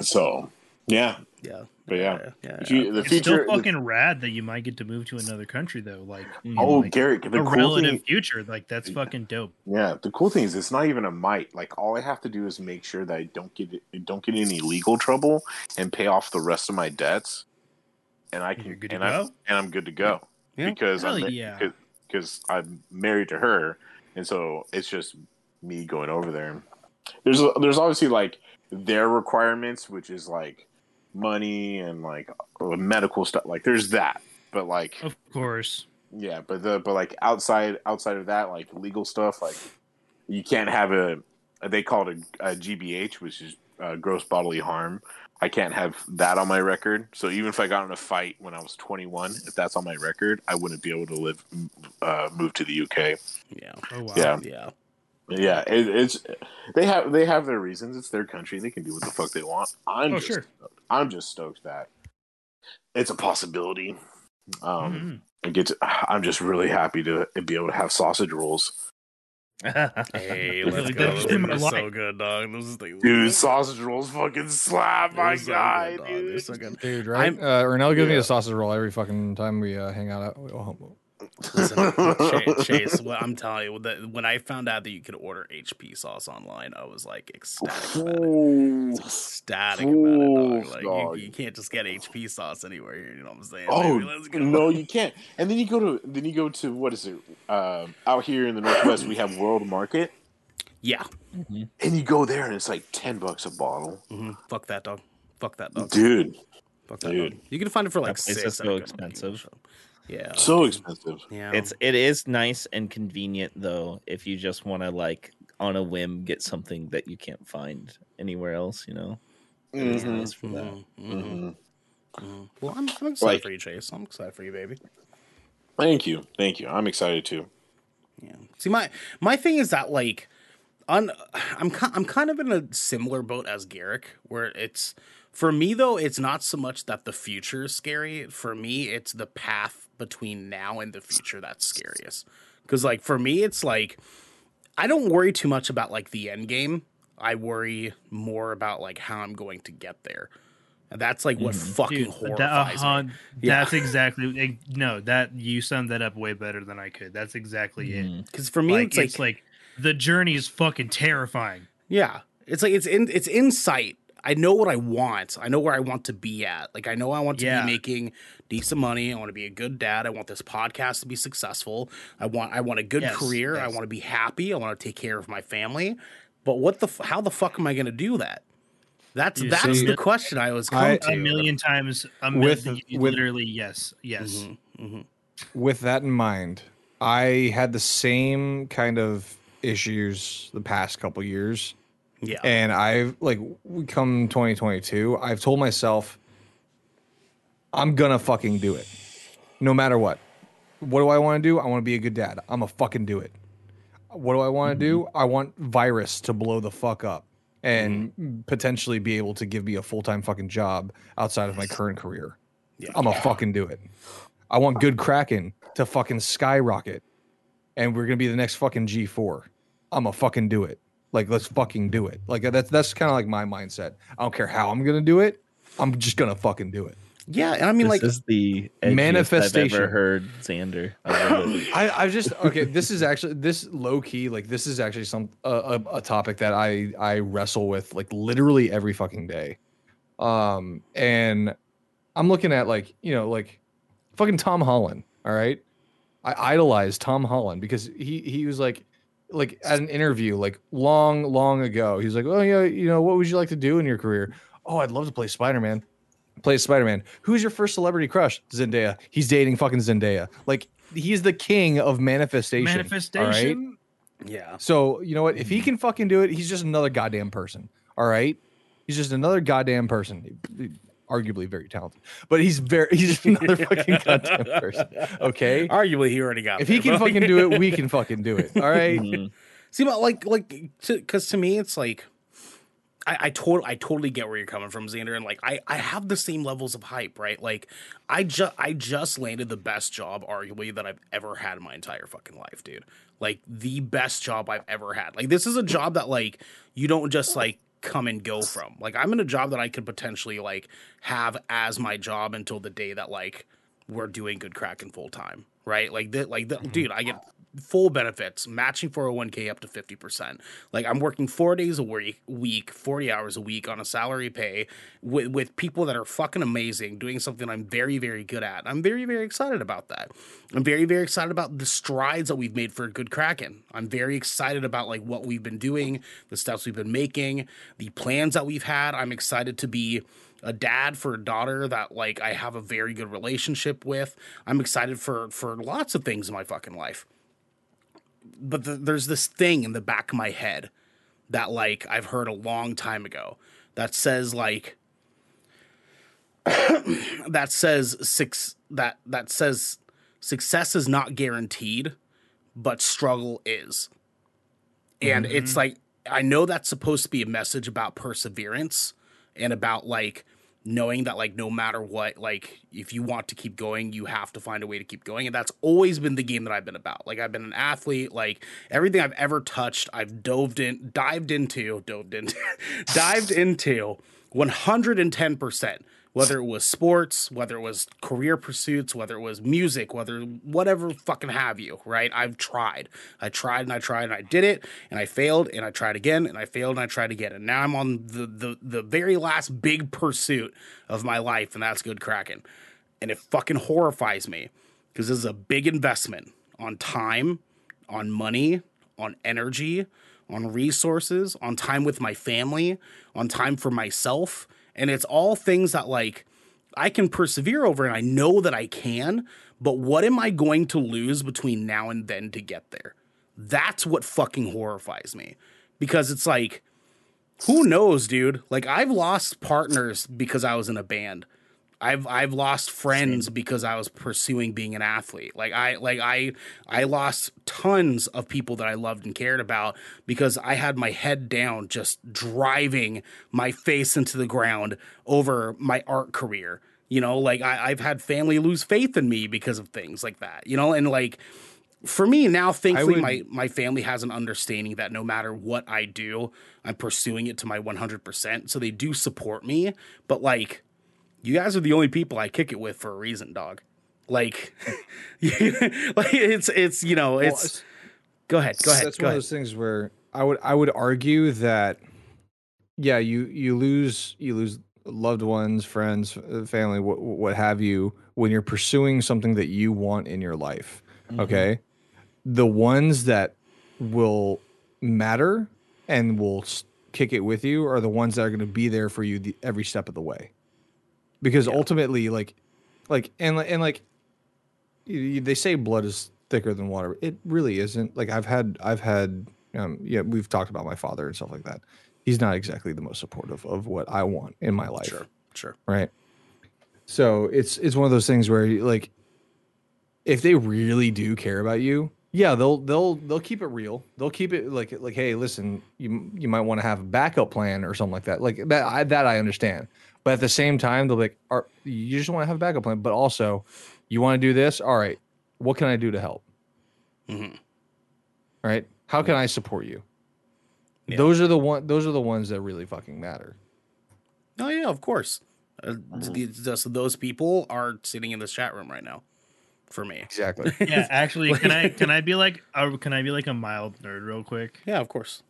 Speaker 2: so yeah,
Speaker 1: yeah,
Speaker 2: but yeah,
Speaker 1: yeah,
Speaker 2: If you- the
Speaker 6: it's still
Speaker 2: future, the
Speaker 6: fucking rad that you might get to move to another country though. Like, you
Speaker 2: Oh,
Speaker 6: like,
Speaker 2: Garrett,
Speaker 6: a
Speaker 2: the cool thing-
Speaker 6: relative future. Like, that's fucking dope.
Speaker 2: Yeah, the cool thing is it's not even a might. Like all I have to do is make sure that I don't get don't get in any legal trouble and pay off the rest of my debts, and I can
Speaker 6: good to
Speaker 2: and I
Speaker 6: go?
Speaker 2: and I'm good to go because
Speaker 6: Hell
Speaker 2: I'm
Speaker 6: yeah.
Speaker 2: because I'm married to her, and so it's just me going over there. There's a, there's obviously like their requirements, which is like money and like uh, medical stuff. Like there's that, but like
Speaker 6: Of course.
Speaker 2: yeah, but the but like outside outside of that, like legal stuff, like you can't have a they call it a, a GBH, which is uh, gross bodily harm. I can't have that on my record. So even if I got in a fight when I was 21, if that's on my record, I wouldn't be able to live uh, move to the UK.
Speaker 1: Yeah.
Speaker 6: Oh wow.
Speaker 2: Yeah.
Speaker 1: Yeah.
Speaker 2: Yeah, it, it's they have they have their reasons. It's their country. They can do what the fuck they want. I'm
Speaker 6: Oh,
Speaker 2: just
Speaker 6: sure.
Speaker 2: I'm just stoked that it's a possibility.
Speaker 6: Mm-hmm.
Speaker 2: Um, I get to, I'm just really happy to be able to have sausage rolls.
Speaker 1: hey, let's
Speaker 2: Really
Speaker 1: go.
Speaker 2: good.
Speaker 1: Those
Speaker 2: In my
Speaker 1: things are so
Speaker 2: life.
Speaker 1: good, dog. Those things
Speaker 2: Dude, sausage rolls fucking slap, my
Speaker 1: They're so good,
Speaker 2: guy,
Speaker 1: dog.
Speaker 2: dude.
Speaker 1: They're so good.
Speaker 4: dude. Right?
Speaker 1: I'm-
Speaker 4: uh, Ernell gives me
Speaker 1: Yeah.
Speaker 4: a sausage roll every fucking time we uh, hang out at Ohomo.
Speaker 1: Listen, Chase, Chase, what I'm telling you, that when I found out that you could order HP sauce online, I was like ecstatic about it.
Speaker 2: Ooh.
Speaker 1: Ecstatic about it, dog.
Speaker 2: Oof,
Speaker 1: Like,
Speaker 2: dog.
Speaker 1: You, you can't just get HP sauce anywhere here. You know what I'm saying?
Speaker 2: Oh
Speaker 1: Baby, let's go.
Speaker 2: no, you can't. And then you go to then you go to what is it? Um, out here in the northwest, we have World Market.
Speaker 1: Yeah.
Speaker 2: And you go there, and it's like ten bucks a bottle,
Speaker 1: Mhm. Fuck that dog. Fuck that dog.
Speaker 2: dude.
Speaker 1: Fuck that
Speaker 2: Dude,
Speaker 1: You can find it for like
Speaker 3: That place
Speaker 1: six.
Speaker 3: is so
Speaker 1: I don't
Speaker 3: expensive.
Speaker 1: Yeah.
Speaker 2: so expensive.
Speaker 1: Yeah.
Speaker 3: It's it is nice and convenient though if you just want to like on a whim get something that you can't find anywhere else, you know. It is
Speaker 2: Mhm.
Speaker 3: nice for that.
Speaker 2: Mhm.
Speaker 1: Mm-hmm. Well, I'm, I'm excited
Speaker 2: Like-
Speaker 1: for you, Chase. I'm excited for you, baby.
Speaker 2: Thank you, thank you. I'm excited too.
Speaker 1: See, my my thing is that like, on I'm ki- I'm kind of in a similar boat as Garrick, where it's for me though, it's not so much that the future is scary. For me, it's the path between now and the future that's scariest. Because like for me, it's like I don't worry too much about like the end game. I worry more about like how I'm going to get there. And that's like what fucking
Speaker 6: Dude, that-
Speaker 1: horrifies
Speaker 6: uh-huh,
Speaker 1: me.
Speaker 6: That's exactly eh, no. That you summed that up way better than I could. That's exactly it.
Speaker 1: Because for me, it's like-
Speaker 6: the journey is fucking terrifying.
Speaker 1: Yeah. It's like it's in it's insight. I know what I want. I know where I want to be at. Like I know I want to
Speaker 6: Yeah.
Speaker 1: be making decent money. I want to be a good dad. I want this podcast to be successful. I want I want a good
Speaker 6: Yes,
Speaker 1: career. I
Speaker 6: yes.
Speaker 1: want to be happy. I want to take care of my family. But what the f- how the fuck am I going to do that? That's
Speaker 6: Dude,
Speaker 1: that's
Speaker 6: so-
Speaker 1: the question I was come
Speaker 4: I-
Speaker 1: to.
Speaker 6: A million times. A
Speaker 4: With-
Speaker 6: million,
Speaker 4: with-
Speaker 6: literally yes, yes.
Speaker 4: With that in mind, I had the same kind of issues the past couple years.
Speaker 1: Yeah.
Speaker 4: And I've like we come 2022, I've told myself I'm gonna fucking do it. No matter what. What do I want to do? I want to be a good dad. I'm gonna fucking do it. What do I want to do? I want virus to blow the fuck up and potentially be able to give me a full-time fucking job outside of my current career. I'm gonna fucking do it. I want good Kraken to fucking skyrocket, and we're gonna be the next fucking G4. I'm gonna fucking do it. Like let's fucking do it. Like uh, that's that's kind of like my mindset. I don't care how I'm gonna do it. I'm just gonna fucking do it.
Speaker 1: Yeah, and I mean like
Speaker 3: This is the edgiest I've
Speaker 4: manifestation.
Speaker 3: ever heard Xander. I love it.
Speaker 4: I, I just okay. This is actually this low key like this is actually some a, a, a topic that I I wrestle with like literally every fucking day, um and I'm looking at like you know like fucking Tom Holland. All right, I idolize Tom Holland because he he was like like at an interview like long long ago he was like oh yeah you know what would you like to do in your career oh I'd love to play Spider Man plays Spider Man. Who's your first celebrity crush? Zendaya. He's dating fucking Zendaya. Like he's the king of manifestation. all right?
Speaker 6: Manifestation.
Speaker 1: Yeah.
Speaker 4: So you know what? If he can fucking do it, he's just another goddamn person. All right. He's just another goddamn person. Arguably very talented, but he's very he's just another fucking goddamn person. Okay.
Speaker 1: Arguably, he already got.
Speaker 4: If he
Speaker 1: there,
Speaker 4: can
Speaker 1: but-
Speaker 4: fucking do it, we can fucking do it. All right.
Speaker 1: See, but like, like, because to me, it's like, I, I totally, I totally get where you're coming from, Xander, and like, I, I have the same levels of hype, right? Like, I just, I just landed the best job, arguably, that I've ever had in my entire fucking life, dude. Like, the best job I've ever had. Like, this is a job that, like, you don't just like come and go from. Like, I'm in a job that I could potentially like have as my job until the day that like we're doing good Kraken full time, right? Like that, like that, dude, I get full benefits, matching 401k up to 50%. Like I'm working four days a week, week, 40 hours a week on a salary pay with, with people that are fucking amazing, doing something I'm very, very good at. I'm very, very excited about that. I'm very, very excited about the strides that we've made for Good Kraken. I'm very excited about like what we've been doing, the steps we've been making, the plans that we've had. I'm excited to be a dad for a daughter that like I have a very good relationship with. I'm excited for for lots of things in my fucking life. But th there's this thing in the back of my head that like I've heard a long time ago that says like that says six that that says success is not guaranteed, but struggle is. And it's like I know that's supposed to be a message about perseverance and about like knowing that like no matter what like if you want to keep going you have to find a way to keep going and that's always been the game that I've been about like I've been an athlete like everything I've ever touched I've dove in dived into dove into dived into 110% whether it was sports whether it was career pursuits whether it was music whether whatever fucking have you right I've tried I tried and I tried and I did it and I failed and I tried again and I failed and I tried again and now I'm on the the, the very last big pursuit of my life and that's good cracking and it fucking horrifies me because this is a big investment on time on money on energy on resources, on time with my family, on time for myself. And it's all things that like I can persevere over and I know that I can, but what am I going to lose between now and then to get there? That's what fucking horrifies me because it's like, who knows, dude? Like I've lost partners because I was in a band. I've I've lost friends because I was pursuing being an athlete. Like I like I I lost tons of people that I loved and cared about because I had my head down just driving my face into the ground over my art career. You know, like I, I've had family lose faith in me because of things like that. You know, and like for me now, thankfully,
Speaker 4: would-
Speaker 1: my my family has an understanding that no matter what I do, I'm pursuing it to my 100. percent So they do support me, but like you guys are the only people I kick it with for a reason, dog. Like, like it's it's you know it's. Go ahead, go ahead,
Speaker 4: That's
Speaker 1: go
Speaker 4: one
Speaker 1: ahead.
Speaker 4: of those things where I would I would argue that yeah, you you lose you lose loved ones, friends, uh, family, what what have you when you're pursuing something that you want in your life.
Speaker 1: Mm-hmm.
Speaker 4: Okay? The ones that will matter and will s- kick it with you are the ones that are going to be there for you the, every step of the way. Because ultimately like like and li- and like you- you- they say blood is thicker than water. It really isn't. Like I've had, I've had, um, yeah, we've talked about my father and stuff like that. He's not exactly the most supportive of what I want in my life.
Speaker 1: Sure, sure.
Speaker 4: Right. So it's it's one of those things where like, if they really do care about you, yeah, they'll they'll they'll keep it real. They'll keep it like like, hey, listen, you you might want to have a backup plan or something like that. Like that I, that I understand. But at the same time, they'll be like, are, you just want to have a backup plan, but also you want to do this. All right, what can I do to help?
Speaker 6: Mm-hmm.
Speaker 1: Mhm.
Speaker 4: All right, how can I support you? Those are the one. Those are the ones that really fucking matter.
Speaker 1: Oh yeah, of course. Uh,
Speaker 4: Mm-hmm.
Speaker 1: th- just those people are sitting in this chat room right now, for me.
Speaker 4: Exactly.
Speaker 6: Yeah, actually, can I can I be like uh, can I be like a mild nerd real quick?
Speaker 1: Yeah, of course.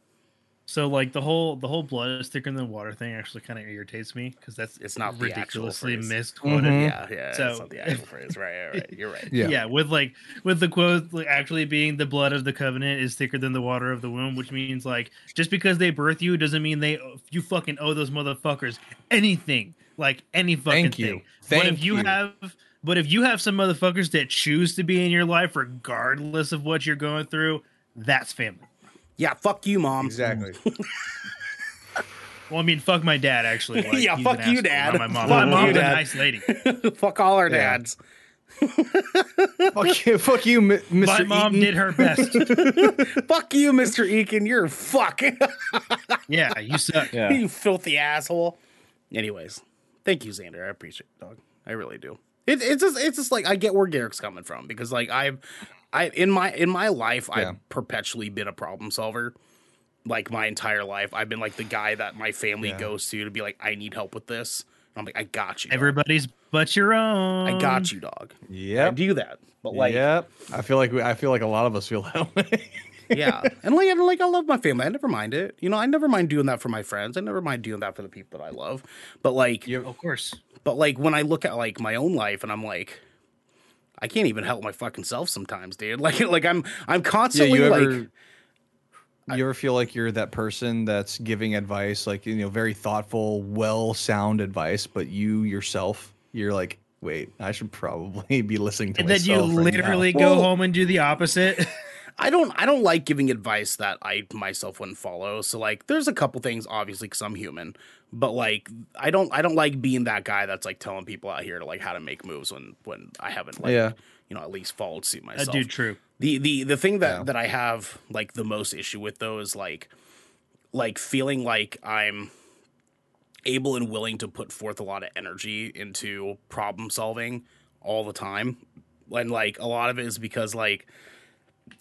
Speaker 6: So like the whole the whole blood is thicker than water thing actually kind of irritates me because that's
Speaker 1: It's not the actual
Speaker 6: ridiculously
Speaker 1: phrase.
Speaker 4: Mm-hmm.
Speaker 6: misquoted.
Speaker 1: Mhm. Yeah, yeah,
Speaker 6: So
Speaker 1: it's not the actual phrase. Right, right, right. You're right.
Speaker 6: Yeah.
Speaker 1: Yeah.
Speaker 6: with like with the quote like, actually being the blood of the covenant is thicker than the water of the womb, which means like just because they birth you doesn't mean they you fucking owe those motherfuckers anything, like any fucking
Speaker 4: Thank you.
Speaker 6: thing. But if
Speaker 4: Thank
Speaker 6: you
Speaker 4: you.
Speaker 6: have but if you have some motherfuckers that choose to be in your life regardless of what you're going through, that's family.
Speaker 1: Yeah, fuck you, mom.
Speaker 4: Exactly.
Speaker 6: Well, I mean, fuck my dad actually. Like,
Speaker 1: Yeah,
Speaker 6: he's
Speaker 1: fuck
Speaker 6: an
Speaker 1: you,
Speaker 6: asshole,
Speaker 1: Dad.
Speaker 6: Not my mom.
Speaker 1: Fuck
Speaker 6: my mom's
Speaker 1: you,
Speaker 6: a
Speaker 1: Dad.
Speaker 6: nice lady.
Speaker 1: Fuck all our
Speaker 4: Yeah.
Speaker 1: dads.
Speaker 4: fuck you, fuck you, Mi- Mr.
Speaker 6: My mom
Speaker 4: Eaton.
Speaker 6: did her best.
Speaker 1: fuck you, Mr. Eakin. You're a fuck.
Speaker 6: Yeah, you suck.
Speaker 1: you filthy asshole. Anyways, thank you, Xander. I appreciate it, dog. I really do. It, it's just it's just like I get where Garrick's coming from because like I've I in my in my life
Speaker 4: Yeah.
Speaker 1: I've perpetually been a problem solver. Like my entire life, I've been like the guy that my family
Speaker 4: Yeah.
Speaker 1: goes to to be like, I need help with this. And I'm like, I got you. dog.
Speaker 6: Everybody's but your own.
Speaker 1: I got you, dog. I
Speaker 4: Yep.
Speaker 1: do that, but like,
Speaker 4: yep. I feel like we, I feel like a lot of us feel that way.
Speaker 1: yeah. And like, and like, I love my family. I never mind it. You know, I never mind doing that for my friends. I never mind doing that for the people that I love. But like,
Speaker 6: Of course.
Speaker 1: But like when I look at like my own life and I'm like, I can't even help my fucking self sometimes, dude. Like like I'm I'm constantly
Speaker 4: you
Speaker 1: like
Speaker 4: ever, you ever feel like you're that person that's giving advice, like you know, very thoughtful, well sound advice, but you yourself, you're like, wait, I should probably be listening to
Speaker 6: And then
Speaker 4: myself.
Speaker 6: you
Speaker 4: right now."
Speaker 6: literally go
Speaker 1: Well-
Speaker 6: home and do the opposite.
Speaker 1: I don't I don't like giving advice that I myself wouldn't follow. So like there's a couple things obviously cuz I'm human, but like I don't I don't like being that guy that's like telling people out here to like how to make moves when when I haven't like
Speaker 4: Yeah.
Speaker 1: you know at least followed suit myself.
Speaker 6: That dude, true.
Speaker 1: The the the thing that
Speaker 4: Yeah.
Speaker 1: that I have like the most issue with though is like like feeling like I'm able and willing to put forth a lot of energy into problem solving all the time. And like a lot of it is because like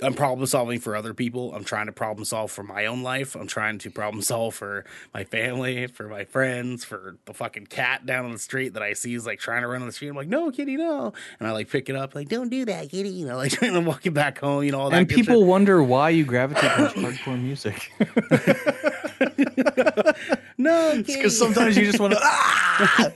Speaker 1: I'm problem solving for other people. I'm trying to problem solve for my own life. I'm trying to problem solve for my family, for my friends, for the fucking cat down on the street that I see is like trying to run on the street. I'm like, no, kitty, no. And I like pick it up, like, don't do that, kitty. You know, like trying to walk it back home, you know, all that.
Speaker 12: and
Speaker 1: good shit.
Speaker 12: people wonder why you gravitate towards hardcore music.
Speaker 1: no,
Speaker 12: It's 'cause sometimes you just wanna, "Ah!"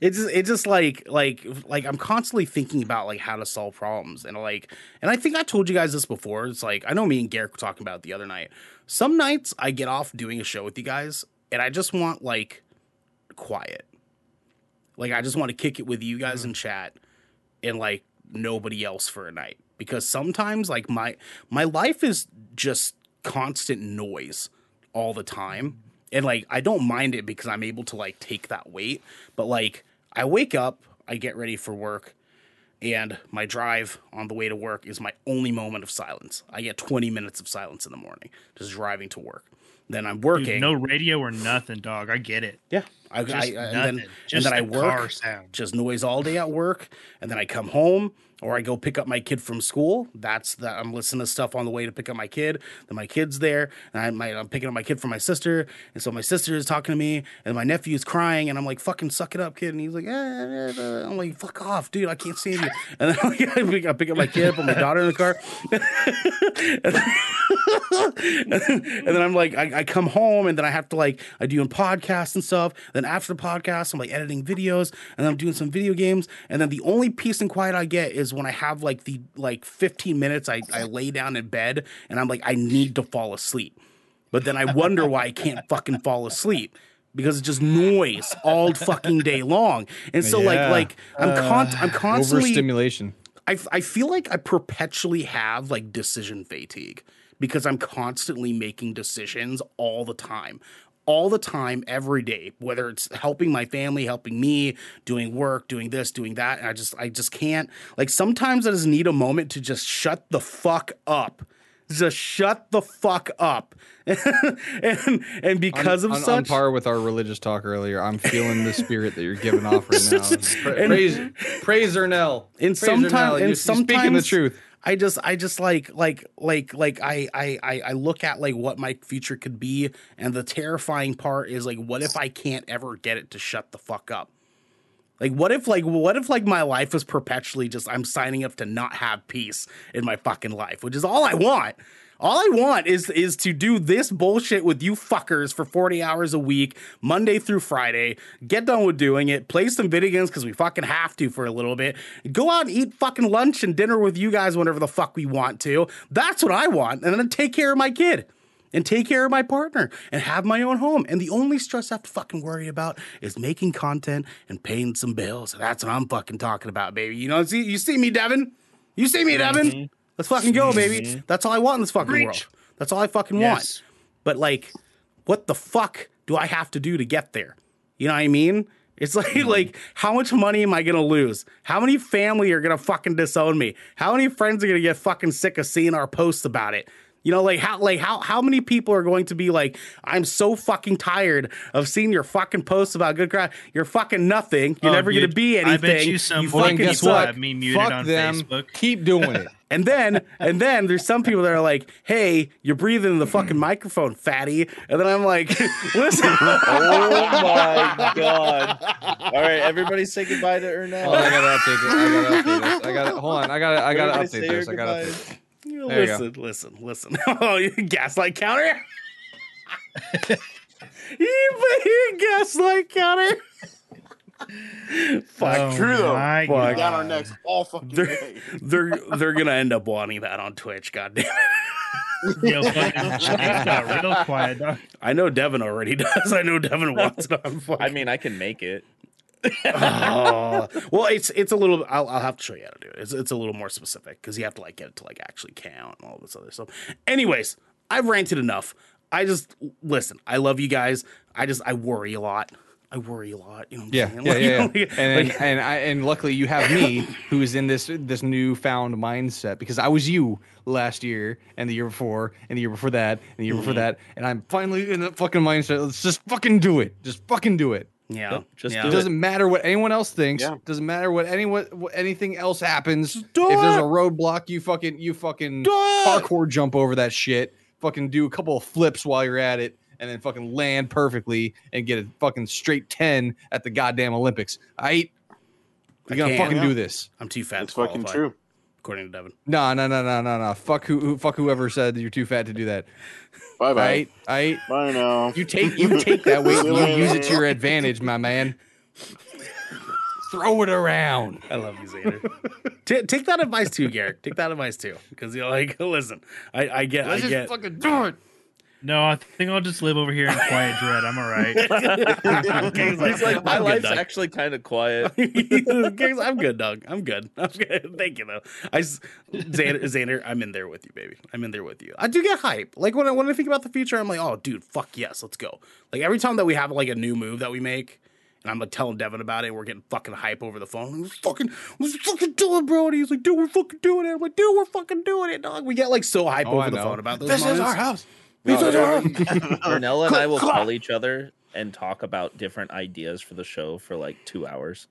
Speaker 1: it's just, it's just like like like I'm constantly thinking about like how to solve problems and like and I think I told you guys this before. It's like I know me and Garrick were talking about it the other night. Some nights I get off doing a show with you guys and I just want like quiet. Like I just want to kick it with you guys
Speaker 12: Mm-hmm.
Speaker 1: in chat and like nobody else for a night because sometimes like my my life is just constant noise all the time and like I don't mind it because I'm able to like take that weight but like I wake up I get ready for work and my drive on the way to work is my only moment of silence I get 20 minutes of silence in the morning just driving to work then I'm working
Speaker 6: Dude, no radio or nothing, dog. I get it.
Speaker 1: Yeah, I,
Speaker 6: just
Speaker 1: I- I- and
Speaker 6: nothing.
Speaker 1: then,
Speaker 6: Just
Speaker 1: and then
Speaker 6: the
Speaker 1: I work,
Speaker 6: car sound.
Speaker 1: just noise all day at work, and then I come home or I go pick up my kid from school. That's that I'm listening to stuff on the way to pick up my kid. Then my kid's there, and I, my, I'm picking up my kid from my sister, and so my sister is talking to me, and my nephew's crying, and I'm like, "Fucking suck it up, kid," and he's like, eh, eh, eh. I'm like, "Fuck off, dude, I can't stand you." And then like, I, pick, I pick up my kid, put my daughter in the car, and then I'm like, I, I come home and then I have to like, I do a podcast and stuff. Then after the podcast, I'm like editing videos and I'm doing some video games. And then the only peace and quiet I get is when I have like the like 15 minutes I, I lay down in bed and I'm like, I need to fall asleep. But then I wonder why I can't fucking fall asleep because it's just noise all fucking day long. And so
Speaker 4: Yeah.
Speaker 1: like, like I'm con-
Speaker 4: Uh,
Speaker 1: I'm constantly
Speaker 4: overstimulation.
Speaker 1: I, f- I feel like I perpetually have like decision fatigue because I'm constantly making decisions all the time. All the time, every day, whether it's helping my family, helping me, doing work, doing this, doing that, and I just, I just can't. Like sometimes I just need a moment to just shut the fuck up, just shut the fuck up, and and because
Speaker 4: on,
Speaker 1: of
Speaker 4: on,
Speaker 1: such,
Speaker 4: on par with our religious talk earlier. I'm feeling the spirit that you're giving off right now. Pra-
Speaker 1: And-
Speaker 4: praise, praise Ernell.
Speaker 1: and
Speaker 4: Praise Ernell.
Speaker 1: sometimes
Speaker 4: You're- you're
Speaker 1: and sometimes
Speaker 4: speaking the truth.
Speaker 1: I just I just like like like like I I I I look at like what my future could be, and the terrifying part is like, what if I can't ever get it to shut the fuck up? Like what if like what if like my life is perpetually just I'm signing up to not have peace in my fucking life, which is all I want. All I want is is to do this bullshit with you fuckers for 40 hours a week, Monday through Friday, get done with doing it, play some video games cuz we fucking have to for a little bit. Go out and eat fucking lunch and dinner with you guys whenever the fuck we want to. That's what I want. And then take care of my kid and take care of my partner and have my own home. And the only stress I have to fucking worry about is making content and paying some bills. That's what I'm fucking talking about, baby. You know, see, you see me, Devin. You see me, Devin. Let's fucking go, baby. That's all I want in this fucking world. That's all I fucking want. But like, what the fuck do I have to do to get there? You know what I mean? It's like like how much money am I gonna lose? How many family are gonna fucking disown me? How many friends are gonna get fucking sick of seeing our posts about it? You know, like how like how how many people are going to be like, I'm so fucking tired of seeing your fucking posts about good crap. You're fucking nothing. You're
Speaker 6: Oh,
Speaker 1: never gonna
Speaker 6: dude,
Speaker 1: be anything.
Speaker 6: I bet you some
Speaker 1: you
Speaker 6: fucking
Speaker 1: fucking
Speaker 6: people
Speaker 1: suck.
Speaker 6: have me muted Fuck on them. Facebook.
Speaker 4: Keep doing it.
Speaker 1: And then and then there's some people that are like, hey, you're breathing in the
Speaker 4: Mm.
Speaker 1: fucking microphone, fatty. And then I'm like, listen.
Speaker 3: Oh my god! All right, everybody say goodbye to Ernest.
Speaker 4: Oh, I gotta update this. I gotta update this. I gotta hold on. I gotta. I gotta
Speaker 3: Everybody say
Speaker 4: update
Speaker 3: your
Speaker 4: this. I gotta.
Speaker 3: goodbyes.
Speaker 4: Update.
Speaker 1: You
Speaker 4: There you go.
Speaker 1: listen, listen, listen. Oh, you gaslight counter. you you gaslight counter. Fuck.
Speaker 6: Oh True, though. my Fuck.
Speaker 2: We're down our necks all fucking
Speaker 1: They're
Speaker 2: day.
Speaker 1: they're they're gonna end up wanting that on Twitch. God damn it.
Speaker 6: Yo, fucking James got real quiet, dog.
Speaker 1: I know Devin already does. I know Devin wants it on.
Speaker 3: I mean, I can make it.
Speaker 1: Oh. Well, it's it's a little. I'll, I'll have to show you how to do it. It's it's a little more specific because you have to like get it to like actually count and all this other stuff. Anyways, I've ranted enough. I just listen. I love you guys. I just I worry a lot. I worry a lot. You know what I'm saying?
Speaker 4: Yeah, yeah,
Speaker 1: Like,
Speaker 4: yeah.
Speaker 1: you
Speaker 4: yeah.
Speaker 1: know, like-
Speaker 4: And
Speaker 1: like-
Speaker 4: and I and luckily you have me, who is in this this newfound mindset because I was you last year and the year before and the year before that and the year before
Speaker 6: Mm-hmm.
Speaker 1: Mhm.
Speaker 4: that, and I'm finally in the fucking mindset. Let's just fucking do it. Just fucking do it.
Speaker 1: Yeah,
Speaker 4: Yep,
Speaker 1: just
Speaker 4: it
Speaker 1: do it.
Speaker 4: doesn't matter what anyone else thinks.
Speaker 1: Yeah.
Speaker 4: Doesn't matter what anyone what anything else happens.
Speaker 1: do
Speaker 4: if there's a
Speaker 1: it.
Speaker 4: roadblock, you fucking you fucking parkour jump over that shit. Fucking do a couple of flips while you're at it, and then fucking land perfectly and get a fucking straight ten at the goddamn Olympics. I
Speaker 1: I
Speaker 4: you're gonna
Speaker 1: can't.
Speaker 4: fucking do this.
Speaker 1: I'm too fat.
Speaker 2: It's
Speaker 1: to
Speaker 2: fucking
Speaker 1: qualify,
Speaker 2: true.
Speaker 1: according to Devin.
Speaker 4: No, no, no, no, no, no. Fuck who, who fuck whoever said that you're too fat to do that.
Speaker 2: Bye bye.
Speaker 4: Right? I
Speaker 2: Bye now.
Speaker 4: You take you take that weight and
Speaker 2: See you
Speaker 4: you use it to
Speaker 2: later.
Speaker 4: your advantage, my man. Throw it around.
Speaker 1: I love you, Xander. Ta take that advice too, Garrett. Take that advice too, because you're like, listen, I, I get, I get.
Speaker 4: fucking do it.
Speaker 6: No, I think I'll just live over here in quiet dread. I'm all right.
Speaker 1: He's like,
Speaker 3: He's like, my
Speaker 1: I'm good,
Speaker 3: life's
Speaker 1: Doug.
Speaker 3: actually kind of quiet.
Speaker 1: I'm good, Doug. I'm good. I'm good. Thank you, though. I s- Xander, Xander, I'm in there with you, baby. I'm in there with you. I do get hype. Like when I when I think about the future, I'm like, oh, dude, fuck yes, let's go. Like every time that we have like a new move that we make, and I'm like telling Devin about it, and we're getting fucking hype over the phone. Let's fucking, let's fucking do it, bro. And he's like, dude, we're fucking doing it. I'm like, dude, we're fucking doing it, dog. We get like so hype
Speaker 4: Oh, I
Speaker 1: over the
Speaker 4: know.
Speaker 1: phone about those.
Speaker 4: This is
Speaker 1: moments.
Speaker 4: our house.
Speaker 1: This
Speaker 3: No,
Speaker 1: is our house.
Speaker 3: Ornella and I will
Speaker 1: Clap.
Speaker 3: call each other and talk about different ideas for the show for like two hours.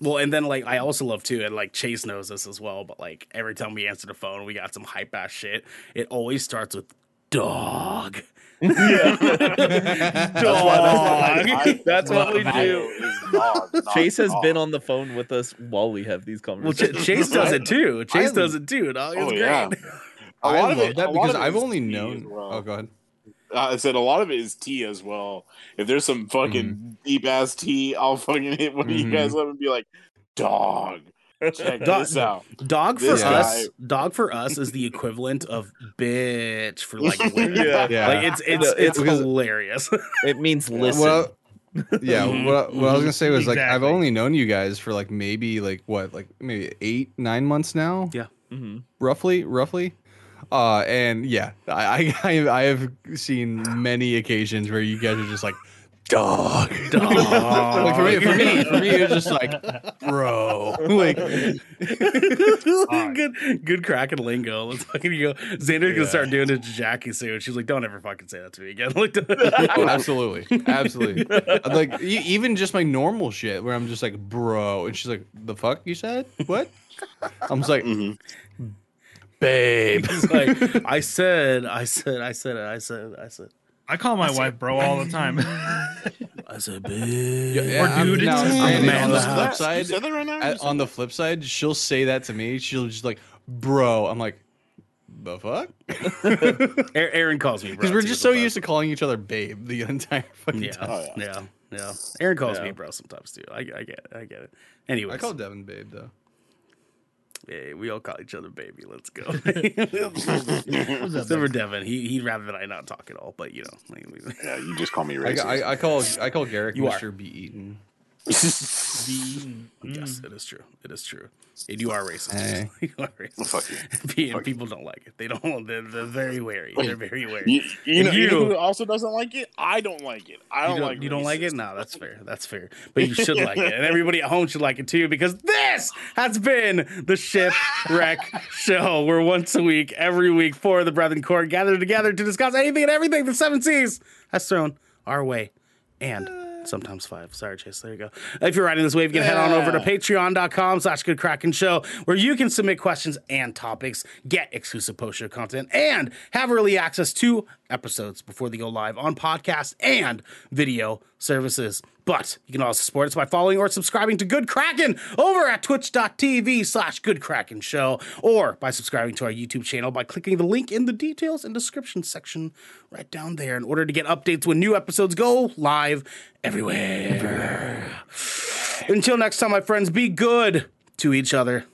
Speaker 1: Well, and then like I also love too, and like Chase knows this as well. But like every time we answer the phone, we got some hype ass shit. It always starts with dog.
Speaker 3: That's why-
Speaker 1: Dog.
Speaker 3: I- that's
Speaker 1: Dog.
Speaker 3: what we do. Chase has
Speaker 2: dog.
Speaker 3: been on the phone with us while we have these
Speaker 1: Well,
Speaker 3: conversations.
Speaker 1: Ch- Chase does it too. Chase
Speaker 4: I-
Speaker 1: does it too. Dog. It's
Speaker 2: Oh,
Speaker 1: great.
Speaker 2: yeah. A
Speaker 4: I
Speaker 2: lot
Speaker 4: love
Speaker 2: of it- a lot
Speaker 4: that because
Speaker 2: of it
Speaker 4: I've
Speaker 2: is
Speaker 4: only
Speaker 2: tea
Speaker 4: known.
Speaker 2: as well.
Speaker 4: Oh, go ahead.
Speaker 2: I said a lot of it is tea as well. If there's some fucking deep ass tea, I'll fucking hit one of
Speaker 4: Mhm.
Speaker 2: you guys up and be like, dog, check
Speaker 1: Dog-
Speaker 2: this out.
Speaker 1: Dog for
Speaker 2: This
Speaker 1: us,
Speaker 2: guy-
Speaker 1: dog for us is the equivalent of bitch for like women.
Speaker 3: Yeah.
Speaker 4: Yeah.
Speaker 1: Like it's it's
Speaker 3: No,
Speaker 1: it's
Speaker 3: it's
Speaker 4: because-
Speaker 1: hilarious.
Speaker 3: It means listen.
Speaker 4: Well, yeah. What, what I was gonna say was like I've
Speaker 6: Exactly.
Speaker 4: only known you guys for like maybe like what like maybe eight nine months now.
Speaker 1: Yeah.
Speaker 3: Mhm.
Speaker 4: Roughly, roughly. Uh, and yeah, I I I I have seen many occasions where you guys are just like dog.
Speaker 1: Dog.
Speaker 4: like for me, for me, for me, it was just like bro. Like
Speaker 1: good, good cracking lingo. Let's fucking go. Xander's gonna start doing it to Jackie soon. She's like, "Don't ever fucking say that to me again." Like,
Speaker 4: oh, absolutely, absolutely. like e- even just my normal shit, where I'm just like, bro, and she's like, the fuck you said? What? I'm just like,
Speaker 2: Mm-hmm.
Speaker 4: babe.
Speaker 1: He's like, "I said, I said, I said it, I said, I said,
Speaker 6: I call my wife bro all the time.
Speaker 1: I said, bitch."
Speaker 6: Or dude,
Speaker 4: now,
Speaker 6: it's-
Speaker 4: granted,
Speaker 1: Man,
Speaker 4: on the
Speaker 1: the
Speaker 4: flip
Speaker 2: house. You
Speaker 4: side,
Speaker 2: said that right now?
Speaker 4: at-
Speaker 2: You said
Speaker 4: on the flip side, she'll say that to me. She'll just like, bro. I'm like, the fuck?
Speaker 1: A- Aaron calls me bro.
Speaker 4: Because we're
Speaker 1: too,
Speaker 4: just so
Speaker 1: sometimes.
Speaker 4: used to calling each other babe the entire fucking
Speaker 1: Yeah,
Speaker 4: time.
Speaker 2: Oh,
Speaker 1: yeah, yeah. Aaron calls
Speaker 3: Yeah.
Speaker 1: me bro sometimes too. I, I get, it, I get it. Anyways,
Speaker 4: I call Devin babe though.
Speaker 1: hey, we all call each other baby. Let's go. Except for Devin, he he'd rather that I not talk at all. But you know, like, we-
Speaker 2: Yeah, you just call me
Speaker 4: I,
Speaker 2: racist.
Speaker 4: I, I call I call Garrick
Speaker 1: You are.
Speaker 4: Mr. B Eaton.
Speaker 1: Yes, it is true. It is true. And you are racist.
Speaker 4: Mm. Hey.
Speaker 1: You are racist.
Speaker 2: fuck you.
Speaker 1: Pe- People don't like it. They don't. They're, they're very wary. They're very wary.
Speaker 2: You, you know, you,
Speaker 1: You-
Speaker 2: know who also doesn't like it? I don't like it. I don't,
Speaker 1: you
Speaker 2: like
Speaker 1: you don't like it?
Speaker 2: racist.
Speaker 1: No, that's fair. That's fair. But you should like it. And everybody at home should like it too, because this has been the Shipwreck Show, where once a week, every week, four of the Brethren Court gather together to discuss anything and everything the Seven Seas has thrown our way. And sometimes five. Sorry, Chase. There you go. If you're riding this wave, you can head on over to patreon.com slash good kraken show where you can submit questions and topics, get exclusive post show content, and have early access to episodes before they go live on podcast and video services. But you can also support us by following or subscribing to Good Kraken over at twitch.tv slash Good Kraken Show or by subscribing to our YouTube channel by clicking the link in the details and description section right down there in order to get updates when new episodes go live everywhere. Until next time, my friends, be good to each other.